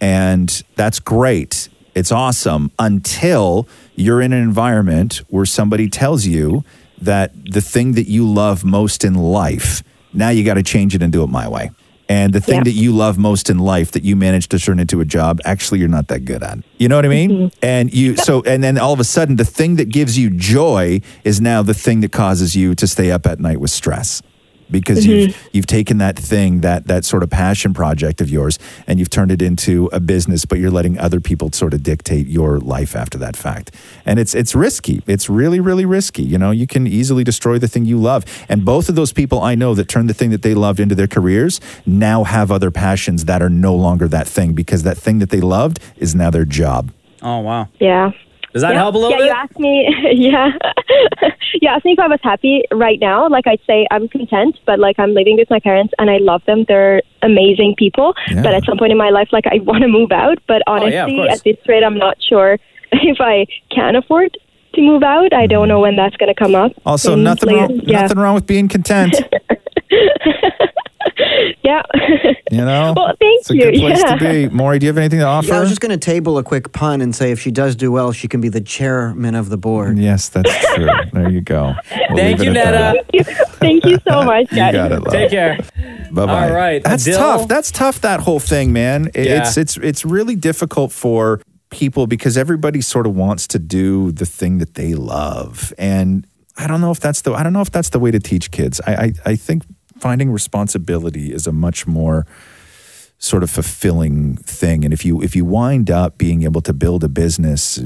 Speaker 8: And that's great. It's awesome until you're in an environment where somebody tells you that the thing that you love most in life, now you got to change it and do it my way. And the thing
Speaker 10: Yeah.
Speaker 8: that you love most in life that you managed to turn into a job, actually, you're not that good at. You know what I mean? And you, so, and then all of a sudden, the thing that gives you joy is now the thing that causes you to stay up at night with stress
Speaker 34: Mm-hmm.
Speaker 8: because you've you've taken that thing that that sort of passion project of yours and you've turned it into a business but you're letting other people sort of dictate your life after that fact and it's it's risky it's really really risky you know you can easily destroy the thing you love and both of those people I know that turned the thing that they loved into their careers now have other passions that are no longer that thing because that thing that they loved is now their job
Speaker 6: Oh wow.
Speaker 34: Yeah.
Speaker 8: Does that
Speaker 34: yeah.
Speaker 8: help a little
Speaker 34: yeah,
Speaker 8: bit?
Speaker 34: you asked me. Yeah, you asked me if I was happy right now. Like I'd say I'm content, but like I'm living with my parents and I love them. They're amazing people. But at some point in my life, like I want to move out. But
Speaker 11: Oh,
Speaker 34: honestly,
Speaker 11: yeah, of course.
Speaker 34: at this rate, I'm not sure if I can afford to move out. I don't know when that's going to come up.
Speaker 8: also
Speaker 34: And,
Speaker 8: nothing
Speaker 34: like,
Speaker 8: wrong,
Speaker 34: yeah.
Speaker 8: nothing wrong with being content
Speaker 34: Yeah.
Speaker 8: you know
Speaker 34: Well, thank
Speaker 8: it's a
Speaker 34: you,
Speaker 8: good place
Speaker 34: yeah.
Speaker 8: to be Maury do you have anything to offer
Speaker 18: Yeah, I was just going to table a quick pun and say if she does do well, she can be the chairman of the board.
Speaker 8: Yes, that's true. there you go
Speaker 18: Thank
Speaker 8: leave it
Speaker 18: you,
Speaker 8: at that.
Speaker 34: Thank you, thank you
Speaker 18: Oh
Speaker 34: so much,
Speaker 8: You
Speaker 34: guys.
Speaker 8: got it, love. Take
Speaker 6: care.
Speaker 8: Bye bye.
Speaker 6: All right,
Speaker 8: That's
Speaker 6: Adele.
Speaker 8: tough. That's tough. That whole thing, man. It-
Speaker 6: Yeah.
Speaker 8: It's it's it's really difficult for people because everybody sort of wants to do the thing that they love, and I don't know if that's the I don't know if that's the way to teach kids. I I, I think finding responsibility is a much more sort of fulfilling thing and if you if you wind up being able to build a business uh,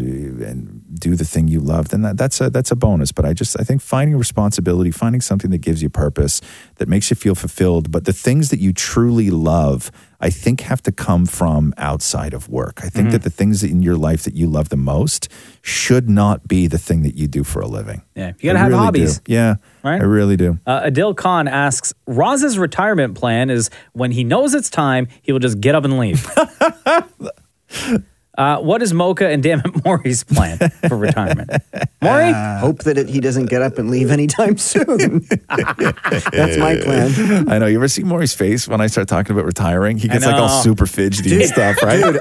Speaker 8: and do the thing you love then that, that's a that's a bonus but i just i think finding responsibility finding something that gives you purpose that makes you feel fulfilled but the things that you truly love i think have to come from outside of work i
Speaker 6: Mm-hmm.
Speaker 8: think that the things in your life that you love the most should not be the thing that you do for a living
Speaker 6: Yeah, you
Speaker 8: I
Speaker 6: gotta have
Speaker 8: really do.
Speaker 6: hobbies.
Speaker 8: yeah
Speaker 6: Right?
Speaker 8: i really do
Speaker 6: Uh, Adil Khan asks, Roz's retirement plan is when he knows it's time, he will just get up and leave. uh, what is Mocha and Damn It Maury's plan for retirement? Maury?
Speaker 18: Ah. Hope that it, he doesn't get up and leave anytime soon. That's my plan.
Speaker 8: Eh. I know. You ever see Maury's face when I start talking about retiring? He
Speaker 18: I
Speaker 8: gets like all
Speaker 18: know.
Speaker 8: super fidgety and
Speaker 18: Dude,
Speaker 8: stuff, right?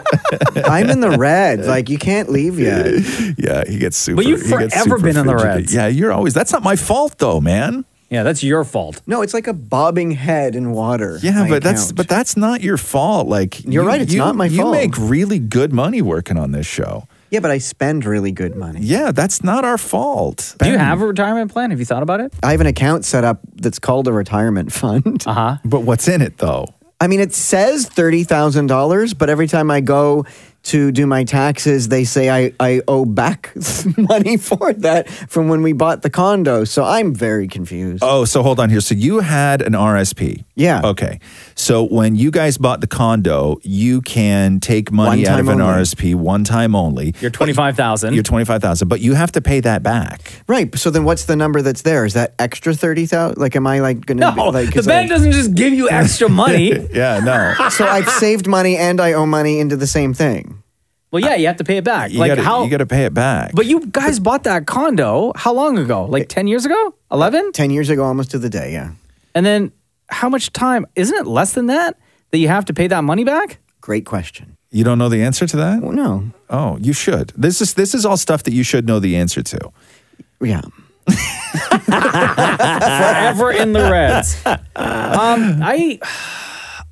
Speaker 18: I'm in the red. Like, you can't leave yet.
Speaker 8: yeah, he gets super.
Speaker 18: But you've
Speaker 8: he gets
Speaker 18: forever
Speaker 8: super
Speaker 18: been in the
Speaker 8: fidgety.
Speaker 18: reds.
Speaker 8: Yeah, you're always. That's not my fault though, man.
Speaker 6: Yeah, that's your fault.
Speaker 18: No, it's like a bobbing head in water.
Speaker 8: Yeah,
Speaker 18: I
Speaker 8: but that's
Speaker 18: count.
Speaker 8: but that's not your fault. Like
Speaker 18: You're
Speaker 8: you-
Speaker 18: right, it's
Speaker 8: you-
Speaker 18: not my fault.
Speaker 8: You make really good money working on this show.
Speaker 18: Yeah, but I spend really good money.
Speaker 8: Yeah, that's not our fault.
Speaker 6: Do you have a retirement plan? Have you thought about it?
Speaker 18: I have an account set up that's called a retirement fund. Uh
Speaker 6: huh.
Speaker 8: But what's in it though?
Speaker 18: I mean, it says thirty thousand dollars, but every time I go to do my taxes, they say I, I owe back money for that from when we bought the condo. So I'm very confused.
Speaker 8: Oh, so hold on here. So you had an RSP.
Speaker 18: Yeah.
Speaker 8: Okay. So when you guys bought the condo, you can take money
Speaker 6: One
Speaker 8: out
Speaker 6: time
Speaker 8: of an
Speaker 6: only.
Speaker 8: RSP one time only.
Speaker 6: You're 25,000.
Speaker 8: You're twenty five thousand, but you have to pay that back.
Speaker 18: Right. So then, what's the number that's there? Is that extra thirty thousand? Like, am I like going to
Speaker 6: No,
Speaker 18: like
Speaker 6: the
Speaker 18: 'cause
Speaker 6: bank
Speaker 18: I-
Speaker 6: doesn't just give you extra money.
Speaker 8: yeah, no.
Speaker 18: so I've saved money and I owe money into the same thing.
Speaker 6: Well, yeah, you have to pay it back.
Speaker 18: You
Speaker 6: like
Speaker 18: gotta-
Speaker 6: how
Speaker 18: you
Speaker 8: gotta pay it back.
Speaker 6: But you guys bought that condo how long ago? Like 10 years ago? 11?
Speaker 18: 10 Uh, years ago almost to the day, yeah.
Speaker 6: And then how much time isn't it less than that that you have to pay that money back?
Speaker 18: Great question.
Speaker 8: You don't know the answer to that?
Speaker 18: no.
Speaker 8: Oh, you should. This is this is all stuff that you should know the answer to.
Speaker 18: Yeah.
Speaker 6: Forever in the reds. Um, I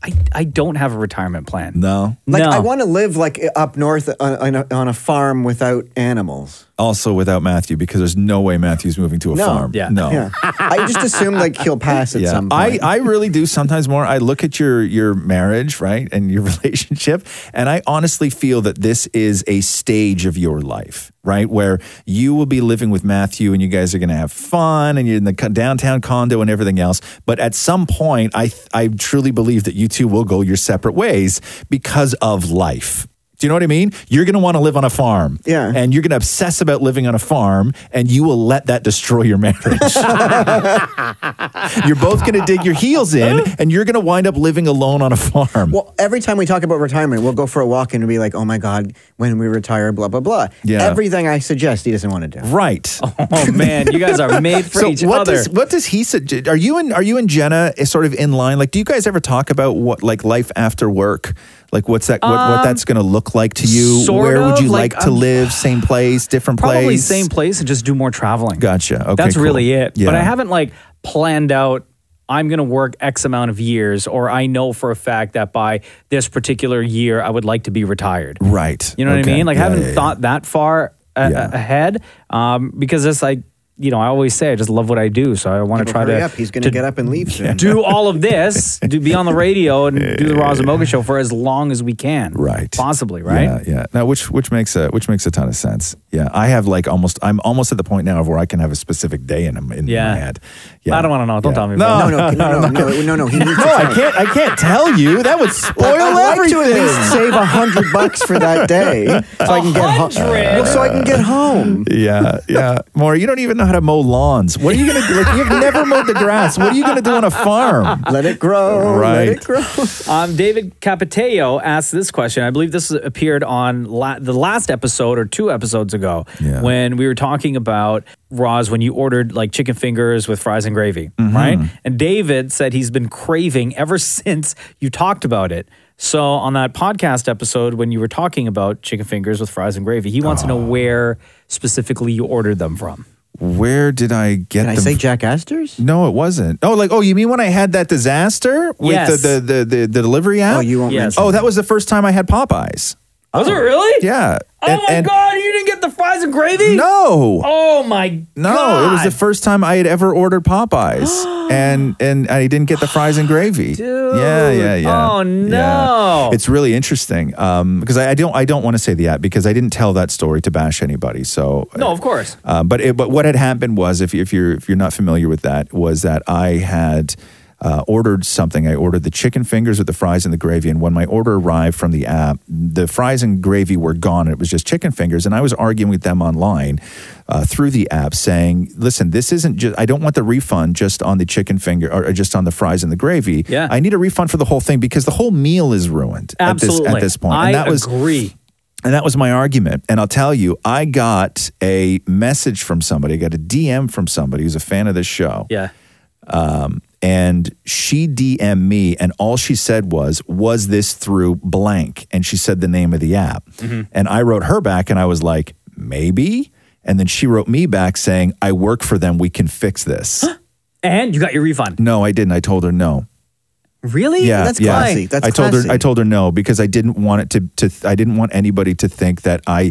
Speaker 6: I I don't have a retirement plan.
Speaker 8: No.
Speaker 18: Like
Speaker 6: no.
Speaker 18: I want to live like up north on, on, a, on a farm without animals.
Speaker 8: also without Matthew because there's no way Matthew's moving to a
Speaker 18: No.
Speaker 8: farm.
Speaker 18: Yeah.
Speaker 8: No.
Speaker 18: Yeah. I just assume, like, he'll pass at some point.
Speaker 8: I, I really do sometimes more. I look at your your marriage, right, and your relationship, and I honestly feel that this is a stage of your life, right, where you will be living with Matthew, and you guys are going to have fun, and you're in the co- downtown condo and everything else. But at some point, I th- I truly believe that you two will go your separate ways because of life. Do you know what I mean? You're going to want to live on a farm. Yeah. And you're going to obsess about living on a farm, and you will let that destroy your marriage. You're both going to dig your heels in, and you're going to wind up living alone on a farm.
Speaker 18: Well, every time we talk about retirement, we'll go for a walk and we'll be like, oh my God, when we retire, blah, blah, blah.
Speaker 8: Yeah.
Speaker 18: Everything I suggest, he doesn't want to do.
Speaker 8: Right.
Speaker 9: Oh man, you guys are made for
Speaker 8: so
Speaker 9: each
Speaker 8: what
Speaker 9: other.
Speaker 8: Does, what does he suggest? Are you and are you and Jenna is sort of in line? Like, do you guys ever talk about what like life after work? Like, what's that? what, what
Speaker 9: Um,
Speaker 8: that's going to look like to you?
Speaker 9: sort
Speaker 8: Where would
Speaker 9: of,
Speaker 8: you
Speaker 9: like,
Speaker 8: like, to
Speaker 9: um,
Speaker 8: live? Same place, different
Speaker 9: Probably
Speaker 8: place,
Speaker 9: same place, and just do more traveling.
Speaker 8: Gotcha. Okay,
Speaker 9: That's
Speaker 8: cool.
Speaker 9: really it.
Speaker 8: Yeah.
Speaker 9: But I haven't like planned out. I'm going to work X amount of years, or I know for a fact that by this particular year, I would like to be retired.
Speaker 8: Right.
Speaker 9: You know what I
Speaker 8: Okay.
Speaker 9: mean? Like
Speaker 8: Yeah,
Speaker 9: I haven't
Speaker 8: yeah, yeah.
Speaker 9: thought that far a- a- ahead um, because it's like you know I always say I just love what I do, so I want to try
Speaker 18: Hurry
Speaker 9: to
Speaker 18: up. He's going
Speaker 9: to
Speaker 18: to get up and leave soon.
Speaker 9: do all of this, do be on the radio and do the Roz and Mocha show for as long as we can. Right. Possibly, right?
Speaker 8: Yeah, yeah. Now, which which makes a which makes a ton of sense. Yeah, I have like almost. I'm almost at the point now of where I can have a specific day in in my head. Yeah, I don't
Speaker 9: want to know. Don't tell me.
Speaker 8: No,
Speaker 18: about it. No, no, no, no, no, no, no, he needs to
Speaker 8: no, I
Speaker 18: tell.
Speaker 8: can't. I can't tell you. That would spoil
Speaker 18: I'd like
Speaker 8: everything.
Speaker 18: to at least save a hundred bucks for that day, so I can get home. Well, so I can get home.
Speaker 8: yeah, yeah. Maura, you don't even know how to mow lawns. What are you gonna do? Like, you've never mowed the grass. What are you gonna do on a farm?
Speaker 18: Let it grow.
Speaker 8: Right. it
Speaker 18: grow.
Speaker 9: Um, David Capiteo asked this question. I believe this appeared on la- the last episode or two episodes ago when we were talking about Roz when you ordered like chicken fingers with fries and gravy,
Speaker 8: Mm-hmm.
Speaker 6: Mhm.
Speaker 9: right? And David said he's been craving ever since you talked about it. So on that podcast episode when you were talking about chicken fingers with fries and gravy, he wants to know
Speaker 8: Ah.
Speaker 9: where specifically you ordered them from.
Speaker 8: Where did I get? Did
Speaker 9: I say
Speaker 18: Jack Astor's?
Speaker 8: No, it wasn't. Oh, like oh, you mean when I had that disaster with
Speaker 9: Yes.
Speaker 8: the, the the the the delivery app?
Speaker 9: Oh, you won't Yes. mention
Speaker 8: Oh, that was the first time I had Popeyes.
Speaker 9: Was it really?
Speaker 8: Yeah.
Speaker 9: Oh my god, you didn't get the fries and gravy?
Speaker 8: No.
Speaker 9: Oh my
Speaker 8: No, it was the first time I had ever ordered Popeyes, and and I didn't get the fries and gravy. yeah, yeah, yeah.
Speaker 9: Oh no.
Speaker 8: Yeah. It's really interesting because I, I don't I don't want to say the app because I didn't tell that story to bash anybody. So
Speaker 9: No, of course.
Speaker 8: uh, but it, but what had happened was if you- if you're if you're not familiar with that was that I had. Uh, ordered something. I ordered the chicken fingers with the fries and the gravy. And when my order arrived from the app, the fries and gravy were gone. It was just chicken fingers. And I was arguing with them online uh, through the app, saying, "Listen, this isn't just. I don't want the refund just on the chicken finger or or just on the fries and the gravy. Yeah. I need a refund for the whole thing because the whole meal is ruined
Speaker 9: Absolutely.
Speaker 8: at this at this point.
Speaker 9: I
Speaker 8: and that was
Speaker 9: agree.
Speaker 8: and that was my argument. And I'll tell you, I got a message from somebody, I got a DM from somebody who's a fan of this show.
Speaker 9: Yeah.
Speaker 8: Um, and she DM'd me, and all she said was, Was this through blank? And she said the name of the app.
Speaker 9: Mm-hmm.
Speaker 8: And I wrote her back, and I was like, Maybe. And then she wrote me back saying, I work for them. We can fix this.
Speaker 9: And you got your refund.
Speaker 8: no, I didn't. I told her no.
Speaker 9: Really?
Speaker 8: Yeah,
Speaker 9: That's
Speaker 8: yeah.
Speaker 9: classy. That's
Speaker 8: I told
Speaker 9: classy.
Speaker 8: her. I told her no because I didn't want it to, to. I didn't want anybody to think that I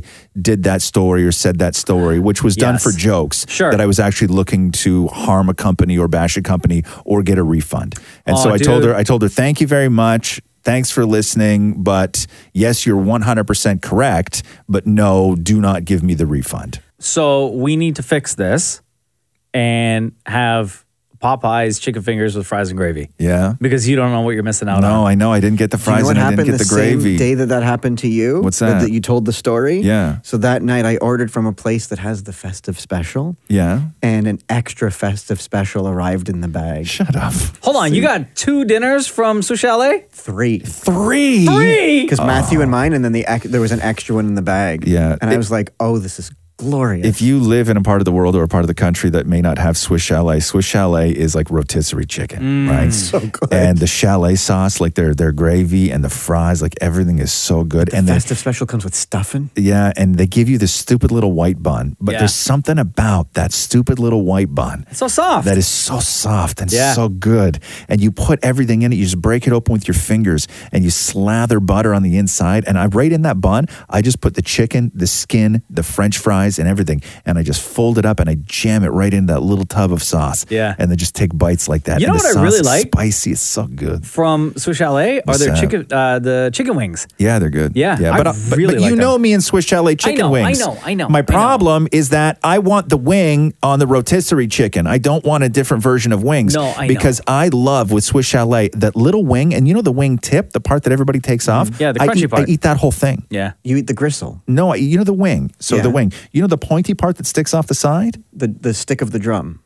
Speaker 8: did that story or said that story, which was done
Speaker 9: Yes.
Speaker 8: for jokes.
Speaker 9: Sure.
Speaker 8: That I was actually looking to harm a company or bash a company or get a refund. And so
Speaker 9: Aw,
Speaker 8: I told
Speaker 9: dude.
Speaker 8: her. I told her, thank you very much. Thanks for listening, but yes, you're 100% correct, but no, do not give me the refund.
Speaker 9: So we need to fix this and have Popeyes chicken fingers with fries and gravy.
Speaker 8: Yeah.
Speaker 9: Because you don't know what you're missing out on.
Speaker 8: No, Oh, I know I didn't get the
Speaker 18: Do you
Speaker 8: fries
Speaker 18: know what
Speaker 8: and I
Speaker 18: happened
Speaker 8: didn't
Speaker 18: the,
Speaker 8: get the, gravy.
Speaker 18: same day that that happened to you?
Speaker 8: What's
Speaker 18: That,
Speaker 8: that?
Speaker 18: that you told the story?
Speaker 8: Yeah.
Speaker 18: So that night I ordered from a place that has the festive special,
Speaker 8: Yeah.
Speaker 18: and an extra festive special arrived in the bag.
Speaker 8: Shut up.
Speaker 9: Hold on, you got two dinners from Sushi Chalet?
Speaker 18: Three.
Speaker 8: Three?
Speaker 9: Three?
Speaker 18: Because Matthew and mine, and then the ex- there was an extra one in the bag.
Speaker 8: Ah. Yeah.
Speaker 18: And I
Speaker 8: It-
Speaker 18: was like, oh, this is glorious.
Speaker 8: If you live in a part of the world or a part of the country that may not have Swiss chalet, Swiss chalet is like rotisserie chicken,
Speaker 18: Mm.
Speaker 8: right?
Speaker 18: So good.
Speaker 8: And the chalet sauce, like their their gravy and the fries, like everything is so good. and then
Speaker 18: festive special comes with stuffing.
Speaker 8: yeah, and they give you this stupid little white bun, but
Speaker 9: Yeah.
Speaker 8: there's something about that stupid little white bun
Speaker 9: It's so soft.
Speaker 8: that is so soft and
Speaker 9: Yeah.
Speaker 8: so good. And you put everything in it. You just break it open with your fingers and you slather butter on the inside. And I right in that bun, I just put the chicken, the skin, the French fries, fries and everything, and I just fold it up and I jam it right into that little tub of sauce.
Speaker 9: Yeah.
Speaker 8: and then just take bites like that.
Speaker 9: You
Speaker 8: and
Speaker 9: know
Speaker 8: the
Speaker 9: what I
Speaker 8: sauce
Speaker 9: really
Speaker 8: is
Speaker 9: like?
Speaker 8: Spicy, it's so good.
Speaker 9: From Swiss Chalet are
Speaker 8: What's
Speaker 9: their
Speaker 8: that?
Speaker 9: chicken uh, the chicken wings.
Speaker 8: Yeah, they're good.
Speaker 9: Yeah,
Speaker 8: yeah,
Speaker 9: I
Speaker 8: but, uh, but-
Speaker 9: really
Speaker 8: but
Speaker 9: like
Speaker 8: you
Speaker 9: them.
Speaker 8: know me and Swiss Chalet chicken
Speaker 9: I know,
Speaker 8: wings.
Speaker 9: I know, I know.
Speaker 8: My problem is that I want the wing on the rotisserie chicken. I don't want a different version of wings.
Speaker 9: No, I know.
Speaker 8: because I love with Swiss Chalet that little wing, and you know the wing tip, the part that everybody takes off.
Speaker 9: Mm-hmm. Yeah, the
Speaker 8: I
Speaker 9: crunchy
Speaker 8: eat,
Speaker 9: part.
Speaker 8: I eat that whole thing.
Speaker 9: Yeah.
Speaker 18: You eat the gristle.
Speaker 8: No, I, you know the wing. So
Speaker 18: Yeah.
Speaker 8: the wing. You know the pointy part that sticks off the side.
Speaker 18: The the stick of the drum.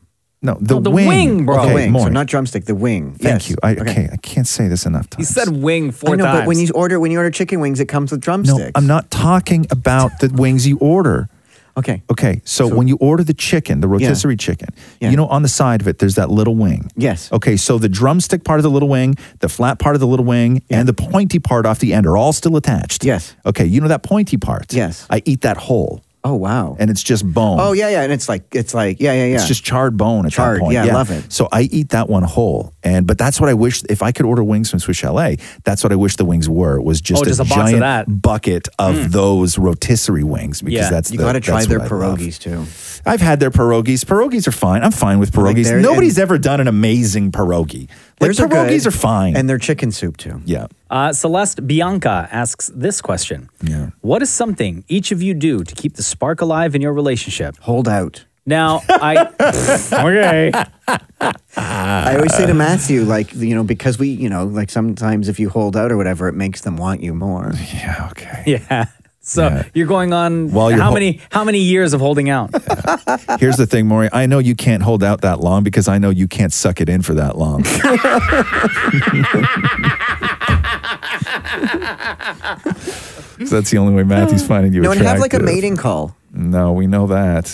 Speaker 8: No, the,
Speaker 9: Oh,
Speaker 18: No, the
Speaker 8: wing.
Speaker 18: wing, bro.
Speaker 8: Okay,
Speaker 18: The wing. So
Speaker 8: more.
Speaker 18: not drumstick, the wing.
Speaker 8: Thank
Speaker 18: Yes.
Speaker 8: you. I, okay.
Speaker 18: Okay.
Speaker 8: I can't say this enough times.
Speaker 18: He said
Speaker 9: wing
Speaker 8: four
Speaker 18: I know, but when
Speaker 8: times.
Speaker 18: you order when you order chicken wings, it comes with drumsticks.
Speaker 8: No, I'm not talking about the wings you order.
Speaker 18: Okay.
Speaker 8: Okay. So, when you order the chicken, the rotisserie chicken, you know, on the side of it, there's that little wing.
Speaker 18: Yes.
Speaker 8: Okay. So the drumstick part of the little wing, the flat part of the little wing, and the pointy part off the end are all still attached. Yes. Okay. You know that pointy part? Yes. I eat that whole.
Speaker 18: Oh wow.
Speaker 8: And it's just bone.
Speaker 18: Oh yeah, yeah, and it's like it's like yeah, yeah, yeah.
Speaker 8: It's just charred bone at
Speaker 18: Charred,
Speaker 8: that point.
Speaker 18: yeah, I love it.
Speaker 8: So I eat that one whole, and but that's what I wish. If I could order wings from Swiss Chalet, that's what I wish the wings were. Was just,
Speaker 9: Oh, just a box of
Speaker 8: giant
Speaker 9: that.
Speaker 8: bucket of
Speaker 9: Mm.
Speaker 8: those rotisserie wings because
Speaker 9: Yeah.
Speaker 8: that's
Speaker 9: You
Speaker 8: the-
Speaker 9: gotta try
Speaker 8: that's
Speaker 9: their
Speaker 8: what I love.
Speaker 9: pierogies,
Speaker 18: too.
Speaker 8: I've had their pierogies. Pierogies are fine. I'm fine with
Speaker 18: Like
Speaker 8: pierogies.
Speaker 18: they're-
Speaker 8: Nobody's ever done an amazing pierogi. Like
Speaker 9: Theirs are good,
Speaker 8: pierogies are, fine,
Speaker 18: and their chicken soup too.
Speaker 8: Yeah.
Speaker 9: Uh, Celeste Bianca asks this question. Yeah. What is something each of you do to keep the spark alive in your relationship?
Speaker 18: Hold out.
Speaker 9: Now, I. okay.
Speaker 18: I always
Speaker 8: Uh,
Speaker 18: say to Matthew, like you know, because we, you know, like sometimes if you hold out or whatever, it makes them want you more.
Speaker 8: Yeah. Okay.
Speaker 9: Yeah. So you're going on
Speaker 8: While you're
Speaker 9: how
Speaker 8: hol-
Speaker 9: many how many years of holding out?
Speaker 8: Here's the thing, Maury. I know you can't hold out that long because I know you can't suck it in for that long. So that's the only way Matthew's finding you
Speaker 18: no, and have
Speaker 8: attractive.
Speaker 18: like a mating call.
Speaker 8: No, we know that.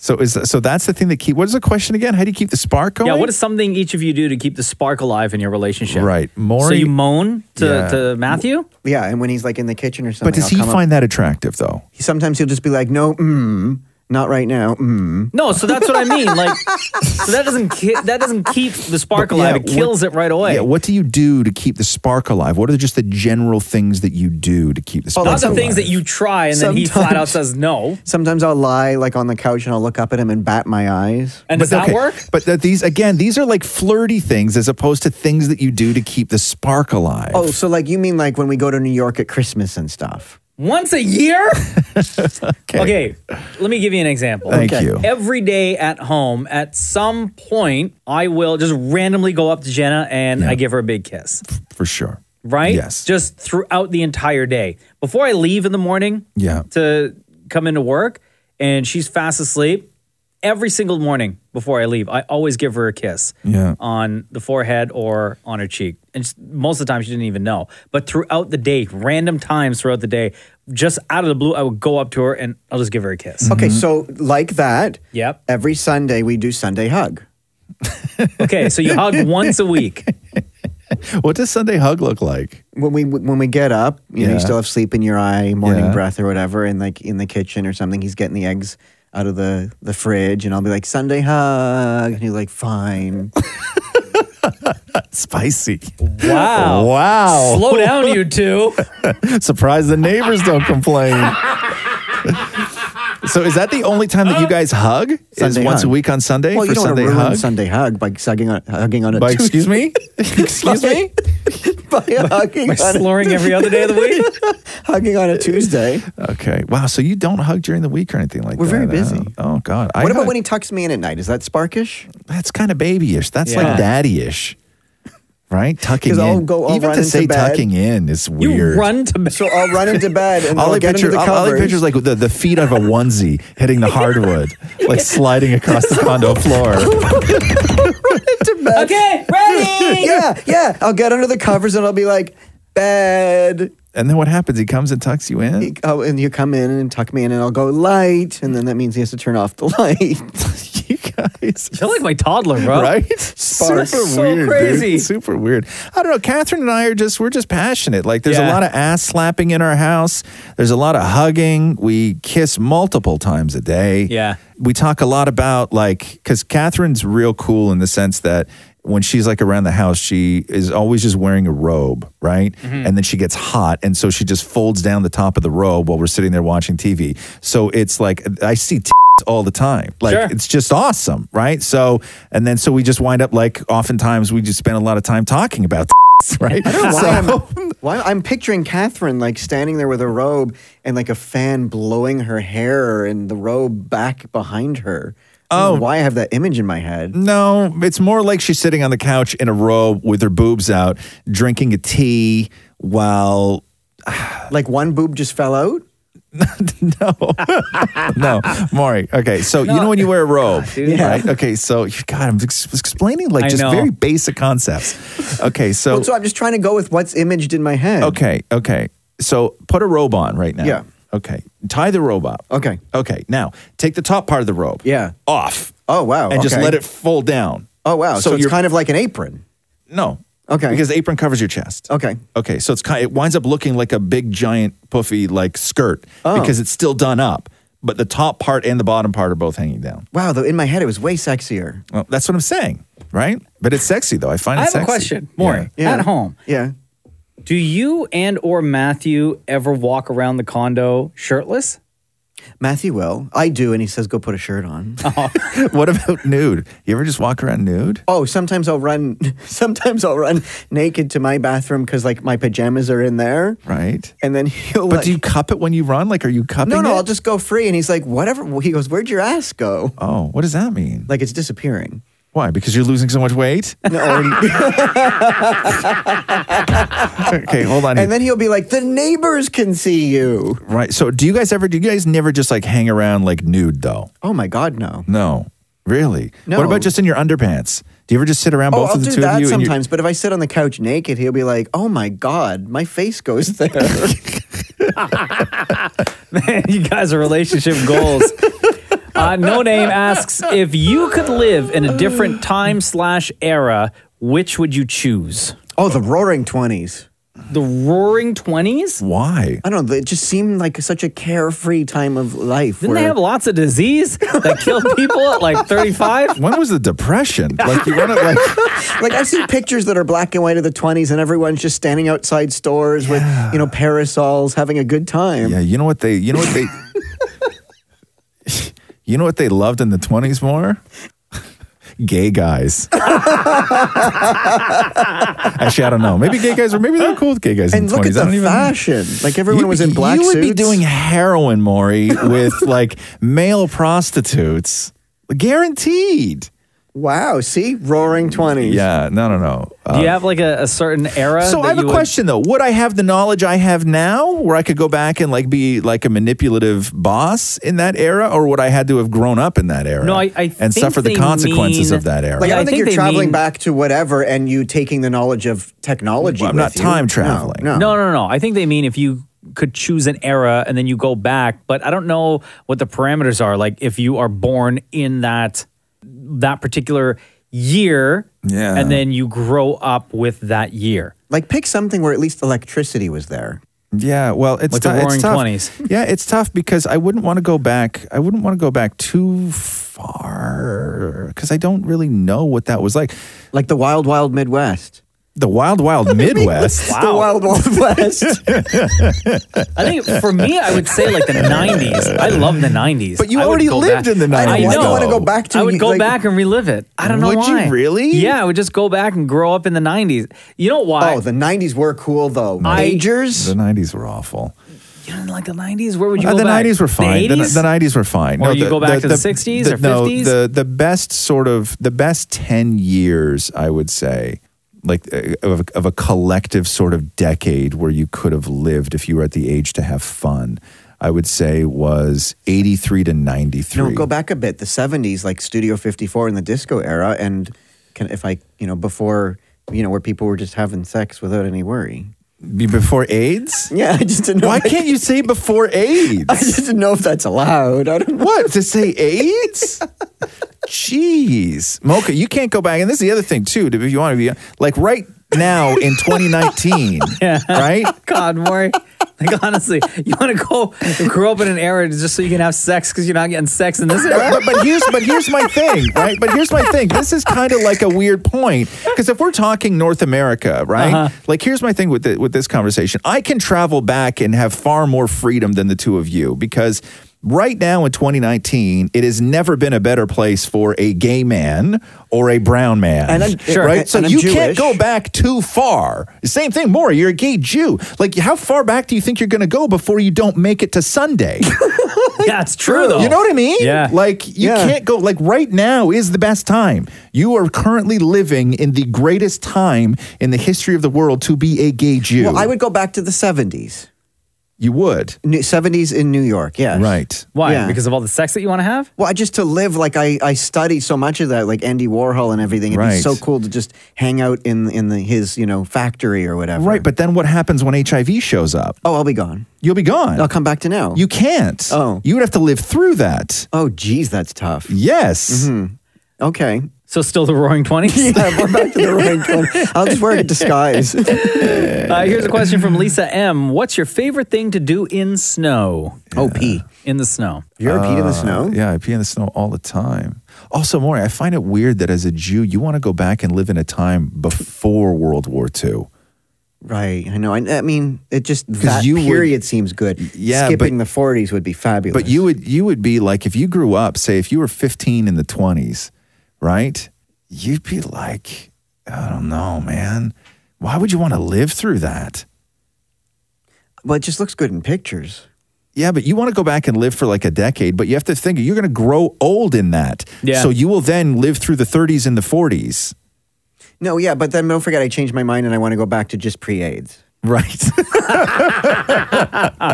Speaker 8: So is so that's the thing that keep. What is the question again? How do you keep the spark going?
Speaker 9: yeah, what is something each of you do to keep the spark alive in your relationship?
Speaker 8: Right.
Speaker 9: so
Speaker 8: Maury-
Speaker 9: you moan to,
Speaker 8: Yeah.
Speaker 9: to Matthew?
Speaker 18: Yeah, and when he's like in the kitchen or something.
Speaker 8: But does
Speaker 18: I'll
Speaker 8: he
Speaker 18: come up-
Speaker 8: find that attractive though?
Speaker 18: He- Sometimes he'll just be like, "No, mm, not right now." Mm.
Speaker 9: No, so that's what I mean. Like so that doesn't ki- that doesn't keep the spark
Speaker 8: But,
Speaker 9: alive.
Speaker 8: yeah,
Speaker 9: it kills
Speaker 8: what-
Speaker 9: it right away.
Speaker 8: Yeah. What do you do to keep the spark alive? What are just the general things that you do to keep the spark?
Speaker 9: Not Oh, the
Speaker 8: alive?
Speaker 9: things that you try and then he flat out
Speaker 18: Sometimes-
Speaker 9: says no.
Speaker 18: Sometimes I'll lie like on the couch and I'll look up at him and bat my eyes.
Speaker 9: And does that work?
Speaker 8: But that these again, these are like flirty things as opposed to things that you do to keep the spark alive.
Speaker 18: Oh, so like you mean like when we go to New York at Christmas and stuff?
Speaker 9: Once a year? okay. Let me give you an example.
Speaker 18: Thank Okay. you.
Speaker 9: Every day at home, at some point, I will just randomly go up to Jenna and I give her a big kiss.
Speaker 8: For sure.
Speaker 9: Right? Yes. Just throughout the entire day. Before I leave in the morning
Speaker 8: Yeah.
Speaker 9: to come into work and she's fast asleep, every single morning before I leave, I always give her a kiss
Speaker 8: Yeah.
Speaker 9: on the forehead or on her cheek. And s- most of the time, she didn't even know. But throughout the day, random times throughout the day, just out of the blue, I would go up to her and I'll just give her a kiss.
Speaker 18: Okay, so like that.
Speaker 9: Mm-hmm. Yep.
Speaker 18: Every Sunday we do Sunday hug.
Speaker 9: Okay, so you hug once a week.
Speaker 8: What does Sunday hug look like?
Speaker 18: When we when we get up, you know,
Speaker 8: Yeah.
Speaker 18: you still have sleep in your eye, morning
Speaker 8: Yeah.
Speaker 18: breath or whatever, and like in the kitchen or something, he's getting the eggs out of the the fridge, and I'll be like Sunday hug, and he's like, fine.
Speaker 8: Spicy.
Speaker 9: Wow.
Speaker 8: Wow.
Speaker 9: Slow down, you two.
Speaker 8: Surprised the neighbors don't complain. so is that the only time that you guys hug?
Speaker 18: Sunday
Speaker 8: is once a
Speaker 18: hug.
Speaker 8: week on Sunday
Speaker 18: well,
Speaker 8: for
Speaker 18: you don't
Speaker 8: Sunday
Speaker 18: want to ruin
Speaker 8: hug?
Speaker 18: Sunday hug by sucking on, hugging on it.
Speaker 8: By excuse me? excuse
Speaker 18: me. by hugging
Speaker 8: by
Speaker 18: on a-
Speaker 8: slurring every other day of the
Speaker 18: week. hugging on a Tuesday.
Speaker 8: Okay. Wow. So you don't hug during the week or anything like
Speaker 18: We're
Speaker 8: that?
Speaker 18: very
Speaker 8: huh?
Speaker 18: busy.
Speaker 8: Oh God.
Speaker 18: what about when he tucks me in at night? Is that sparkish?
Speaker 8: That's kind of babyish. That's
Speaker 18: Yeah.
Speaker 8: like daddy-ish, right? Tucking
Speaker 18: 'Cause
Speaker 8: in.
Speaker 18: I'll go- I'll
Speaker 8: Even
Speaker 18: run
Speaker 8: to
Speaker 18: into
Speaker 8: say
Speaker 18: bed.
Speaker 8: tucking in is weird.
Speaker 9: to bed.
Speaker 18: So I'll run into bed and
Speaker 8: All
Speaker 18: I'll
Speaker 8: I
Speaker 18: get
Speaker 8: picture,
Speaker 18: into the
Speaker 8: all, all I
Speaker 18: covers.
Speaker 8: picture is like the, the feet of a onesie hitting the hardwood, like sliding across the condo floor.
Speaker 9: Okay, ready?
Speaker 18: yeah, yeah. I'll get under the covers and I'll be like, bed.
Speaker 8: And then what happens? He comes and tucks you in.
Speaker 18: Oh, and you come in and tuck me in, and I'll go light, and then that means he has to turn off the light. you
Speaker 8: guys,
Speaker 9: you're like my toddler, bro.
Speaker 8: Right?
Speaker 18: Sparks.
Speaker 8: Super
Speaker 18: So
Speaker 8: weird, dude.
Speaker 18: crazy.
Speaker 8: Super weird. I don't know. Catherine and I are just we're just passionate. Like there's a
Speaker 9: Yeah.
Speaker 8: lot of ass slapping in our house. There's a lot of hugging. We kiss multiple times a day.
Speaker 9: Yeah.
Speaker 8: We talk a lot about like because Catherine's real cool in the sense that when she's like around the house, she is always just wearing a robe, right?
Speaker 18: Mm-hmm.
Speaker 8: And then she gets hot. And so she just folds down the top of the robe while we're sitting there watching TV. So it's like, I see t- all the time. Like, it's just awesome, right? So, and then so we just wind up like, oftentimes we just spend a lot of time talking about t- right?
Speaker 18: I don't know why,
Speaker 8: So-
Speaker 18: I'm, why I'm picturing Catherine like standing there with a robe and like a fan blowing her hair and the robe back behind her. Oh, why I have that image in my head?
Speaker 8: No, it's more like she's sitting on the couch in a robe with her boobs out, drinking a tea while.
Speaker 18: like one boob just fell out?
Speaker 8: no, Maury. Okay, so you know when you wear a robe,
Speaker 18: Ah, dude.
Speaker 8: right? Okay, so God, I'm ex- explaining like
Speaker 18: I
Speaker 8: just
Speaker 18: know.
Speaker 8: very basic concepts. Okay, so
Speaker 18: well, so I'm just trying to go with what's imaged in my head.
Speaker 8: Okay, okay. So put a robe on right now.
Speaker 18: Yeah.
Speaker 8: Okay. Tie the robe up.
Speaker 18: Okay.
Speaker 8: Okay. Now take the top part of the robe.
Speaker 18: Yeah.
Speaker 8: Off.
Speaker 18: Oh wow.
Speaker 8: and just
Speaker 18: okay.
Speaker 8: let it fold down.
Speaker 18: Oh wow. So, it's
Speaker 8: you're-
Speaker 18: kind of like an apron.
Speaker 8: No.
Speaker 18: Okay.
Speaker 8: Because the apron covers your chest.
Speaker 18: Okay.
Speaker 8: Okay. So it's kind it winds up looking like a big giant puffy like skirt
Speaker 18: Oh.
Speaker 8: because it's still done up, but the top part and the bottom part are both hanging down.
Speaker 18: Wow, though in my head it was way sexier.
Speaker 8: Well, that's what I'm saying, right? But it's sexy though. I find it
Speaker 6: I have
Speaker 8: sexy.
Speaker 6: a question, Maury. At home,
Speaker 18: yeah.
Speaker 6: Do you and or Matthew ever walk around the condo shirtless?
Speaker 18: Matthew will. I do, and he says, "Go put a shirt on."
Speaker 8: what about nude? You ever just walk around nude?
Speaker 18: Oh, sometimes I'll run. Sometimes I'll run naked to my bathroom because like my pajamas are in there,
Speaker 8: right?
Speaker 18: And then he'll.
Speaker 8: But
Speaker 18: like,
Speaker 8: do you cup it when you run? Like, are you cupping?
Speaker 18: No, no,
Speaker 8: it?
Speaker 18: I'll just go free. And he's like, "Whatever." He goes, "Where'd your ass go?"
Speaker 8: Oh, what does that mean?
Speaker 18: Like it's disappearing.
Speaker 8: Why? Because you're losing so much weight? okay, hold on.
Speaker 18: and then he'll be like, "The neighbors can see you."
Speaker 8: Right. So, do you guys ever? Do you guys never just like hang around like nude though?
Speaker 18: Oh my God, no.
Speaker 8: No, really.
Speaker 18: No.
Speaker 8: What about just in your underpants? Do you ever just sit around
Speaker 18: Oh,
Speaker 8: both
Speaker 18: I'll
Speaker 8: of the
Speaker 18: do
Speaker 8: two
Speaker 18: that
Speaker 8: of you? and you-
Speaker 18: sometimes, but if I sit on the couch naked, he'll be like, "Oh my god, my face goes there."
Speaker 6: Man, you guys are relationship goals. Uh, no name asks if you could live in a different time slash era, which would you choose?
Speaker 18: Oh, the Roaring Twenties.
Speaker 6: The Roaring Twenties.
Speaker 8: Why?
Speaker 18: I don't know. It just seemed like such a carefree time of life.
Speaker 6: Didn't they have lots of disease that killed people at like 35?
Speaker 8: When was the depression? Like you want to like
Speaker 18: like I see pictures that are black and white of the 20s and everyone's just standing outside stores with you know parasols having a good time.
Speaker 8: Yeah, you know what they you know what they You know what they loved in the 20s more? gay guys. Actually, I don't know. Maybe gay guys or maybe they're cool with gay guys in
Speaker 18: And
Speaker 8: the
Speaker 18: look at
Speaker 8: 20s. I
Speaker 18: the
Speaker 8: don't even-
Speaker 18: fashion. Like everyone
Speaker 8: You'd
Speaker 18: was
Speaker 8: be-
Speaker 18: in black
Speaker 8: You would be
Speaker 18: suits.
Speaker 8: doing heroin, Maury, with like male prostitutes. Guaranteed.
Speaker 18: Wow, see? Roaring 20s.
Speaker 8: Yeah, no, no, no.
Speaker 6: Do
Speaker 8: Uh,
Speaker 6: you have like a, a certain era?
Speaker 8: so
Speaker 6: that
Speaker 8: I have a
Speaker 6: you would-
Speaker 8: question though. Would I have the knowledge I have now where I could go back and like be like a manipulative boss in that era or would I had to have grown up in that era?
Speaker 6: No, I- I think
Speaker 8: and suffer the
Speaker 6: they
Speaker 8: consequences
Speaker 6: mean-
Speaker 8: of that era.
Speaker 18: Like I don't think,
Speaker 6: think
Speaker 18: you're
Speaker 6: they
Speaker 18: traveling
Speaker 6: mean-
Speaker 18: back to whatever and you taking the knowledge of technology.
Speaker 6: Well, I'm
Speaker 18: with
Speaker 6: not
Speaker 18: you.
Speaker 6: time
Speaker 18: No,
Speaker 6: traveling.
Speaker 18: No,
Speaker 6: no, no, no. I think they mean if you could choose an era and then you go back, but I don't know what the parameters are. Like if you are born in that that particular year,
Speaker 8: Yeah.
Speaker 6: and then you grow up with that year.
Speaker 18: Like pick something where at least electricity was there.
Speaker 8: Yeah, well, it's
Speaker 6: Like the
Speaker 8: tou- it's
Speaker 6: Roaring
Speaker 8: tough.
Speaker 6: 20s.
Speaker 8: Yeah, it's tough because I wouldn't want to go back. I wouldn't want to go back too far because I don't really know what that was like.
Speaker 18: Like the wild, wild Midwest.
Speaker 8: The wild, wild Midwest.
Speaker 18: The wild, wild West.
Speaker 6: I think for me, I would say like the '90s. I love the '90s.
Speaker 8: But you
Speaker 6: I would
Speaker 8: already
Speaker 6: go
Speaker 8: lived in the
Speaker 6: I know.
Speaker 8: 90s, though. Why do you wanna go back to-
Speaker 6: I would go
Speaker 8: like-
Speaker 6: back and relive it. I don't know
Speaker 8: Would you
Speaker 6: why.
Speaker 8: really?
Speaker 6: Yeah, I would just go back and grow up in the '90s. You know why?
Speaker 18: Oh, the 90s were cool though.
Speaker 6: I-
Speaker 18: Majors?
Speaker 8: The nineties were awful.
Speaker 6: You know, like the '90s. Where would you
Speaker 8: Uh,
Speaker 6: go
Speaker 8: the
Speaker 6: back?
Speaker 8: nineties were fine. The,
Speaker 6: The
Speaker 8: ni-
Speaker 6: '80s.
Speaker 8: the nineties were fine.
Speaker 6: Or you go back to the 60s or
Speaker 8: no,
Speaker 6: 50s?
Speaker 8: the the best sort of the best ten years, I would say, like uh, of, of a collective sort of decade where you could have lived if you were at the age to have fun. I would say was eighty three to ninety three.
Speaker 18: No, go back a bit. The seventies, like Studio Fifty Four and the disco era, and can if I you know before you know where people were just having sex without any worry.
Speaker 8: Be before AIDS?
Speaker 18: Yeah, I just didn't know.
Speaker 8: Why can't you say before AIDS? I
Speaker 18: just didn't know if that's allowed. I don't
Speaker 8: What? To say AIDS? Jeez. Mocha, you can't go back. And this is the other thing, too, if you want to be like right now in 2019, right?
Speaker 6: God, Maury.
Speaker 9: Like honestly, you want to go grow up in an era just so you can have sex because you're not getting sex in this era.
Speaker 8: but, but here's but here's my thing, right? But here's my thing. This is kind of like a weird point because if we're talking North America, right?
Speaker 18: Uh-huh.
Speaker 8: Like here's my thing with the, with this conversation. I can travel back and have far more freedom than the two of you because right now in 2019, it has never been a better place for a gay man or a brown man.
Speaker 18: And I'm- Sure.
Speaker 8: right?
Speaker 18: and
Speaker 8: so
Speaker 18: I'm
Speaker 8: you
Speaker 18: Jewish.
Speaker 8: can't go back too far. Same thing, Maury. You're a gay Jew. Like how far back do you think you're going to go before you don't make it to Sunday?
Speaker 9: yeah, it's true though.
Speaker 8: You know what I mean? Like you
Speaker 9: Yeah.
Speaker 8: can't go like right now is the best time. You are currently living in the greatest time in the history of the world to be a gay Jew.
Speaker 18: Well, I would go back to the 70s.
Speaker 8: You would?
Speaker 18: 70s in New York, yes.
Speaker 8: Right.
Speaker 9: Why? Because of all the sex that you want to have?
Speaker 18: Well, I- just to live like I, I study so much of that, like Andy Warhol and everything. It'd be
Speaker 8: Right.
Speaker 18: so cool to just hang out in in the his you know factory or whatever.
Speaker 8: Right, but then what happens when HIV shows up?
Speaker 18: Oh, I'll be gone.
Speaker 8: You'll be gone.
Speaker 18: I'll come back to now.
Speaker 8: You can't.
Speaker 18: Oh,
Speaker 8: you would have to live through that.
Speaker 18: Oh, geez, that's tough. Mm-hmm.
Speaker 8: Yes.
Speaker 18: Okay.
Speaker 9: So still the Roaring Twenties.
Speaker 18: yeah, we're back to the Roaring Twenties. I'll just wear a disguise.
Speaker 9: Uh, here's a question from Lisa M. What's your favorite thing to do in snow? Uh,
Speaker 18: Oh, pee
Speaker 9: in the snow.
Speaker 8: Uh, Yeah, I pee in the snow all the time. Also, Maury, I find it weird that as a Jew, you want to go back and live in a time before World War II.
Speaker 18: Right. I know. I, I mean, it just
Speaker 8: 'Cause
Speaker 18: that
Speaker 8: you would-
Speaker 18: period seems good.
Speaker 8: Yeah, but-
Speaker 18: Skipping the 40s would be fabulous.
Speaker 8: But you would you would be like if you grew up, say if you were 15 in the 20s, right? You'd be like, I don't know, man. Why would you want to live through that?
Speaker 18: Well, it just looks good in pictures.
Speaker 8: Yeah, but you want to go back and live for like a decade, but you have to think you're going to grow old in that.
Speaker 18: Yeah.
Speaker 8: So you will then live through the 30s and the 40s.
Speaker 18: No, yeah, but then don't forget I changed my mind and I want to go back to just pre-AIDS.
Speaker 8: Right.
Speaker 9: All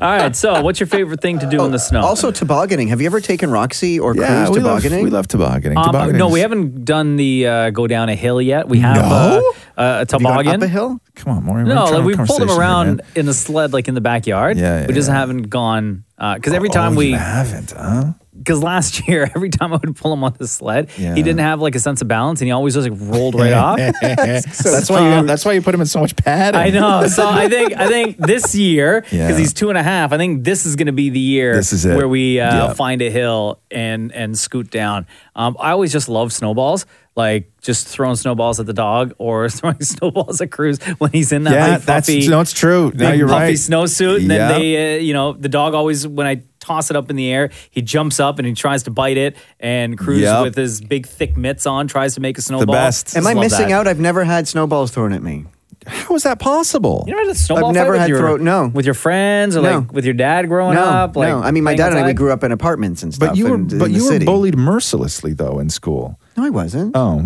Speaker 9: right. So, what's your favorite thing to do in the snow?
Speaker 18: Also tobogganing. Have you ever taken Roxy or
Speaker 9: Yeah,
Speaker 18: cruise
Speaker 9: we love-
Speaker 18: tobogganing?
Speaker 9: we
Speaker 8: love tobogganing.
Speaker 9: Um, no, we haven't done the uh, go down a hill yet. We have uh, uh, a toboggan.
Speaker 18: up a hill?
Speaker 8: Come on, Maury.
Speaker 9: No, like we pulled them
Speaker 8: them
Speaker 9: around in a sled, like in the backyard.
Speaker 8: Yeah, yeah,
Speaker 9: we just haven't gone because every
Speaker 8: Oh,
Speaker 9: time we
Speaker 8: you haven't, huh?
Speaker 9: Because last year, every time I would pull him on the sled,
Speaker 8: Yeah.
Speaker 9: he didn't have like a sense of balance, and he always just like rolled right off. Um,
Speaker 8: So that's why you that's why you put him in so much padding.
Speaker 9: I know. So I think I think this year because
Speaker 8: Yeah.
Speaker 9: he's two and a half. I think this is going to be the year
Speaker 8: This is it.
Speaker 9: where we uh,
Speaker 8: Yeah.
Speaker 9: find a hill and and scoot down. Um, I always just love snowballs, like just throwing snowballs at the dog or throwing snowballs at Cruz when he's in that
Speaker 8: Yeah,
Speaker 9: big
Speaker 8: that's-
Speaker 9: puffy.
Speaker 8: no, it's true. No,
Speaker 9: big
Speaker 8: you're
Speaker 9: puffy
Speaker 8: right.
Speaker 9: snowsuit, and
Speaker 8: Yeah.
Speaker 9: then they, uh, you know, the dog always when I. Toss it up in the air. He jumps up and he tries to bite it. And Cruz,
Speaker 18: Yep.
Speaker 9: with his big thick mitts on, tries to make a snowball. Just
Speaker 18: Am I
Speaker 9: love
Speaker 18: missing
Speaker 9: that.
Speaker 18: out? I've never had snowballs thrown at me.
Speaker 8: How is that possible?
Speaker 9: You never had a snowball
Speaker 18: I've
Speaker 9: fight
Speaker 18: never
Speaker 9: with
Speaker 18: had
Speaker 9: your,
Speaker 18: throat- no.
Speaker 9: with your friends or
Speaker 18: No.
Speaker 9: like with your dad growing
Speaker 18: no,
Speaker 9: up. Like
Speaker 18: no. I mean, my dad and I we
Speaker 9: playing
Speaker 18: grew up in apartments and stuff.
Speaker 8: But you were
Speaker 18: in- in
Speaker 8: but
Speaker 18: the
Speaker 8: you were
Speaker 18: city.
Speaker 8: bullied mercilessly though in school.
Speaker 18: No, I wasn't.
Speaker 8: Oh,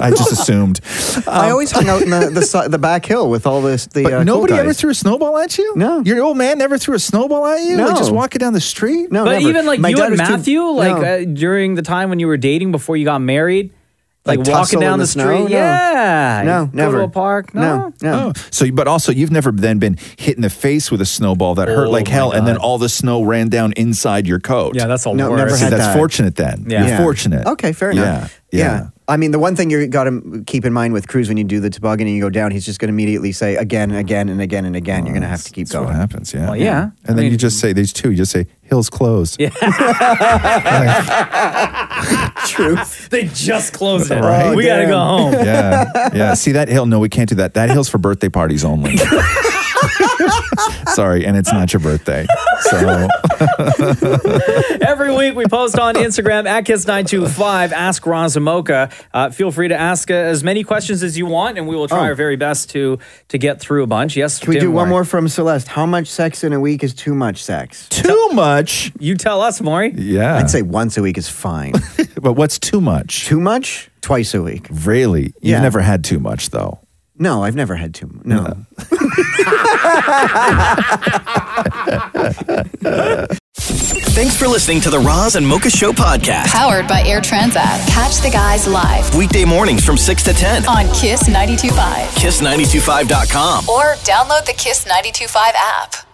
Speaker 8: I just assumed. Um,
Speaker 18: I always hung out in the the, si- the back hill with all this. The
Speaker 8: But
Speaker 18: uh, cool
Speaker 8: nobody ever
Speaker 18: guys.
Speaker 8: threw a snowball at you? No. Your old man never threw a snowball at you? Like
Speaker 18: No.
Speaker 8: just walking down the street?
Speaker 18: No,
Speaker 9: outside. but even like you and Matthew, like uh, during the time when you were dating before you got married, like,
Speaker 8: Like
Speaker 9: walking
Speaker 8: tussle
Speaker 9: down
Speaker 8: in
Speaker 9: the,
Speaker 8: the
Speaker 9: street.
Speaker 8: snow? No.
Speaker 9: Yeah.
Speaker 8: No,
Speaker 9: Go
Speaker 8: never.
Speaker 9: to a park. No.
Speaker 8: Oh, so, but also, you've never then been hit in the face with a snowball that hurt
Speaker 9: Oh,
Speaker 8: like
Speaker 9: my
Speaker 8: hell, and then
Speaker 9: God.
Speaker 8: all the snow ran down inside your coat.
Speaker 9: Yeah, that's all
Speaker 18: No, never
Speaker 8: See,
Speaker 18: had
Speaker 8: that's
Speaker 18: that.
Speaker 8: fortunate then. You're fortunate.
Speaker 18: Okay, fair enough.
Speaker 8: Yeah,
Speaker 18: Yeah.
Speaker 8: yeah.
Speaker 18: I mean, the one thing you got to keep in mind with Cruz when you do the toboggan and you go down, he's just going to immediately say again, again, and again, and again. You're going to have to keep going. What
Speaker 8: happens? Yeah.
Speaker 18: Well,
Speaker 8: And then you just say these two. You just say hills closed. Yeah.
Speaker 9: Truth. they just closed it.
Speaker 8: Right.
Speaker 9: Oh, We got to go home.
Speaker 8: Yeah. Yeah. See that hill? No, we can't do that. That hill's for birthday parties only. Sorry, and it's not your birthday. So
Speaker 9: Every week we post on Instagram at Kiss925, Ask Razamoka. Uh, feel free to ask uh, as many questions as you want, and we will try
Speaker 18: Oh.
Speaker 9: our very best to to get through a bunch. Yes,
Speaker 18: Can we
Speaker 9: Tim
Speaker 18: do one
Speaker 9: Warren.
Speaker 18: more from Celeste? How much sex in a week is too much sex?
Speaker 8: Too much?
Speaker 9: You tell us, Maury.
Speaker 8: Yeah.
Speaker 18: I'd say once a week is fine.
Speaker 8: but what's too much?
Speaker 18: Too much? Twice a week.
Speaker 8: really, you've
Speaker 18: Yeah.
Speaker 8: never had too much though.
Speaker 18: No, I've never had too much. No.
Speaker 1: Thanks for listening to the Roz and Mocha Show podcast.
Speaker 3: Powered by Air Transat. Catch the guys live
Speaker 1: Weekday mornings from 6 to 10.
Speaker 3: on Kiss 92.5
Speaker 1: Kiss925.com.
Speaker 3: or download the Kiss 92.5 app.